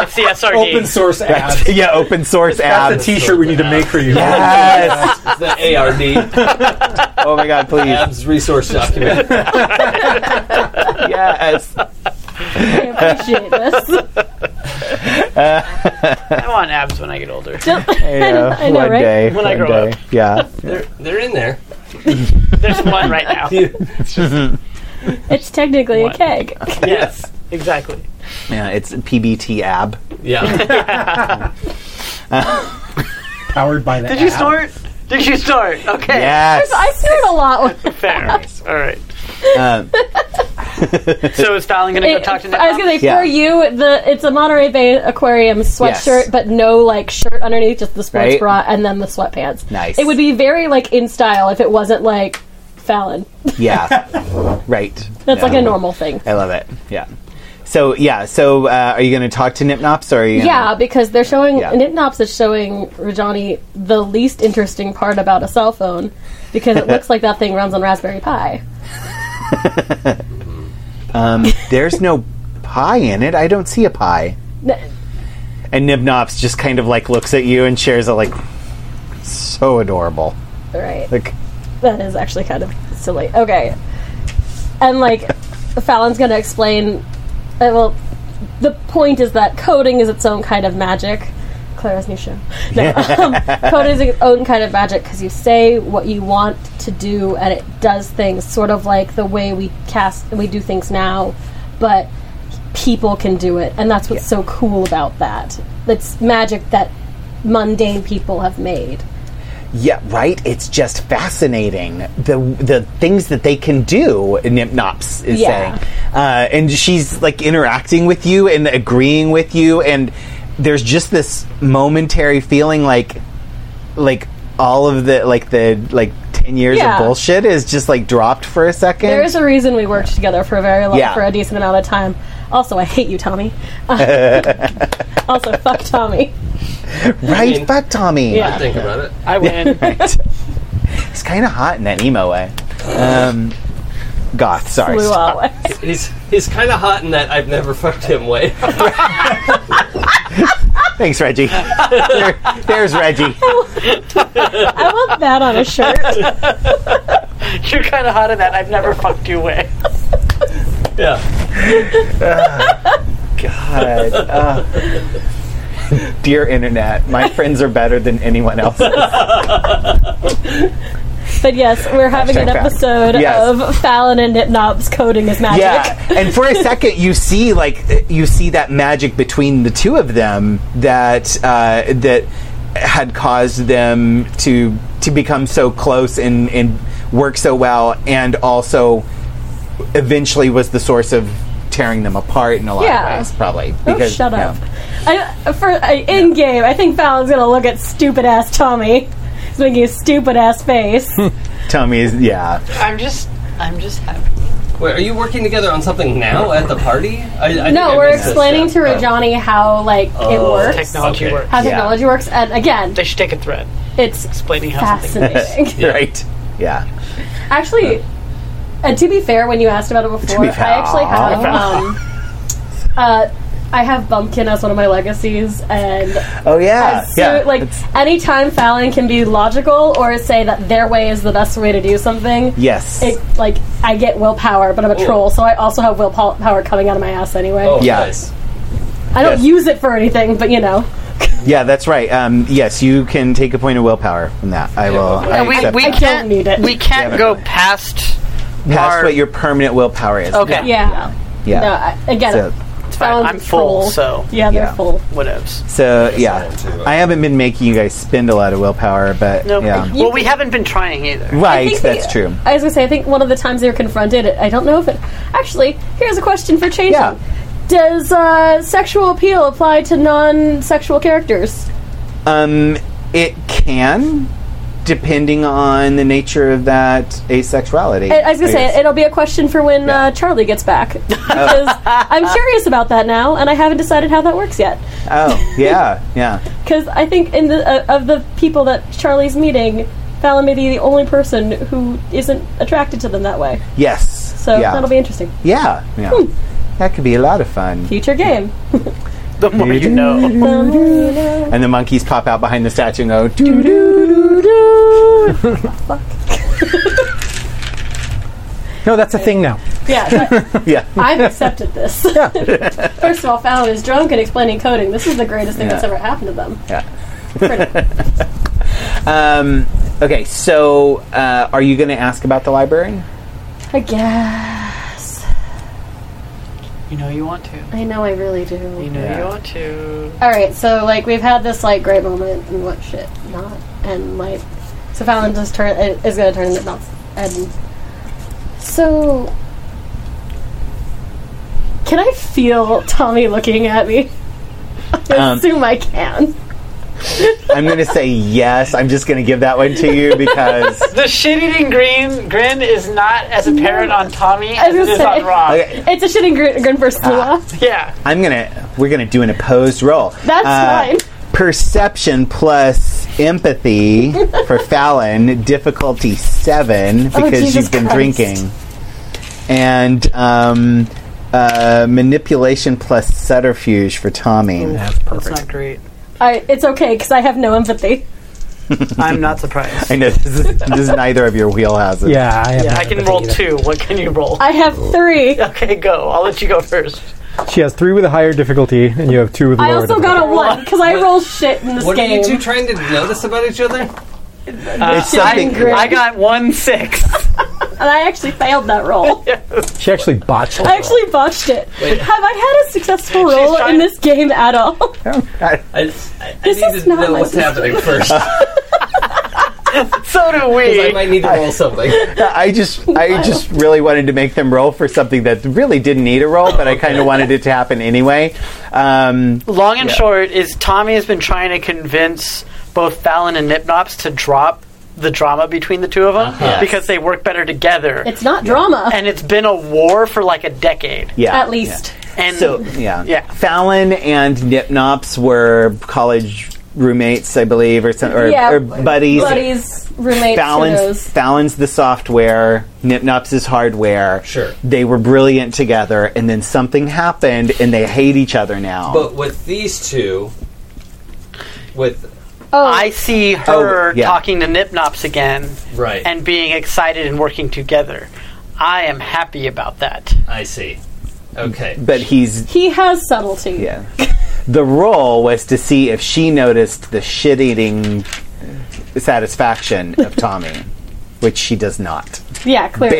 S3: It's the SRD.
S7: Open source ads.
S2: yeah, open source
S7: That's
S2: apps.
S7: the T-shirt we need to make for you.
S2: yes.
S4: It's the ARD
S2: Oh my God, please.
S4: abs resource document.
S2: Yes.
S8: I appreciate this.
S3: I want abs when I get older.
S2: I know.
S8: I know,
S2: one
S8: right?
S2: day.
S3: When I
S2: one
S3: grow
S2: day.
S3: up.
S2: Yeah.
S4: They're, they're in there.
S3: There's one right now.
S8: It's technically a keg.
S3: Yes, exactly.
S2: Yeah, it's PBT ab.
S4: Yeah.
S7: Powered by that.
S3: Did you snort? Did you snort? Okay.
S2: Yes.
S8: I snort a lot. When
S3: Fair. All right.
S8: Uh,
S2: Um,
S3: So is Fallon going to go talk to Nick?
S8: I was gonna say
S2: Yeah.
S8: for you, the it's a Monterey Bay Aquarium sweatshirt,
S2: Yes.
S8: but no like shirt underneath, just the sports
S2: Right.
S8: bra and then the sweatpants.
S2: Nice.
S8: It would be very like in style if it wasn't like Fallon.
S2: yeah. Right.
S8: That's
S2: Yeah.
S8: like a normal thing.
S2: I love it. Yeah. So yeah. So uh, are you going to talk to Nipnops or are you? Gonna,
S8: Yeah, because they're showing
S2: Yeah.
S8: Nipnops is showing Rajani the least interesting part about a cell phone because it looks like that thing runs on Raspberry Pi.
S2: There's no pie in it. I don't see a pie.
S8: N-
S2: And Nipnops just kind of like looks at you and shares a like. So adorable.
S8: Right.
S2: Like.
S8: That is actually kind of silly. Okay. And like Fallon's going to explain uh, well the point is that coding is its own kind of magic. Clara's new show. No, um, coding is its own kind of magic because you say what you want to do and it does things sort of like the way we cast we do things now, but people can do it, and that's what's so cool about that. It's magic that mundane people have made.
S2: Yeah, right. It's just fascinating the the things that they can do. Nipnops is
S8: Yeah.
S2: saying, uh, and she's like interacting with you and agreeing with you, and there's just this momentary feeling like, like all of the like the like ten years
S8: Yeah.
S2: of bullshit is just like dropped for a second.
S8: There is a reason we worked together for a very long,
S2: Yeah.
S8: for a decent amount of time. Also, I hate you, Tommy. also, fuck Tommy.
S2: Right butt, Tommy.
S3: Yeah.
S4: I think about it.
S3: I win.
S2: Right. He's kind of hot in that emo way. Um, goth, sorry.
S8: Blue
S2: stop.
S8: always.
S4: He's he's kind of hot in that I've never fucked him way.
S2: Thanks, Reggie. There- there's Reggie.
S8: I want that on a shirt.
S3: You're kind of hot at that. I've never fucked you way.
S4: yeah.
S2: God. uh, dear internet, my friends are better than anyone else.
S8: But yes, we're having an
S2: Hashtag Fallon.
S8: episode
S2: Yes.
S8: of Fallon and Nipnob's coding his magic.
S2: Yeah, and for a second, you see like you see that magic between the two of them that uh, that had caused them to to become so close and, and work so well, and also eventually was the source of tearing them apart in a lot
S8: Yeah.
S2: of ways, probably.
S8: Oh, shut
S2: yeah.
S8: up. I, for I, in game, I think Fallon's gonna look at stupid ass Tommy. He's making a stupid ass face.
S2: Tommy's yeah.
S3: I'm just, I'm just happy.
S4: Wait, are you working together on something now at the party? I, I think I
S8: no, we're
S4: missed this
S8: explaining to
S4: step.
S2: Uh.
S4: Oh.
S8: Rajani how like
S4: Oh.
S8: it works,
S3: Technology
S4: Okay.
S3: works.
S8: how technology works, and again,
S3: They should take a thread
S8: it's
S3: explaining how something.
S8: fascinating.
S2: right. Yeah.
S8: actually, and to be fair, when you asked about it before,
S2: be fair. Oh.
S8: I actually have um, uh, I have Bumpkin as one of my legacies, and
S2: Oh yeah.
S8: As
S2: yeah.
S8: soon- like
S2: It's-
S8: anytime Fallon can be logical or say that their way is the best way to do something.
S2: yes.
S8: It, like I get willpower, but I'm a
S2: Oh.
S8: troll, so I also have willpower coming out of my ass anyway.
S4: Oh,
S2: Yeah.
S4: nice.
S8: I don't
S2: yes.
S8: use it for anything, but you know,
S2: yeah, that's right. Um, yes, you can take a point of willpower from that. I will. I
S3: we,
S2: accept
S3: we
S8: I
S2: that.
S8: don't
S3: can't
S8: need it.
S3: We can't go
S2: Definitely.
S3: past.
S2: Past
S3: our-
S2: what your permanent willpower is.
S3: Okay.
S8: yeah.
S2: Yeah.
S8: No, I, again,
S2: So,
S8: Fallon's
S3: I'm
S8: a
S3: full,
S8: troll.
S3: so
S8: yeah, they're
S2: Yeah.
S8: full.
S3: whatevs.
S2: so
S4: I
S2: yeah,
S4: am too.
S2: I haven't been making you guys spend a lot of willpower, but
S3: No.
S2: yeah,
S3: Well, we haven't been trying either.
S8: I
S2: right.
S8: think
S2: That's
S8: the-
S2: true.
S8: I was gonna say, I think one of the times they were confronted, I don't know if it. Actually, here's a question for changing.
S2: Yeah.
S8: Does uh, sexual appeal apply to non-sexual characters?
S2: Um, it can, depending on the nature of that asexuality.
S8: I, I was gonna
S2: I guess.
S8: say it'll be a question for when uh, Charlie gets back because I'm curious about that now, and I haven't decided how that works yet.
S2: Oh yeah, yeah.
S8: Because I think in the uh, of the people that Charlie's meeting, Fallon may be the only person who isn't attracted to them that way.
S2: Yes.
S8: So
S2: yeah.
S8: that'll be Hmm. interesting.
S2: yeah, yeah. That could be a lot of fun.
S8: Future game.
S3: The more you know.
S2: And the monkeys pop out behind the statue and go doo doo.
S7: No, that's a thing now.
S8: Yeah,
S2: Yeah.
S8: I've accepted this. First of all, Fallon is drunk and explaining coding. This is the greatest thing that's
S2: Yeah.
S8: ever happened to them.
S2: Yeah.
S8: Pretty-
S2: Um, okay, so uh, are you going to ask about the library?
S8: I guess.
S3: You know you want to.
S8: I know I really do.
S3: You know
S2: Yeah.
S3: you want to.
S8: All right, so like we've had this like great moment and what shit not and like so Fallon just turn is gonna turn it off and so can I feel Tommy looking at me? I
S2: Um,
S8: assume I can.
S2: I'm going to say yes. I'm just going to give that one to you because.
S3: The shit-eating grin, grin is not as apparent on Tommy
S8: I
S3: as
S8: was
S3: it
S8: gonna
S3: is
S8: say
S3: on Rob.
S2: Okay,
S8: it's a shitting grin, grin for Stula.
S2: Ah.
S3: Yeah.
S2: I'm going to. We're going to do an opposed roll.
S8: That's
S2: Uh,
S8: fine.
S2: Perception plus empathy for Fallon, difficulty seven because
S8: Oh, Jesus
S2: you've been
S8: Christ.
S2: drinking. And um, uh, manipulation plus subterfuge for Tommy.
S3: That's not great.
S8: I, it's okay because I have no empathy.
S3: I'm not surprised.
S2: I know this is, this is neither of your wheelhouses.
S7: Yeah, I have
S3: I can roll two. What can you roll?
S8: I have three.
S3: Okay, go. I'll let you go first.
S7: She has three with a higher difficulty, and you have two with a
S8: I
S7: lower
S8: also
S7: difficulty.
S8: got a one because I roll shit in this
S4: What are
S8: game.
S4: you two trying to notice about each other?
S2: It's something.
S8: Grin.
S3: I got one six.
S8: and I actually failed that roll.
S7: she actually botched it.
S8: I actually botched it. Have I had a successful
S3: She's
S8: roll
S3: trying-
S8: in this game at all?
S4: I, I, I
S8: This
S4: need
S8: is
S4: to
S8: not
S4: know
S8: my
S4: what's
S8: sister.
S4: happening first. 'cause
S3: So do
S4: I
S3: we.
S4: might need to roll something.
S2: I just I just really wanted to make them roll for something that really didn't need a roll, but I kind of wanted it to happen anyway. Um,
S3: Long and short is Tommy has been trying to convince both Fallon and Nipnops to drop the drama between the two of them
S2: Uh-huh.
S3: because they work better together.
S8: It's not drama,
S3: and it's been a war for like a decade.
S2: yeah,
S8: at least.
S3: And
S2: Yeah. So yeah,
S3: Yeah.
S2: Fallon and Nipnops were college roommates, I believe, or some, or,
S8: Yeah.
S2: or buddies.
S8: Buddies, roommates, who
S2: Fallon's,
S8: knows?
S2: Fallon's the software, Nipnops is hardware.
S4: Sure.
S2: They were brilliant together, and then something happened, and they hate each other now.
S4: But with these two, with
S8: Oh,
S3: I see her
S2: yeah.
S3: talking to Nipnops again
S4: right,
S3: and being excited and working together. I am happy about that.
S4: I see.
S8: Mm.
S4: Okay,
S2: but he's
S8: he has subtlety.
S2: Yeah. the role was to see if she noticed the shit eating satisfaction of Tommy, which she does not.
S8: Yeah, clearly.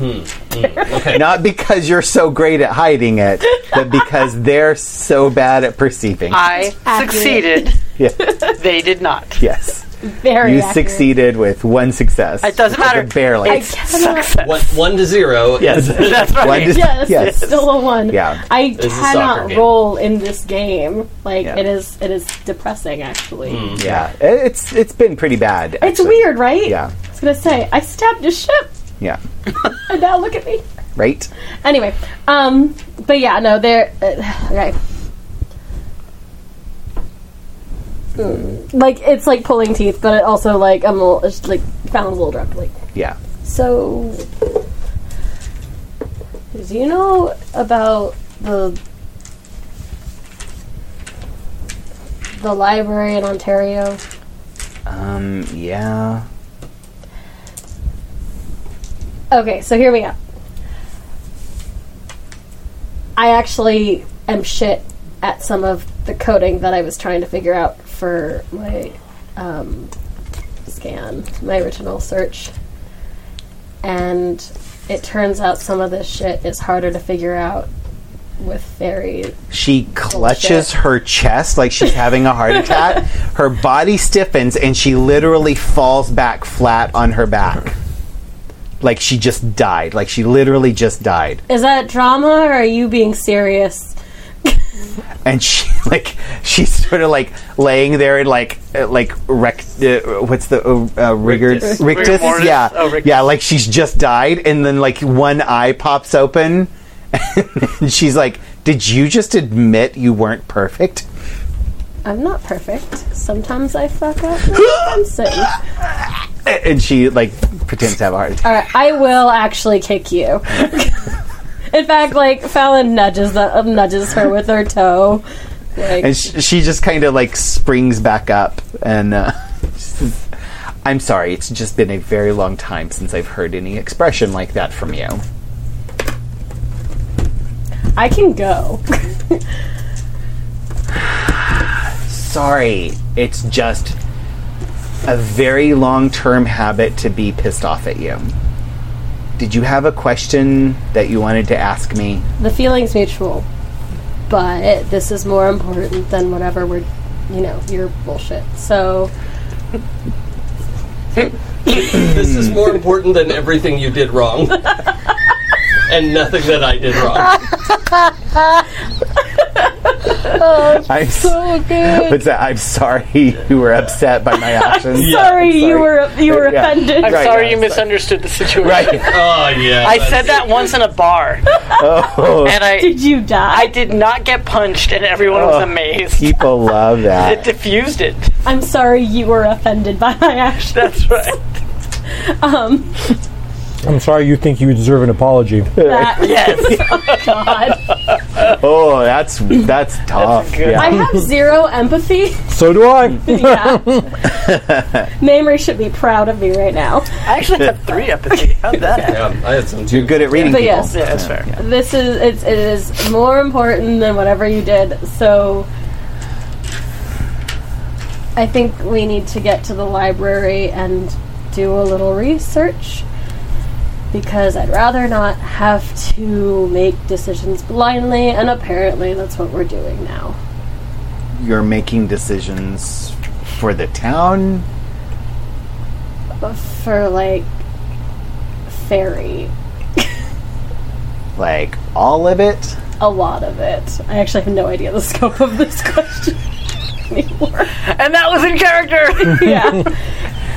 S2: Barely.
S4: Hmm, okay.
S2: Not because you're so great at hiding it, but because they're so bad at perceiving.
S3: I
S8: Accurate.
S3: succeeded.
S2: Yeah.
S3: They did not.
S2: Yes.
S8: Very
S2: You
S8: accurate.
S2: succeeded with one success.
S3: It doesn't matter.
S2: Barely.
S8: I cannot-
S4: One, one to zero.
S2: yes.
S3: That's right.
S2: One dis-
S8: Yes,
S2: yes.
S8: still a one.
S2: Yeah.
S8: I
S4: is a soccer
S8: cannot
S4: game.
S8: roll in this game. Like
S2: Yeah.
S8: it is, it is depressing. Actually,
S4: Hmm.
S2: Yeah. It's it's been pretty bad.
S8: it's
S2: actually.
S8: weird, right?
S2: Yeah.
S8: I was gonna say I stabbed a ship,
S2: Yeah.
S8: and now look at me.
S2: Right?
S8: Anyway, um, but yeah, no, they're uh, okay. Mm. Like it's like pulling teeth, but it also like I'm a little, it's like Fallon's a little drunk. Like
S2: Yeah.
S8: so, do you know about the the library in Ontario?
S2: Um, yeah.
S8: Okay, so hear me out. I actually am shit at some of the coding that I was trying to figure out for my um, scan, my original search. And it turns out some of this shit is harder to figure out with fairies.
S2: She clutches her chest like she's having a heart attack. Her body stiffens and she literally falls back flat on her back. Like she just died. Like she literally just died.
S8: Is that drama or are you being serious?
S2: And she like she's sort of like laying there in like uh, like rec- uh, what's the uh, uh, rigor
S4: Rictus.
S2: rictus,
S3: Rigor mortis?
S2: yeah
S3: Oh, rictus.
S2: yeah like she's just died and then like one eye pops open and she's like did you just admit you weren't perfect
S8: I'm not perfect. Sometimes I fuck up. Sometimes I-
S2: and she like pretends to have a heart attack.
S8: All right, I will actually kick you. In fact, like Fallon nudges the, uh, nudges her with her toe. Like,
S2: and she, she just kind of like springs back up and uh, says, i'm sorry it's just been a very long time since i've heard any expression like that from you
S8: I can go.
S2: sorry it's just a very long-term habit to be pissed off at you did you have a question that you wanted to ask me
S8: the feeling's mutual, but this is more important than whatever we're, you know, your bullshit. So
S4: This
S8: Mm.
S4: is more important than everything you did wrong, and nothing that I did wrong.
S2: i'm so good what's that i'm sorry you were upset by my actions
S8: sorry, you
S2: sorry.
S8: were you were
S2: Yeah.
S8: offended.
S3: I'm
S2: Right,
S3: sorry
S2: yeah,
S3: you
S2: sorry.
S3: misunderstood the situation.
S2: right
S4: Oh yeah,
S3: I
S4: that's-
S3: said that once in a bar,
S2: oh
S3: and I
S8: Did you die?
S3: I did not get punched, and everyone
S2: Oh.
S3: was amazed.
S2: people love that
S3: It diffused it.
S8: I'm sorry you were offended by my action.
S3: That's right.
S8: Um,
S7: I'm sorry you think you deserve an apology.
S8: that yes. Oh, God,
S2: Oh, that's that's tough.
S3: good-
S8: I
S2: yeah.
S8: have zero empathy.
S7: So do I.
S8: yeah. Mamrie should be proud of me right now.
S3: I actually got three empathy. How'd that happen?
S4: Yeah, I had some too.
S2: You're good at reading
S8: But
S2: people.
S8: yes,
S3: Yeah, that's fair.
S8: this is it's, it is more important than whatever you did. So I think we need to get to the library and do a little research because I'd rather not have to make decisions blindly, and apparently that's what we're doing now.
S2: You're making decisions for the town.
S8: But for like fairy
S2: Like all of it.
S8: a lot of it. I actually have no idea the scope of this question anymore.
S3: And that was in character.
S8: yeah.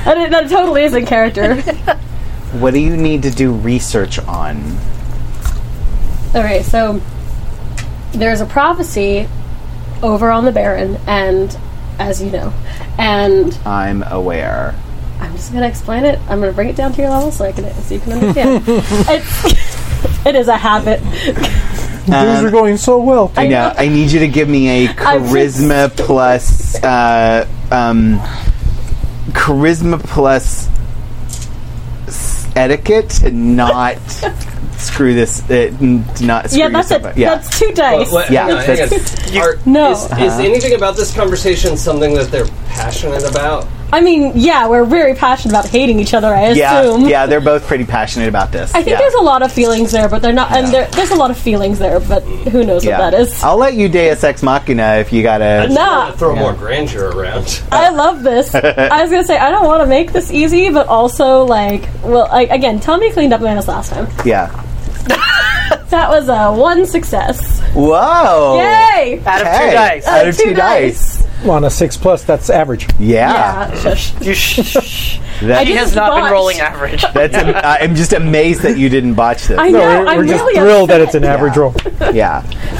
S8: That, is, that totally is in character.
S2: What do you need to do research on?
S8: okay, so there's a prophecy over on the Baron, and as you know. And uh,
S2: I'm aware.
S8: I'm just gonna explain it. I'm gonna bring it down to your level so I can so you can understand. it's, it is a habit.
S7: Things are going so well.
S2: I know. I need you to give me a
S8: I'm just-
S2: charisma plus, uh, um, charisma plus s- etiquette to not screw this. Uh, n- to not screw
S8: yeah,
S2: yourself
S8: that's it.
S2: up. Yeah.
S8: That's two dice.
S4: What-
S2: Yeah,
S4: hang on, hang on. Are-
S8: No. Uh-huh.
S4: Is, is anything about this conversation something that they're passionate about?
S8: I mean, yeah, we're very passionate about hating each other. I
S2: yeah,
S8: assume.
S2: yeah, they're both pretty passionate about this.
S8: I think
S2: yeah.
S8: there's a lot of feelings there, but they're not. And there, there's a lot of feelings there, but who knows
S2: yeah.
S8: what that is?
S2: I'll let you Deus Ex Machina if you gotta.
S8: Nah,
S4: Throw more grandeur around.
S8: I love this. I was gonna say I don't want to make this easy, but also like, well, I, again, Tommy cleaned up Manus last time.
S2: Yeah.
S8: That was a uh, one success.
S7: Oh.
S2: Whoa!
S8: Yay! Uh,
S3: Out of two
S2: Hey.
S3: dice.
S2: Out of two dice.
S7: On a six plus, that's average.
S2: Yeah,
S8: Yeah, shush.
S3: You sh-
S2: That-
S3: he
S8: I
S3: has
S8: just
S3: not been
S8: botched.
S3: rolling average.
S2: that's. am- I'm just amazed that you didn't botch this.
S8: I know.
S7: we're
S8: I'm
S7: we're just
S8: really
S7: thrilled that it's
S8: upset.
S7: an average roll.
S2: Yeah.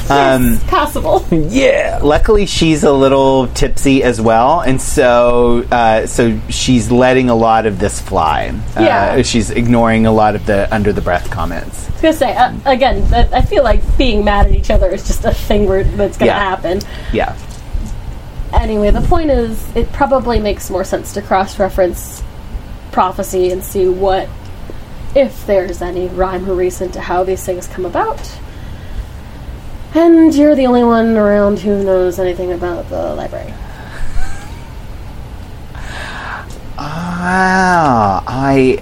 S2: Um,
S8: Passable.
S2: yeah. Luckily, she's a little tipsy as well, and so uh, so she's letting a lot of this fly. Uh,
S8: Yeah.
S2: She's ignoring a lot of the under the breath comments.
S8: I was gonna say uh, again. That I feel like being mad at each other is just a thing we're, that's gonna
S2: Yeah.
S8: happen.
S2: Yeah.
S8: Anyway, the point is, it probably makes more sense to cross-reference prophecy and see what, if there's any rhyme or reason to how these things come about. And you're the only one around who knows anything about the library.
S2: Wow. I.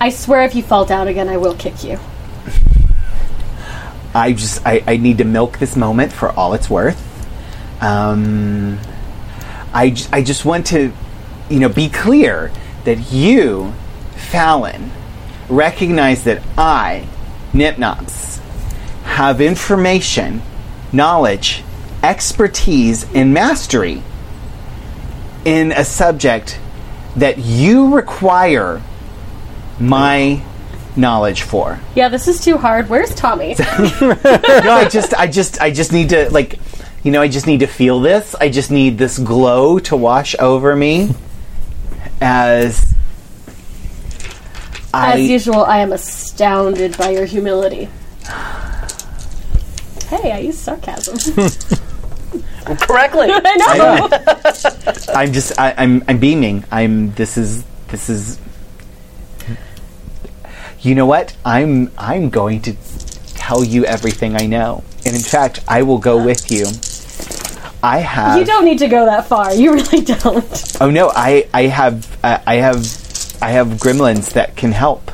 S8: I swear, if you fall down again, I will kick you.
S2: I just I, I need to milk this moment for all it's worth. Um, I, j- I just want to, you know, be clear that you, Fallon, recognize that I, Nipnops, have information, knowledge, expertise, and mastery in a subject that you require my knowledge for.
S8: Yeah, this is too hard. Where's Tommy?
S2: no, I just, I just, I just need to like, you know, I just need to feel this. I just need this glow to wash over me, as I,
S8: As usual, I am astounded by your humility. Hey, I used sarcasm.
S3: Correctly.
S8: I know.
S2: I'm just, I, I'm, I'm beaming. I'm. This is, this is. You know what? I'm, I'm going to tell you everything I know, and in fact, I will go with you. I have.
S8: You don't need to go that far. You really don't.
S2: Oh no, I I have I I have I have gremlins that can help.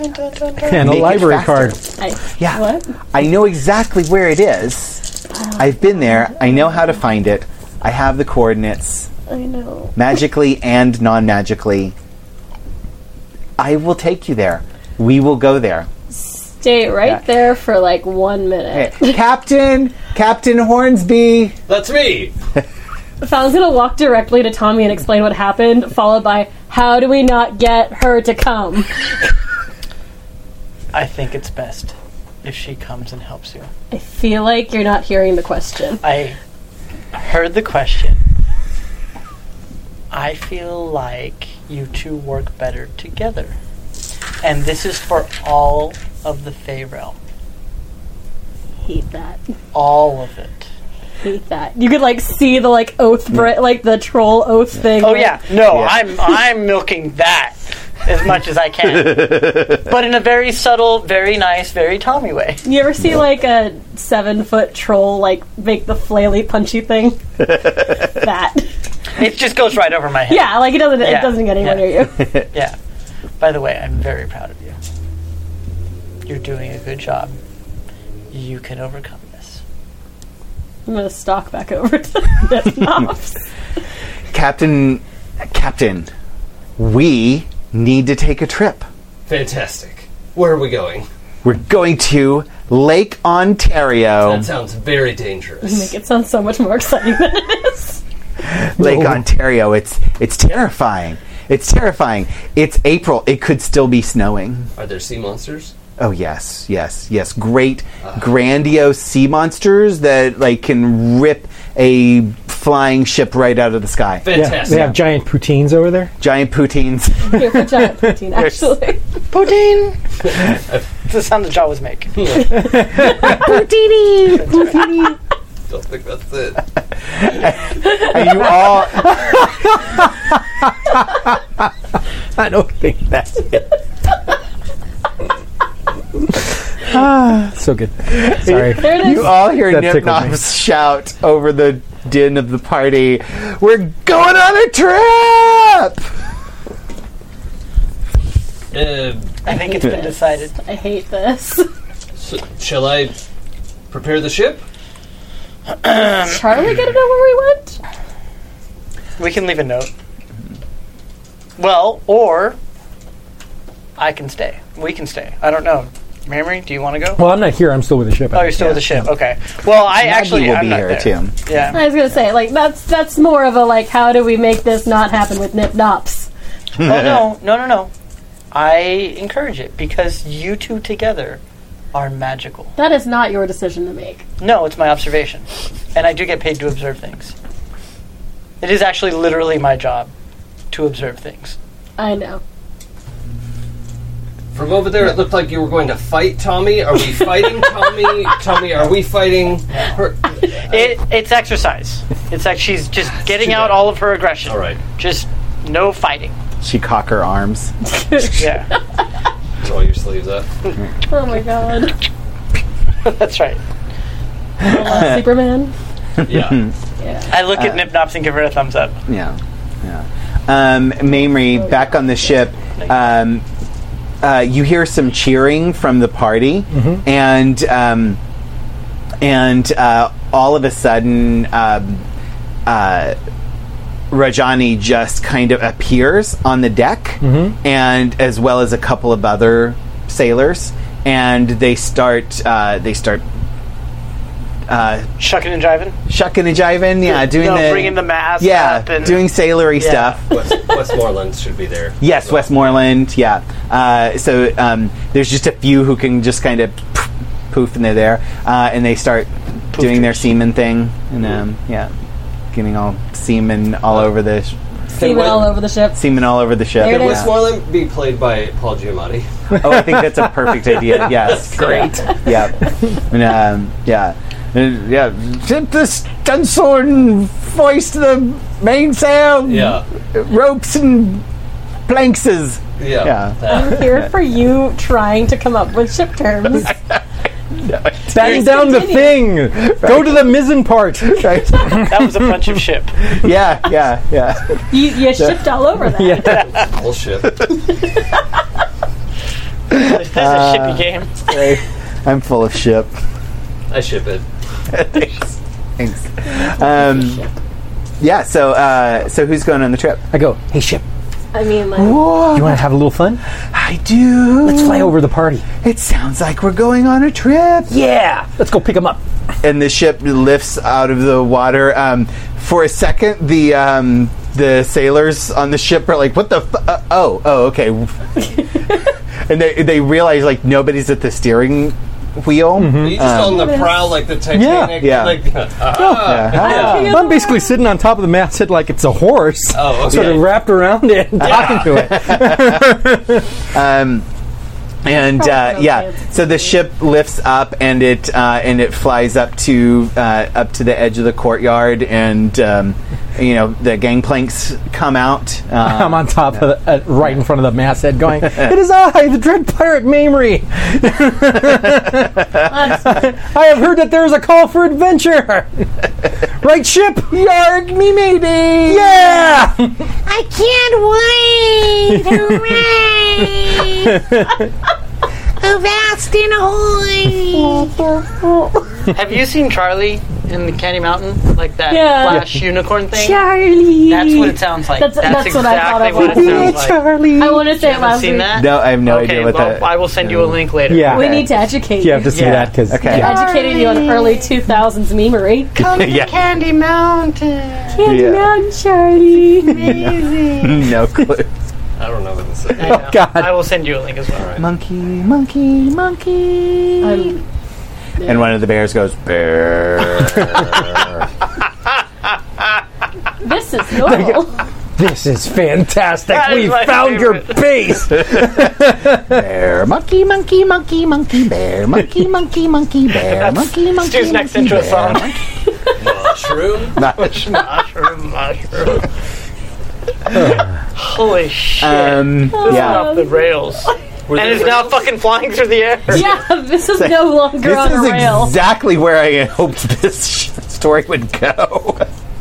S7: And a
S2: Make it
S7: library card.
S2: faster.
S8: I,
S2: Yeah.
S8: What?
S2: I know exactly where it is.
S8: Oh.
S2: I've been there. I know how to find it. I have the coordinates
S8: I know.
S2: magically and non-magically. I will take you there. We will go there.
S8: Stay right
S2: Yeah.
S8: there for like one minute.
S2: Hey, Captain, Captain Hornsby.
S4: That's me.
S8: Fallon's gonna walk directly to Tommy and explain what happened, followed by, "How do we not get her to come?"
S3: I think it's best if she comes and helps you.
S8: I feel like you're not hearing the question.
S3: I heard the question. I feel like you two work better together. And this is for all of the Feyreal.
S8: Hate that.
S3: All of it.
S8: Hate that. You could like see the like oath, br- like the troll oath thing.
S3: Oh
S8: like-
S3: yeah, no, I'm I'm milking that as much as I can, but in a very subtle, very nice, very Tommy way.
S8: You ever see like a seven foot troll like make the flaily punchy thing? that.
S3: It just goes right over my head.
S8: Yeah, like it doesn't.
S3: Yeah,
S8: It doesn't get anywhere
S3: yeah.
S8: near you.
S3: Yeah. By the way, I'm very proud of you. You're doing a good job. You can overcome this.
S8: I'm gonna stalk back over to Nip Knobs.
S2: Captain, Captain, we need to take a trip.
S4: Fantastic. Where are we going?
S2: We're going to Lake Ontario.
S4: That sounds very dangerous.
S8: It sounds so much more exciting than it is.
S2: Lake Ontario. It's it's terrifying. It's terrifying. It's April. It could still be snowing.
S4: Are there sea monsters?
S2: Oh yes, yes, yes. Great, grandiose sea monsters that like can rip a flying ship right out of the sky.
S7: Yeah, they
S4: Fantastic.
S7: have giant poutines over there.
S2: Giant poutines.
S8: Here for giant protein, actually.
S3: Poutine. It's the sound the jaw was make.
S4: Don't think that's it.
S2: and you all
S7: I don't think that's it. ah, so good. Sorry.
S8: There it is.
S2: You all hear
S7: That tickled me.
S2: Nipnops shout over the din of the party, We're going on a trip!
S4: Uh,
S3: I think it's been decided.
S8: I hate this.
S4: so shall I prepare the ship?
S8: Did Charlie get to know where we went?
S3: We can leave a note. Well, or I can stay. We can stay. I don't know. Mary, do you want to go?
S7: Well, I'm not here. I'm still with the ship.
S3: Oh, you're still with the ship. Okay. Well, I actually
S2: will
S3: I'm
S2: be
S3: not
S2: here
S3: there.
S2: too.
S3: Yeah.
S8: I was gonna say, like that's that's more of a like, how do we make this not happen with Nip Nops?
S3: oh no, no, no, no. I encourage it because you two together are magical.
S8: That is not your decision to make.
S3: No, it's my observation, and I do get paid to observe things. It is actually literally my job to observe things.
S8: I know.
S4: From over there, it looked like you were going to fight Tommy. Are we fighting Tommy? Tommy, are we fighting her?
S3: It, it's exercise. It's like she's just getting out all of her aggression.
S4: All right.
S3: Just no fighting.
S2: She cock her arms.
S3: Yeah,
S4: Roll your sleeves up.
S8: Oh my god,
S3: that's right.
S8: Uh, Superman.
S4: Yeah.
S3: I look
S2: Uh,
S3: at Nip Nops and give her a thumbs up.
S2: Yeah, yeah. Um, Mamrie, back on the ship, um, uh, you hear some cheering from the party, and um, and uh, all of a sudden, um, uh, Rajani just kind of appears on the deck, and as well as a couple of other sailors, and they start uh, they start uh,
S3: Shucking and jiving.
S2: shucking and jiving, yeah, doing
S3: no,
S2: the
S3: bringing the mask.
S2: yeah,
S3: up and
S2: doing sailory stuff.
S4: West, Westmoreland should be there.
S2: Yes, Westmoreland. Yeah. Uh, so um, there's just a few who can just kind of poof, poof and they're there, uh, and they start doing their semen thing, and um, yeah, getting all semen all over the sh-
S8: Semen all over the ship.
S2: semen all over the ship.
S8: There it
S2: yeah.
S8: is.
S4: Westmoreland be played by Paul Giamatti.
S2: Oh, I think that's a perfect idea. Yes, great. Yeah, and, um, yeah, And, yeah. Tip the stencil and hoist the mainsail,
S4: Yeah.
S2: ropes and plankses.
S4: Yeah.
S2: Yeah.
S4: That.
S8: Here for you trying to come up with ship terms.
S7: Bang down the thing. Go to the mizzen part.
S2: Right.
S3: That was a bunch of ship.
S2: yeah, yeah, yeah.
S8: You, you shipped all over that.
S4: Whole ship.
S2: Uh,
S3: This is a shippy game.
S2: I'm full of ship.
S4: I ship it.
S2: Thanks. Um, yeah. So, uh, so who's going on the trip?
S7: I go. Hey, ship.
S8: I mean, like,
S7: You want to have a little fun?
S2: I do.
S7: Let's fly over the party.
S2: It sounds like we're going on a trip.
S7: Yeah. Let's go pick them up.
S2: And the ship lifts out of the water. Um, for a second, the um, the sailors on the ship are like, "What the? F- uh, oh, oh, okay." and they they realize like nobody's at the steering wheel.
S4: Are you just on the prowl like the Titanic?
S2: Hmm. Yeah.
S4: Like,
S2: Yeah, huh?
S7: I'm basically sitting on top of the masthead like it's a horse,
S4: oh, okay.
S7: sort of wrapped around it and talking to it.
S2: Um, and uh,
S8: Probably
S2: yeah,
S8: okay.
S2: so the ship lifts up and it uh, and it flies up to uh, up to the edge of the courtyard, and um, you know the gangplanks come out. Uh,
S7: I'm on top of the, uh, right in front of the masthead, going, "It is I, the Dread Pirate Mamrie. I have heard that there is a call for adventure. right ship, yarg me maybe. Yeah,
S10: I can't wait! Hooray! Avast and ahoy!
S3: Have you seen Charlie in the Candy Mountain? Like that
S8: Yeah.
S3: flash unicorn thing?
S8: Charlie.
S3: That's what it sounds like.
S8: That's-
S3: That's,
S8: that's what I thought
S3: exactly what,
S8: of when I
S3: it sounds like.
S7: Charlie.
S8: I want to say it
S3: Haven't
S8: last
S3: seen
S8: week.
S3: that?
S2: No, I have no
S3: okay,
S2: idea what
S3: well,
S2: that-
S3: I will send you a link later.
S7: Yeah,
S8: We need to educate
S7: you have to see
S3: Yeah.
S7: that because
S2: Okay.
S7: yeah.
S8: Educating you on early 2000s memery.
S2: yeah,
S10: Candy Mountain!
S8: Candy
S2: Yeah.
S8: Mountain Charlie.
S10: Amazing!
S2: no clue.
S4: I don't know what this is.
S3: I know.
S7: God.
S3: I will send you a link as well.
S2: Monkey, monkey, monkey.
S8: I'm-
S2: And one of the bears goes, bear.
S8: This is normal.
S7: This is fantastic.
S3: That
S7: we
S3: is my
S7: found your
S3: favorite.
S7: base.
S2: bear, monkey, monkey, monkey, monkey, bear, monkey, monkey, monkey, bear, monkey, monkey.
S3: Stu's next intro song.
S4: Mushroom.
S3: mushroom, mushroom. Holy shit.
S2: Um, yeah.
S3: off the rails. and it's now fucking flying through the air.
S8: yeah, this is no longer on
S2: This
S8: a
S2: is
S8: rail.
S2: exactly where I hoped this story would go.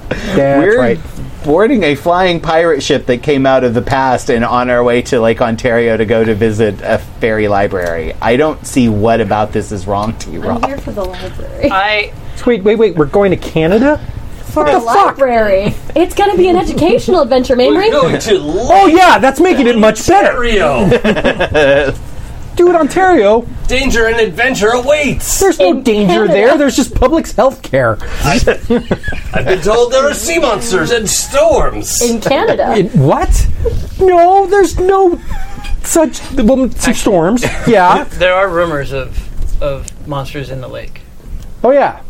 S7: That's
S2: We're
S7: right.
S2: boarding a flying pirate ship that came out of the past and on our way to Lake Ontario to go to visit a fairy library. I don't see what about this is wrong to you,
S8: I'm
S2: Rob.
S8: here for the library.
S3: I
S7: Wait, wait, wait. We're going to Canada?
S8: for a library. It's going to be an educational adventure,
S4: We're
S8: Mamrie.
S4: going to
S7: Oh,
S4: Lake
S7: yeah. That's making it much better.
S4: Ontario.
S7: Dude, Ontario,
S4: Danger and adventure awaits.
S7: there's no
S8: In
S7: danger
S8: Canada.
S7: there. There's just public health care.
S4: I've been told there are sea monsters and storms.
S8: In Canada.
S7: It- what? No, there's no such well, some storms. Yeah.
S3: there are rumors of of monsters in the lake.
S7: Oh yeah.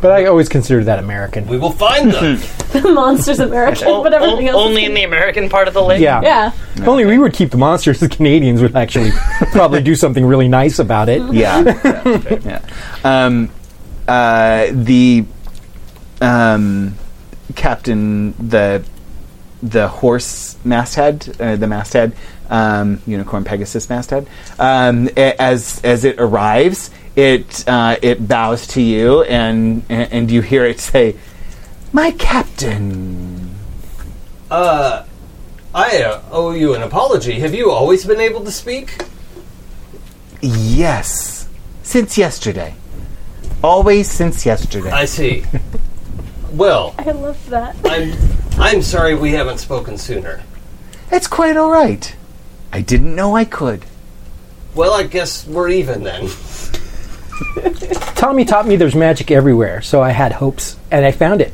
S7: But I always considered that American.
S4: we will find them.
S8: Monsters American, but everything
S3: O-
S8: else. is
S3: only in the American part of the lake.
S7: Yeah.
S8: Yeah.
S7: If only we would keep the monsters, the Canadians would actually probably do something really nice about it.
S2: yeah. yeah. Um, uh, the um, captain, the the horse masthead, uh, the masthead, um, unicorn Pegasus masthead. Um, a- as as it arrives, it uh, it bows to you, and and you hear it say, "My captain."
S4: Uh, I uh, owe you an apology. Have you always been able to speak?
S2: Yes, since yesterday, always since yesterday.
S4: I see. Well,
S8: I love that.
S4: I'm I'm sorry we haven't spoken sooner.
S2: It's quite all right. I didn't know I could.
S4: Well, I guess we're even then.
S7: Tommy taught me there's magic everywhere, so I had hopes and I found it.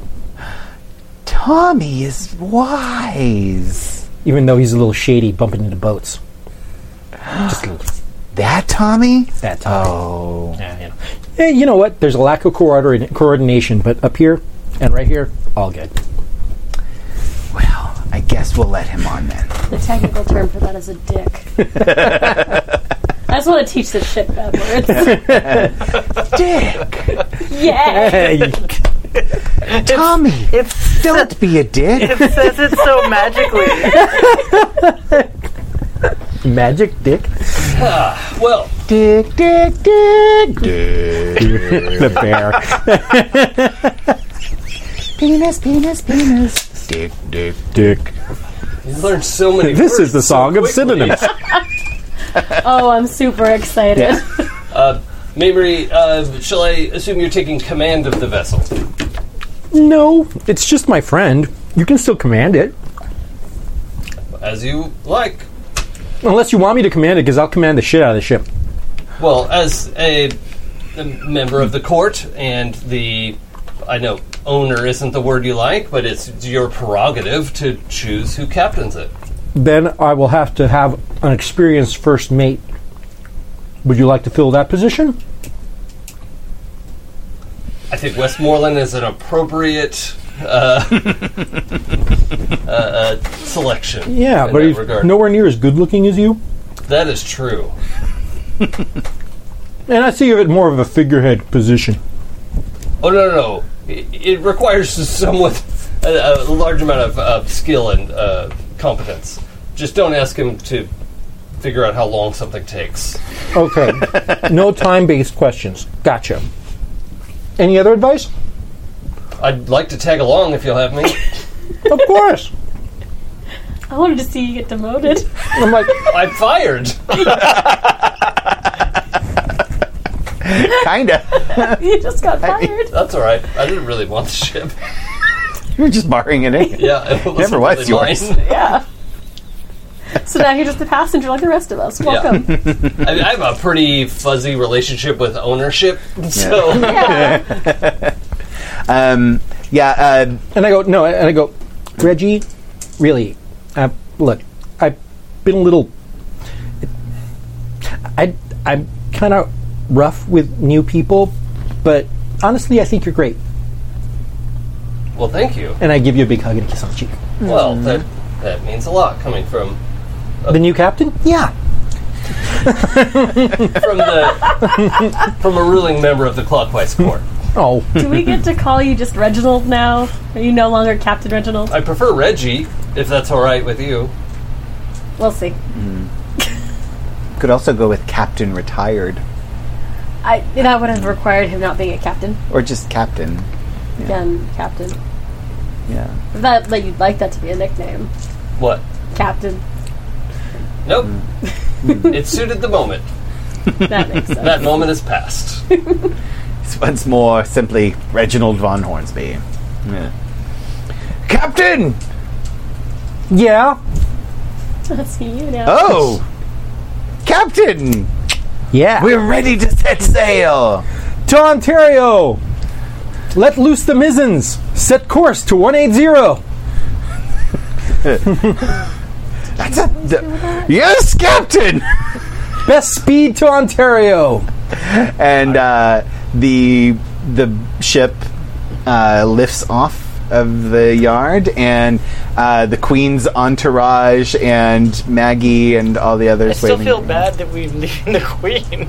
S2: Tommy is wise.
S7: Even though he's a little shady bumping into boats. Just a little
S2: That Tommy?
S7: that time.
S2: Oh.
S7: Yeah, you know. Eh, you know what? There's a lack of coordinate- coordination, but up here and right here, all good.
S2: Well, I guess we'll let him on then.
S8: The technical term for that is a dick. I just want to teach this shit backwards.
S2: Dick!
S8: yeah.
S7: Hey,
S2: Tommy!
S3: It's
S2: Don't be a dick!
S3: it says it so magically.
S7: magic dick.
S4: Well,
S2: Dick, dick, dick!
S7: the bear.
S2: Penis, penis, penis. Dick, dick, dick.
S4: you learned so many.
S7: This
S4: words
S7: is the
S4: so
S7: song of
S4: quickly.
S7: synonyms.
S8: Oh, I'm super excited.
S4: Mamrie, uh, shall I assume you're taking command of the vessel?
S7: No, it's just my friend. You can still command it.
S4: As you like.
S7: Unless you want me to command it, because I'll command the shit out of the ship.
S4: Well, as a, a member of the court and the, I know owner isn't the word you like, but it's your prerogative to choose who captains it.
S7: Then I will have to have an experienced first mate. Would you like to fill that position?
S4: I think Westmoreland is an appropriate uh, uh, uh, selection.
S7: Yeah,
S4: in
S7: but
S4: that
S7: he's
S4: regard.
S7: nowhere near as good looking as you.
S4: that is true.
S7: And I see you at more of a figurehead position.
S4: Oh no, no, no! It, it requires somewhat a, a large amount of uh, skill and uh, competence. Just don't ask him to figure out how long something takes.
S7: Okay. no time based questions. Gotcha. Any other advice?
S4: I'd like to tag along if you'll have me.
S7: Of course.
S8: I wanted to see you get demoted.
S7: I'm like,
S4: I'm fired.
S2: Kinda.
S8: You just got fired.
S4: That's all right. I didn't really want the ship.
S2: You're just borrowing it in.
S4: Yeah, it wasn't
S2: Never was
S4: really mine.
S2: yours.
S8: Yeah. So now you're just a passenger like the rest of us. Welcome.
S4: I, mean, I have a pretty fuzzy relationship with ownership, so
S8: Yeah.
S2: Um, yeah, uh,
S7: And I go, no, and I go, Reggie, really, uh, look, I been a little. I I'm kind of rough with new people, but honestly, I think you're great,
S4: Well, thank you.
S7: and I give you a big hug and a kiss on the cheek.
S2: Mm.
S4: Well, that that means a lot coming from
S7: The new captain? Yeah.
S4: from the from a ruling member of the Clockwise Corps.
S7: Oh,
S8: Do we get to call you just Reginald now? Are you no longer Captain Reginald?
S4: I prefer Reggie, if that's all right with you.
S8: We'll see.
S2: Could also go with Captain Retired
S8: I that would have required him not being a captain.
S2: or just Captain.
S8: Gun captain.
S2: Yeah.
S8: That like you'd like that to be a nickname,
S4: What?
S8: Captain.
S4: Nope.
S2: Mm.
S4: it suited the moment.
S8: That makes sense.
S4: That moment is past.
S2: It's once more simply Reginald von Hornsby. Yeah. Captain!
S7: yeah,
S8: That's you now.
S2: Oh! Captain!
S7: yeah.
S2: We're ready to set sail!
S7: to Ontario. Let loose the mizens. Set course to 180.
S2: That's a, the- yes, Captain!
S7: Best speed to Ontario.
S2: and uh, the the ship uh, lifts off of the yard, and uh, the Queen's entourage and Maggie and all the others.
S3: I still
S2: waving-
S3: feel bad that we're leaving the queen.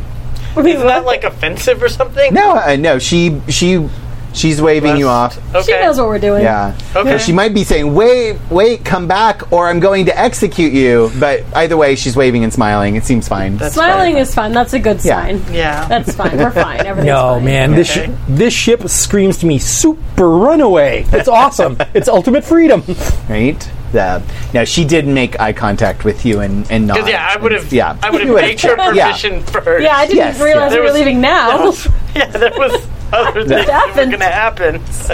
S3: Isn't that like offensive or something?
S2: No, I no. She she she's waving you off.
S3: Left. Okay.
S8: She knows what we're doing.
S2: Yeah.
S3: Okay.
S2: She might be saying, "Wait, wait, come back, or I'm going to execute you." But either way, she's waving and smiling. It seems fine.
S8: Smiling is fun. That's a good
S2: Yeah.
S8: sign.
S3: Yeah.
S8: That's fine. We're fine. Everything's
S7: No,
S8: fine.
S7: man. This, sh-
S3: Okay.
S7: this ship screams to me super runaway. It's awesome. it's ultimate freedom.
S2: right. The, now she did make eye contact with you and and not.
S3: Because yeah, I would have.
S2: Yeah.
S3: I would
S2: You
S3: have
S2: would've
S3: made your
S2: checked. Yeah.
S3: permission first.
S8: Yeah, I didn't
S2: Yes, yeah.
S8: realize
S3: There
S8: we were
S3: was-
S8: leaving
S3: That
S8: now.
S3: was- yeah, that was other things that were
S8: happened.
S3: going to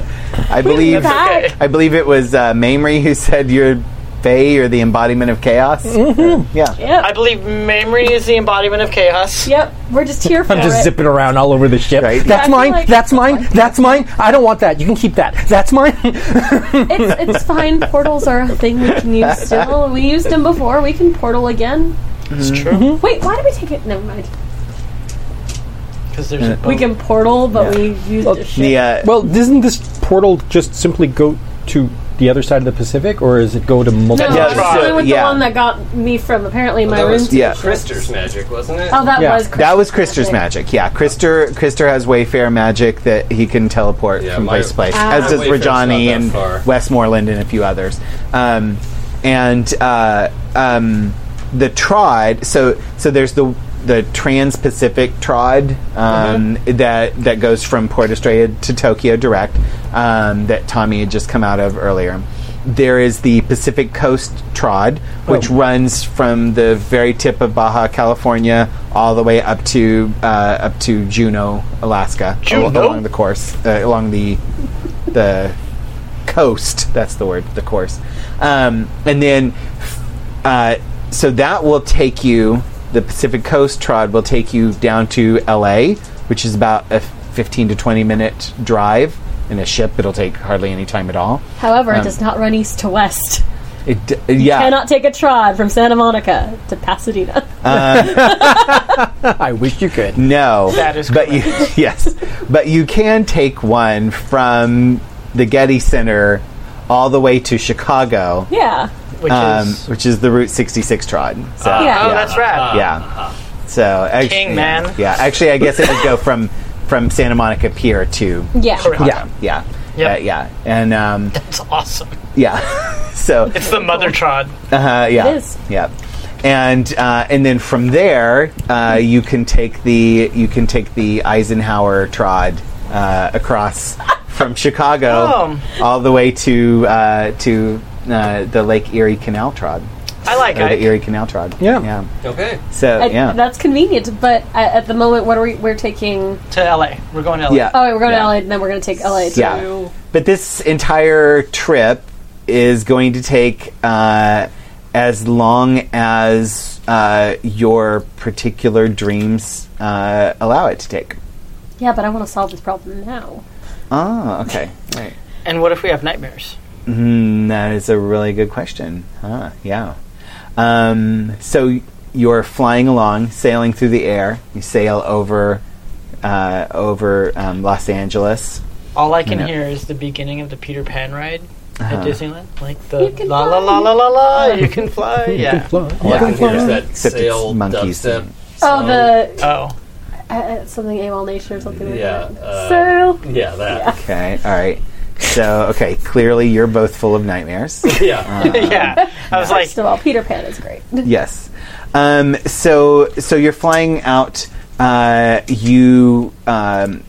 S3: happen.
S2: I believe.
S8: Back.
S2: I believe it was uh, Mamrie who said you're Faye, you're the embodiment of chaos. Yeah.
S8: Yep.
S3: I believe memory is the embodiment of chaos.
S8: yep. We're just here for
S7: I'm just
S8: it.
S7: zipping around all over the ship.
S2: Right.
S8: I
S7: That's
S8: feel
S7: mine.
S8: like-
S7: that's mine. That's mine. I don't want that. You can keep that. That's mine.
S8: It's, it's fine. Portals are a thing we can use still. We used them before. We can portal again.
S3: It's
S2: Mm-hmm.
S3: true.
S7: Mm-hmm.
S8: Wait, why did we take it? Never mind.
S3: Because there's a
S8: We can portal, but we used
S7: Oh,
S8: a ship.
S2: The, uh,
S7: well, doesn't this portal just simply go to the other side of the Pacific, or is it go to
S8: No,
S7: multiple?
S2: Yeah,
S8: I'm
S2: so-
S8: dealing with
S2: yeah.
S8: the one that got me from apparently my
S4: that
S8: room.
S4: was
S8: to-
S2: Yeah.
S4: Krister's magic, wasn't it?
S8: Oh, that
S7: Yeah.
S8: was.
S2: that was
S8: Christmas
S2: Krister's magic. Yeah, Krister. Krister has Wayfair magic that he can teleport
S4: Yeah,
S2: from
S4: my-
S2: place to place,
S8: Ah.
S2: as
S8: my
S2: does
S4: Wayfair's not
S2: Rajani
S4: that
S2: and
S4: far.
S2: Westmoreland and a few others. Um, and uh, um, the Trod. So so there's the the Trans-Pacific Trod
S4: Uh-huh.
S2: um, that that goes from Port Australia to Tokyo direct um, that Tommy had just come out of earlier. There is the Pacific Coast Trod, which runs from the very tip of Baja California all the way up to uh, up to Juneau, Alaska, al-
S3: Juneau?
S2: along the course, uh, along the the coast. That's the word, the course. Um, and then, uh, so that will take you, the Pacific Coast Trod will take you down to LA, which is about a 15 to 20 minute drive. In a ship, it'll take hardly any time at all.
S8: However, it does not run east to west.
S2: It, d- Um, yeah.
S8: Cannot take a trod from Santa Monica to Pasadena.
S7: I wish you could.
S2: No.
S3: That is
S2: But you, yes. But you can take one from the Getty Center all the way to Chicago,
S8: yeah.
S3: which
S2: um,
S3: is.
S2: which is the Route 66 trod. So,
S8: Yeah.
S3: Oh, that's
S2: Uh,
S3: right.
S2: yeah. So actually,
S3: King, man.
S2: Yeah, actually, I guess it would go from from Santa Monica Pier to
S8: Yeah.
S3: Correct.
S2: yeah, yeah,
S3: Yep.
S2: Uh, yeah, and um,
S3: It's awesome.
S2: yeah. so
S3: It's the mother trod.
S2: uh, yeah,
S8: It is.
S2: yeah, and uh, and then from there uh, you can take the you can take the Eisenhower trod uh, across from Chicago
S8: Um,
S2: all the way to uh, to uh, the Lake Erie Canal trod
S3: I like
S2: or the
S3: it.
S2: Erie Canal trod.
S7: Yeah.
S2: yeah.
S4: Okay.
S2: So
S8: I-
S2: yeah,
S8: That's convenient, but at, at the moment, what are we? We're taking.
S3: To LA. We're going to LA.
S2: yeah.
S8: Oh, wait, we're going
S2: Uh, Yeah.
S8: to LA, and then we're going to take LA. To,
S2: Yeah. But this entire trip is going to take uh, as long as uh, your particular dreams uh, allow it to take.
S8: yeah, but I want to solve this problem now.
S2: Oh, okay. Right.
S3: And what if we have nightmares?
S2: Mm, that is a really good question. Huh, Ah, yeah. Um, so you're flying along, sailing through the air. You sail over uh, over um, Los Angeles.
S3: All I can
S2: Yeah.
S3: hear is the beginning of the Peter Pan ride at
S2: Uh-huh.
S3: Disneyland. Like the Uh, la la la la la la,
S2: Oh.
S3: you can fly. yeah.
S4: All I can hear is that
S2: Except it's
S4: sail
S2: monkeys
S4: dubstep.
S8: Oh, the
S3: Oh,
S8: uh, uh, something AWOL Nation or something like
S4: Yeah,
S8: that.
S4: uh,
S8: so
S4: Yeah, that.
S2: Okay, all right. So okay, clearly you're both full of nightmares.
S4: Yeah.
S3: yeah. I was like,
S8: first of all, Peter Pan is great.
S2: yes. Um, so so you're flying out. Uh, you um,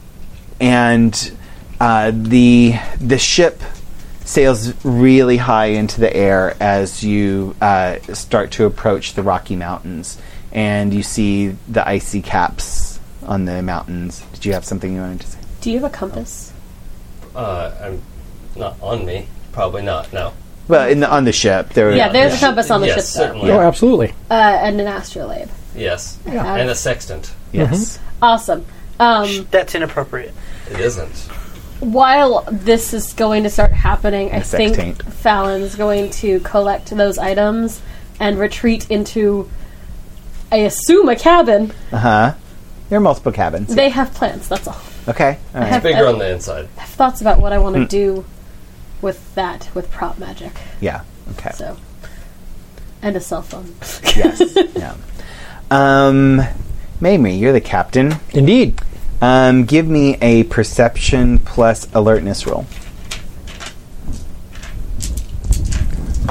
S2: and uh, the the ship sails really high into the air as you uh, start to approach the Rocky Mountains, and you see the icy caps on the mountains. Did you have something you wanted to say?
S8: Do you have a compass?
S2: Ah.
S4: Uh, I'm not on me. Probably not. No.
S2: Well, in the, on the ship, there were
S8: Yeah, there's a compass on the
S4: yes,
S8: ship, though.
S4: Certainly.
S7: Oh, absolutely.
S8: Uh, and an astrolabe.
S4: Yes.
S8: Yeah.
S4: And a sextant.
S2: yes.
S8: Awesome. Um,
S3: that's inappropriate.
S4: It isn't.
S8: while this is going to start happening, I
S2: Yes,
S8: think
S2: sextant.
S8: Fallon's going to collect those items and retreat into, I assume, a cabin.
S2: Uh huh. There are multiple cabins.
S8: They have plans. That's all.
S2: Okay. All
S8: I
S2: right. Hmm.
S8: have,
S4: Bigger
S8: I
S4: on the inside.
S8: have thoughts about what I want to do with that, with prop magic.
S2: Yeah. Okay.
S8: So, and a cell phone.
S2: yes. Yeah. Um, Mamie, you're the captain.
S7: Indeed.
S2: Um, give me a perception plus alertness roll.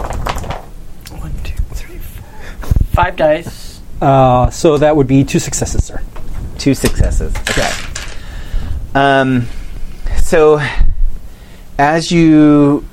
S3: One, two, three, four. Five dice.
S7: Uh, so that would be two successes, sir.
S2: Two successes. Okay. Um, so, as you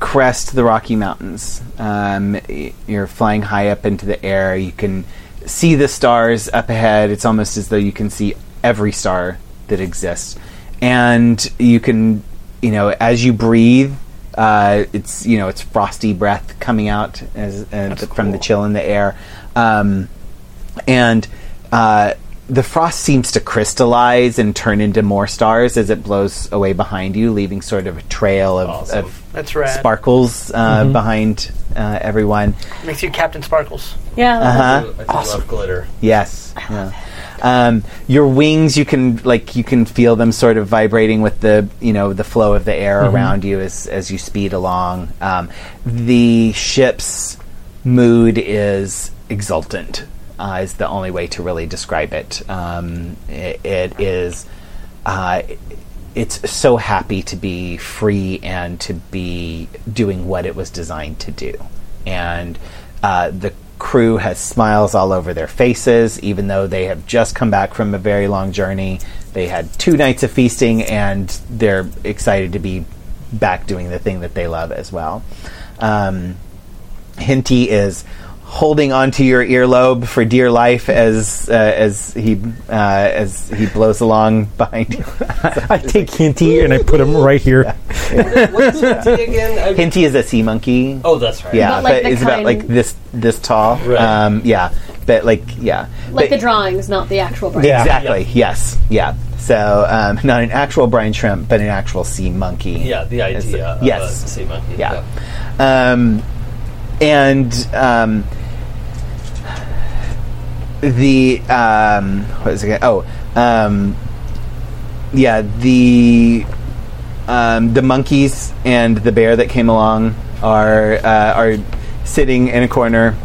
S2: crest the Rocky Mountains, um, y- you're flying high up into the air. You can see the stars up ahead. It's almost as though you can see every star that exists, and you can, you know, as you breathe. Uh, it's you know it's frosty breath coming out as, as from the chill in the air. Um, and uh, the frost seems to crystallize and turn into more stars as it blows away behind you, leaving sort of a trail of,
S4: Awesome.
S2: of
S3: That's rad.
S2: sparkles uh, behind uh, everyone.
S3: Makes you Captain Sparkles.
S8: Yeah.
S4: I
S2: Uh huh.
S4: do love glitter.
S2: Yes. Yeah. Um, your wings, you can like you can feel them sort of vibrating with the you know the flow of the air around you as as you speed along. Um, the ship's mood is exultant. Uh, is the only way to really describe it. Um, i it is. Uh, it's so happy to be free and to be doing what it was designed to do. And uh, the crew has smiles all over their faces, even though they have just come back from a very long journey. They had two nights of feasting, and they're excited to be back doing the thing that they love as well. Um, Hinty is holding onto your earlobe for dear life as uh, as he uh, as he blows along behind you.
S7: I take Hinty and I put him right here.
S4: What's it again? I-
S2: Hinty is a sea monkey.
S4: oh, that's right.
S2: yeah,
S8: But like
S2: but
S8: the
S2: it's about
S8: kind-
S2: like this this tall.
S4: Right.
S2: Um, yeah, but like yeah, But-
S8: like the drawings, not the actual brand.
S7: Yeah.
S2: exactly. Yes, yeah. So um, not an actual brine shrimp, but an actual sea monkey.
S4: Yeah, the
S2: Is it-
S4: idea uh, of
S2: yes.
S4: a sea monkey.
S2: Yeah. Um, and um, the um, what is it? Oh, um, yeah, the um, the monkeys and the bear that came along are uh, are sitting in a corner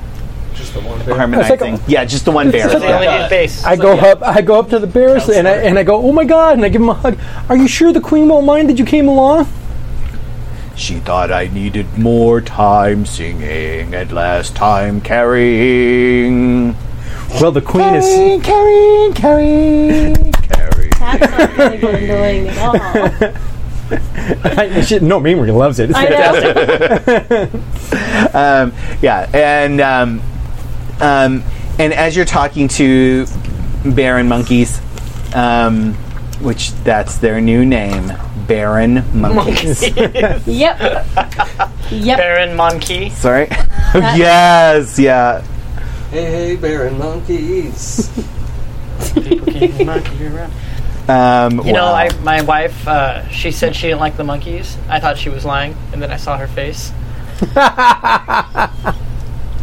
S4: Just the one bear.
S2: harmonizing. yeah, just the one bear.
S3: So they
S2: Yeah.
S3: only
S4: Yeah.
S3: need base.
S7: I go up. I go up to the bears and I, and I go, "Oh my god!" And I give him a hug. Are you sure the queen won't mind that you came along?
S2: She thought I needed more time singing and less time carrying.
S7: Well, the queen is.
S2: carrying, carrying, carrying.
S8: That's not really what I'm doing at all.
S7: she, no, Mamrie loves it. It's
S8: I know.
S2: um, yeah, and um, um, and as you're talking to Baron Monkeys, um, which that's their new name, Baron Monkeys.
S8: yep. Yep.
S3: Baron Monkey.
S2: Sorry. yes. Yeah.
S4: Hey, hey, Baron monkeys.
S2: Um,
S3: You know,
S2: wow.
S3: I, my wife, uh, she said she didn't like the monkeys. I thought she was lying, and then I saw her face. now.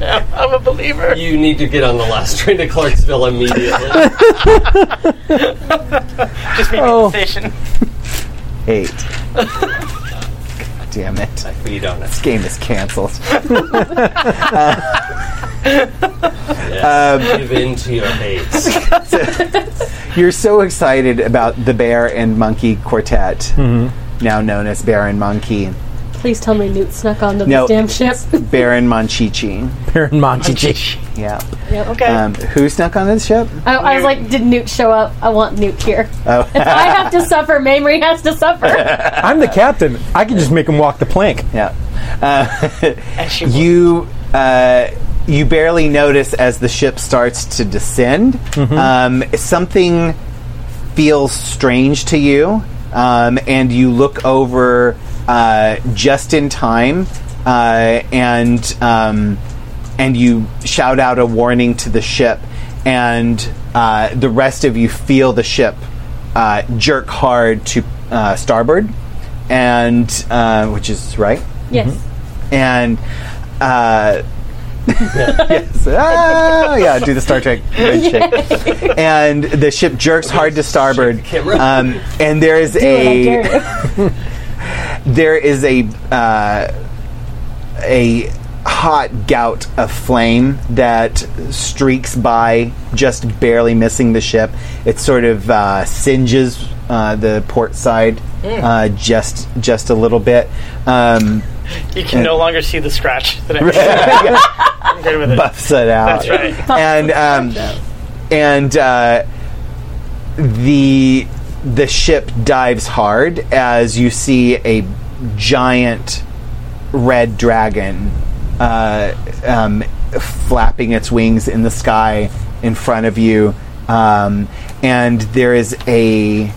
S3: I'm a believer.
S4: You need to get on the last train to Clarksville immediately.
S3: Just make
S7: Oh.
S3: a decision.
S2: Eight. God damn it.
S4: you don't.
S2: This game is canceled.
S4: Yes. Give in to your hates.
S2: You're so excited about the Bear and Monkey Quartet, now known as Bear and Monkey.
S8: Please tell me Newt snuck onto this
S2: No.
S8: damn ship.
S2: Baron Monchichi.
S7: Baron Monchichi.
S2: Yeah.
S3: Okay.
S2: Um, who snuck on this ship?
S8: I, I was like, did Newt show up? I want Newt here.
S2: Oh.
S8: If I have to suffer, Mamrie has to suffer.
S7: I'm the captain. I can just make him walk the plank.
S2: Yeah. Uh,
S3: she
S2: you uh, you barely notice as the ship starts to descend. Um, something feels strange to you, um, and you look over uh, just in time, uh, and um, and you shout out a warning to the ship, and uh, the rest of you feel the ship uh, jerk hard to uh, starboard, and uh, which is right
S8: yes.
S2: and uh, yes, ah, yeah, do the Star Trek red shake. And the ship jerks hard to starboard,
S4: camera.
S2: um, and there is
S8: But I
S2: a
S8: dare you.
S2: there is a uh, a hot gout of flame that streaks by, just barely missing the ship. It sort of uh, singes uh, the port side
S3: Hmm.
S2: uh, just just a little bit. Um,
S3: You can no longer see the scratch that I I'm good with it.
S2: buffs it out.
S3: That's right.
S2: And um, and uh, the the ship dives hard as you see a giant red dragon uh, um, flapping its wings in the sky in front of you, um, and there is a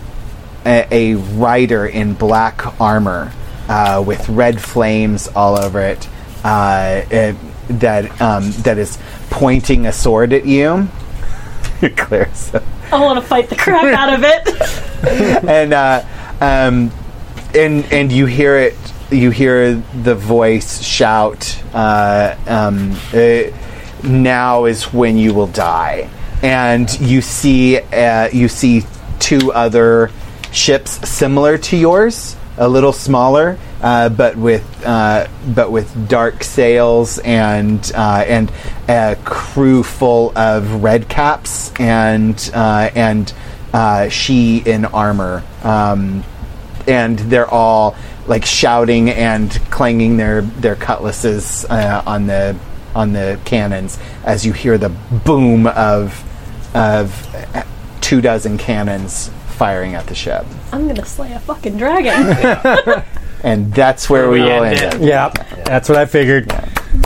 S2: a, a rider in black armor uh, with red flames all over it, uh, it- that um, that is pointing a sword at you. Clear. So.
S8: I want to fight the crap out of it.
S2: and uh, um, and and you hear it. You hear the voice shout. Uh, um, eh, now is when you will die, and you see uh, you see two other ships similar to yours, a little smaller, uh, but with uh, but with dark sails and uh, and a crew full of red caps and uh, and uh, she in armor, um, and they're all like shouting and clanging their their cutlasses uh, on the on the cannons as you hear the boom of of uh, two dozen cannons firing at the ship,
S8: I'm gonna slay a fucking dragon.
S2: and that's where we will end it.
S7: Yeah, that's what I figured.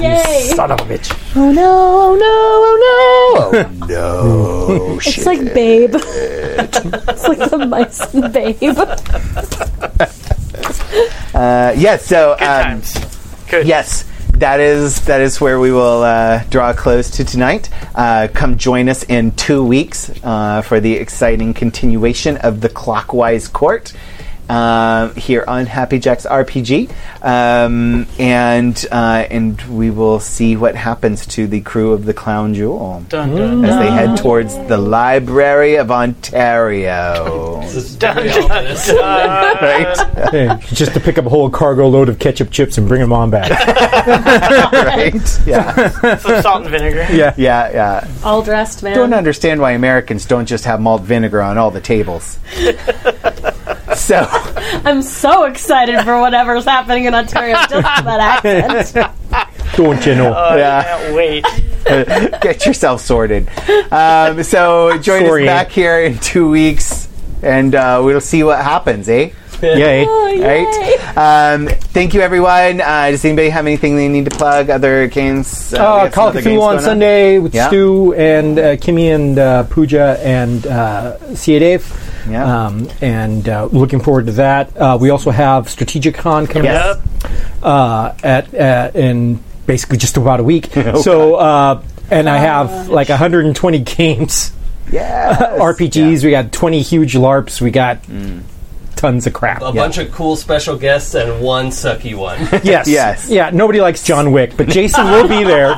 S8: Yay!
S7: Son of a bitch.
S8: Oh no! Oh no! Oh no!
S2: Oh, No shit.
S8: It's like Babe. it's like the mice and Babe.
S2: Uh, yes. So. um,
S3: Times. Good.
S2: yes that is that is where we will uh, draw a close to tonight uh, come join us in two weeks uh, for the exciting continuation of the clockwise court um, here on Happy Jack's RPG, um, and uh, and we will see what happens to the crew of the Clown Jewel
S3: Dun, dun,
S2: as they head towards the Library of Ontario.
S4: This is very ominous.
S2: right?
S7: Hey, just to pick up a whole cargo load of ketchup chips and bring them on back.
S2: right? Yeah,
S3: Some salt and vinegar.
S7: yeah.
S2: yeah, yeah.
S8: All dressed, man.
S2: don't uh, understand why Americans don't just have malt vinegar on all the tables. so,
S8: I'm so excited for whatever's happening in Ontario. Just for that accent.
S7: Don't you know?
S2: yeah,
S3: Can't wait.
S2: get yourself sorted. Um, so, join
S7: Sorry.
S2: us back here in two weeks, and uh, we'll see what happens, eh?
S7: Yay.
S8: Oh, yay.
S2: Right? Um, thank you, everyone. Uh, does anybody have anything they need to plug? Other games? Uh, we
S7: Uh,
S2: have some
S7: Call of
S2: other
S7: Cthulhu
S2: games
S7: on
S2: going
S7: Sunday with
S2: Yeah.
S7: Stu and uh, Kimmy and uh, Pooja and uh, Sia Dave.
S2: Yeah.
S7: Um, and uh, looking forward to that. Uh, we also have Strategic Con coming
S2: Yes.
S7: up uh, at, at in basically just about a week. so, uh, and I have like 120 games.
S2: Yes. Mm.
S7: RPGs. We got 20 huge LARPs. We got tons of crap.
S4: A bunch of cool special guests and one sucky one.
S7: Yes.
S2: Yes.
S7: Yeah, nobody likes John Wick, but Jason will be there.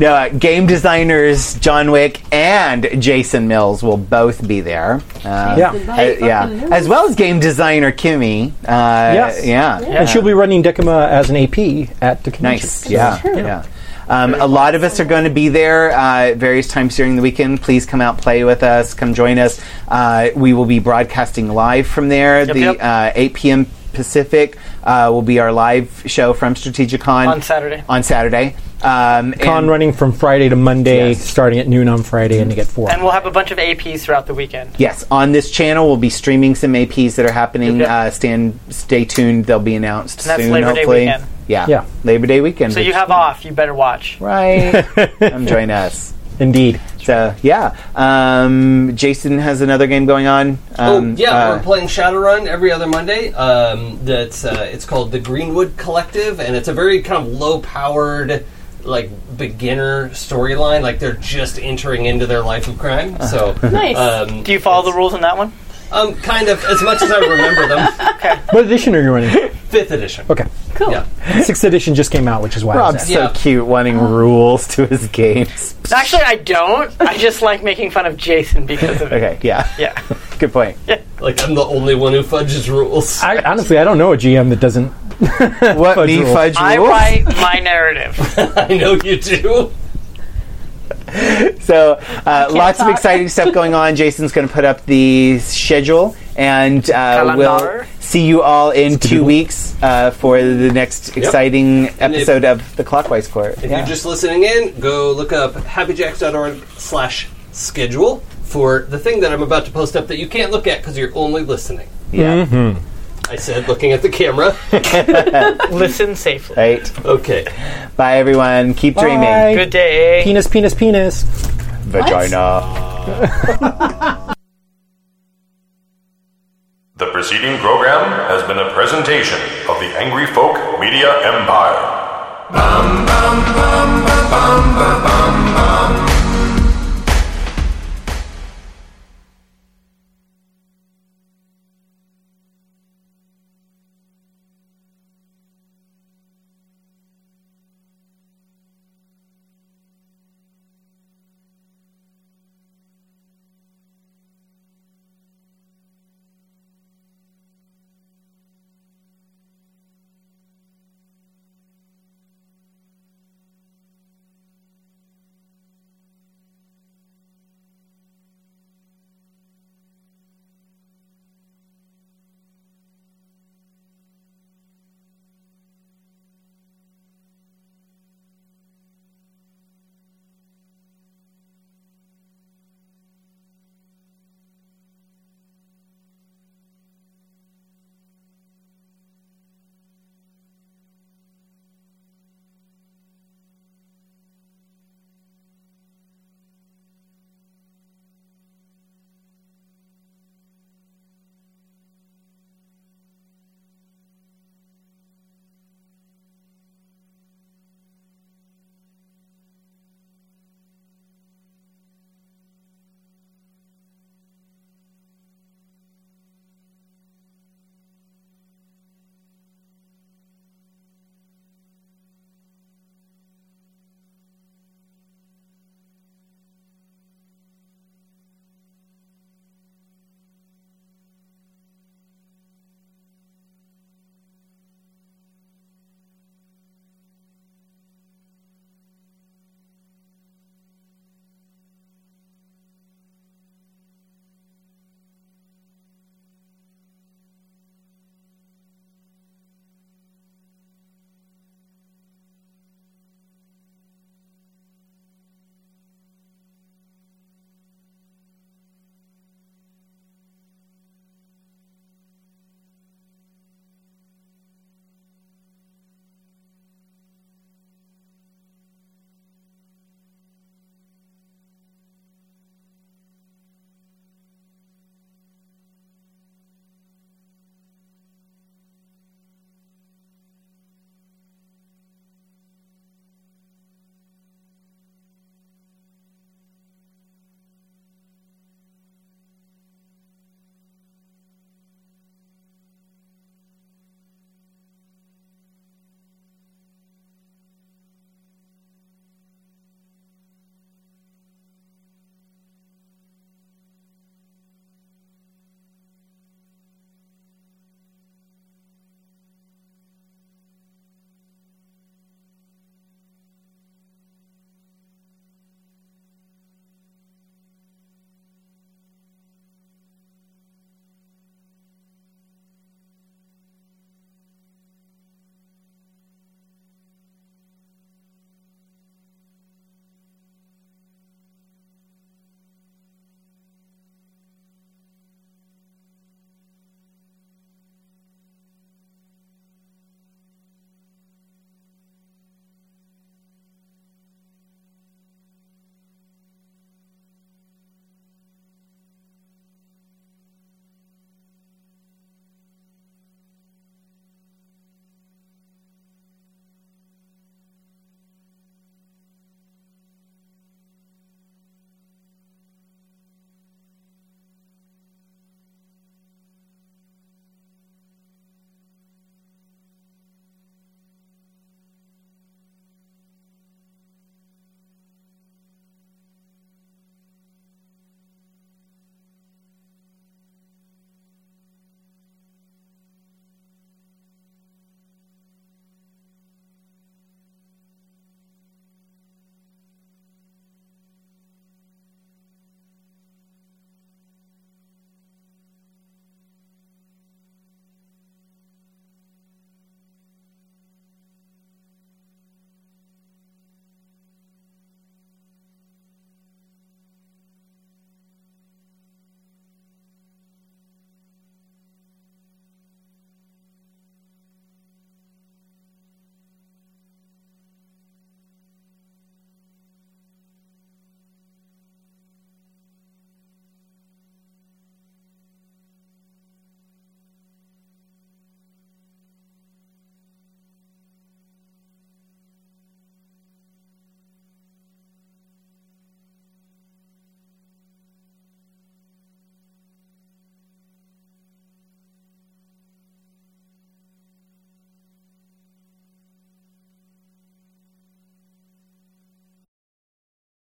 S2: No, uh, game designers John Wick and Jason Mills will both be there. Uh,
S7: Yeah.
S2: uh, yeah, as well as game designer Kimmy. Uh,
S7: Yes.
S2: yeah,
S7: And she'll be running Decima as an AP at the convention.
S2: nice. Yeah, yeah. Um, a lot of us are going to be there uh, at various times during the weekend. Please come out, play with us, come join us. Uh, we will be broadcasting live from there. the
S3: yep.
S2: Uh, 8 p.m. Pacific uh, will be our live show from Strategicon
S3: on Saturday.
S2: on Saturday. Um,
S7: Con
S2: and-
S7: running from Friday to Monday,
S2: Yes.
S7: starting at noon on Friday, and you get four.
S3: And we'll have a bunch of APs throughout the weekend.
S2: Yes, on this channel we'll be streaming some APs that are happening.
S3: Okay.
S2: Uh, stand, stay tuned; they'll be announced
S3: that's
S2: soon.
S3: Labor Day
S2: hopefully,
S3: weekend.
S2: yeah,
S7: Yeah.
S2: Labor Day weekend.
S3: So you have off. You better watch.
S2: right? Come join us.
S7: Indeed.
S2: So uh, yeah, um, Jason has another game going on. Um,
S4: oh yeah,
S2: uh,
S4: we're playing Shadowrun every other Monday. Um, that's uh, it's called the Greenwood Collective, and it's a very kind of low-powered, like beginner storyline. Like they're just entering into their life of crime.
S2: Uh-huh.
S4: So
S8: Nice.
S4: Um,
S3: Do you follow the rules in that one?
S4: um, kind of as much as I remember them.
S7: What edition are you running?
S4: Fifth edition.
S7: Okay.
S8: Cool.
S4: Yeah.
S7: Sixth edition just came out, which is why I was
S2: Rob's
S7: at.
S2: so
S4: Yeah.
S2: cute, wanting rules to his games.
S3: Actually, I don't. I just like making fun of Jason because of it.
S2: Okay, yeah,
S3: Yeah.
S2: good point.
S4: Like I'm the only one who fudges rules.
S7: I, honestly, I don't know a GM that doesn't.
S2: What
S7: Fudge
S2: me
S7: rules.
S2: fudge
S3: I
S2: rules?
S3: write my narrative.
S4: I know you do.
S2: So uh, lots of
S8: talk.
S2: exciting stuff going on. Jason's going to put up the schedule, and uh, we'll
S3: Calendar.
S2: see you all in two weeks uh, for the next exciting episode of the Clockwise Court.
S4: If
S2: Yeah.
S4: you're just listening in, go look up happyjacks.org slash schedule for the thing that I'm about to post up that you can't look at because you're only listening.
S2: Yeah.
S4: I said looking at the camera.
S3: Listen safely.
S2: Right.
S4: Okay.
S2: Bye, everyone. Keep dreaming.
S7: Bye.
S3: Good day.
S7: Penis, penis, penis.
S2: Vagina.
S11: The preceding program has been a presentation of the Angry Folk Media Empire.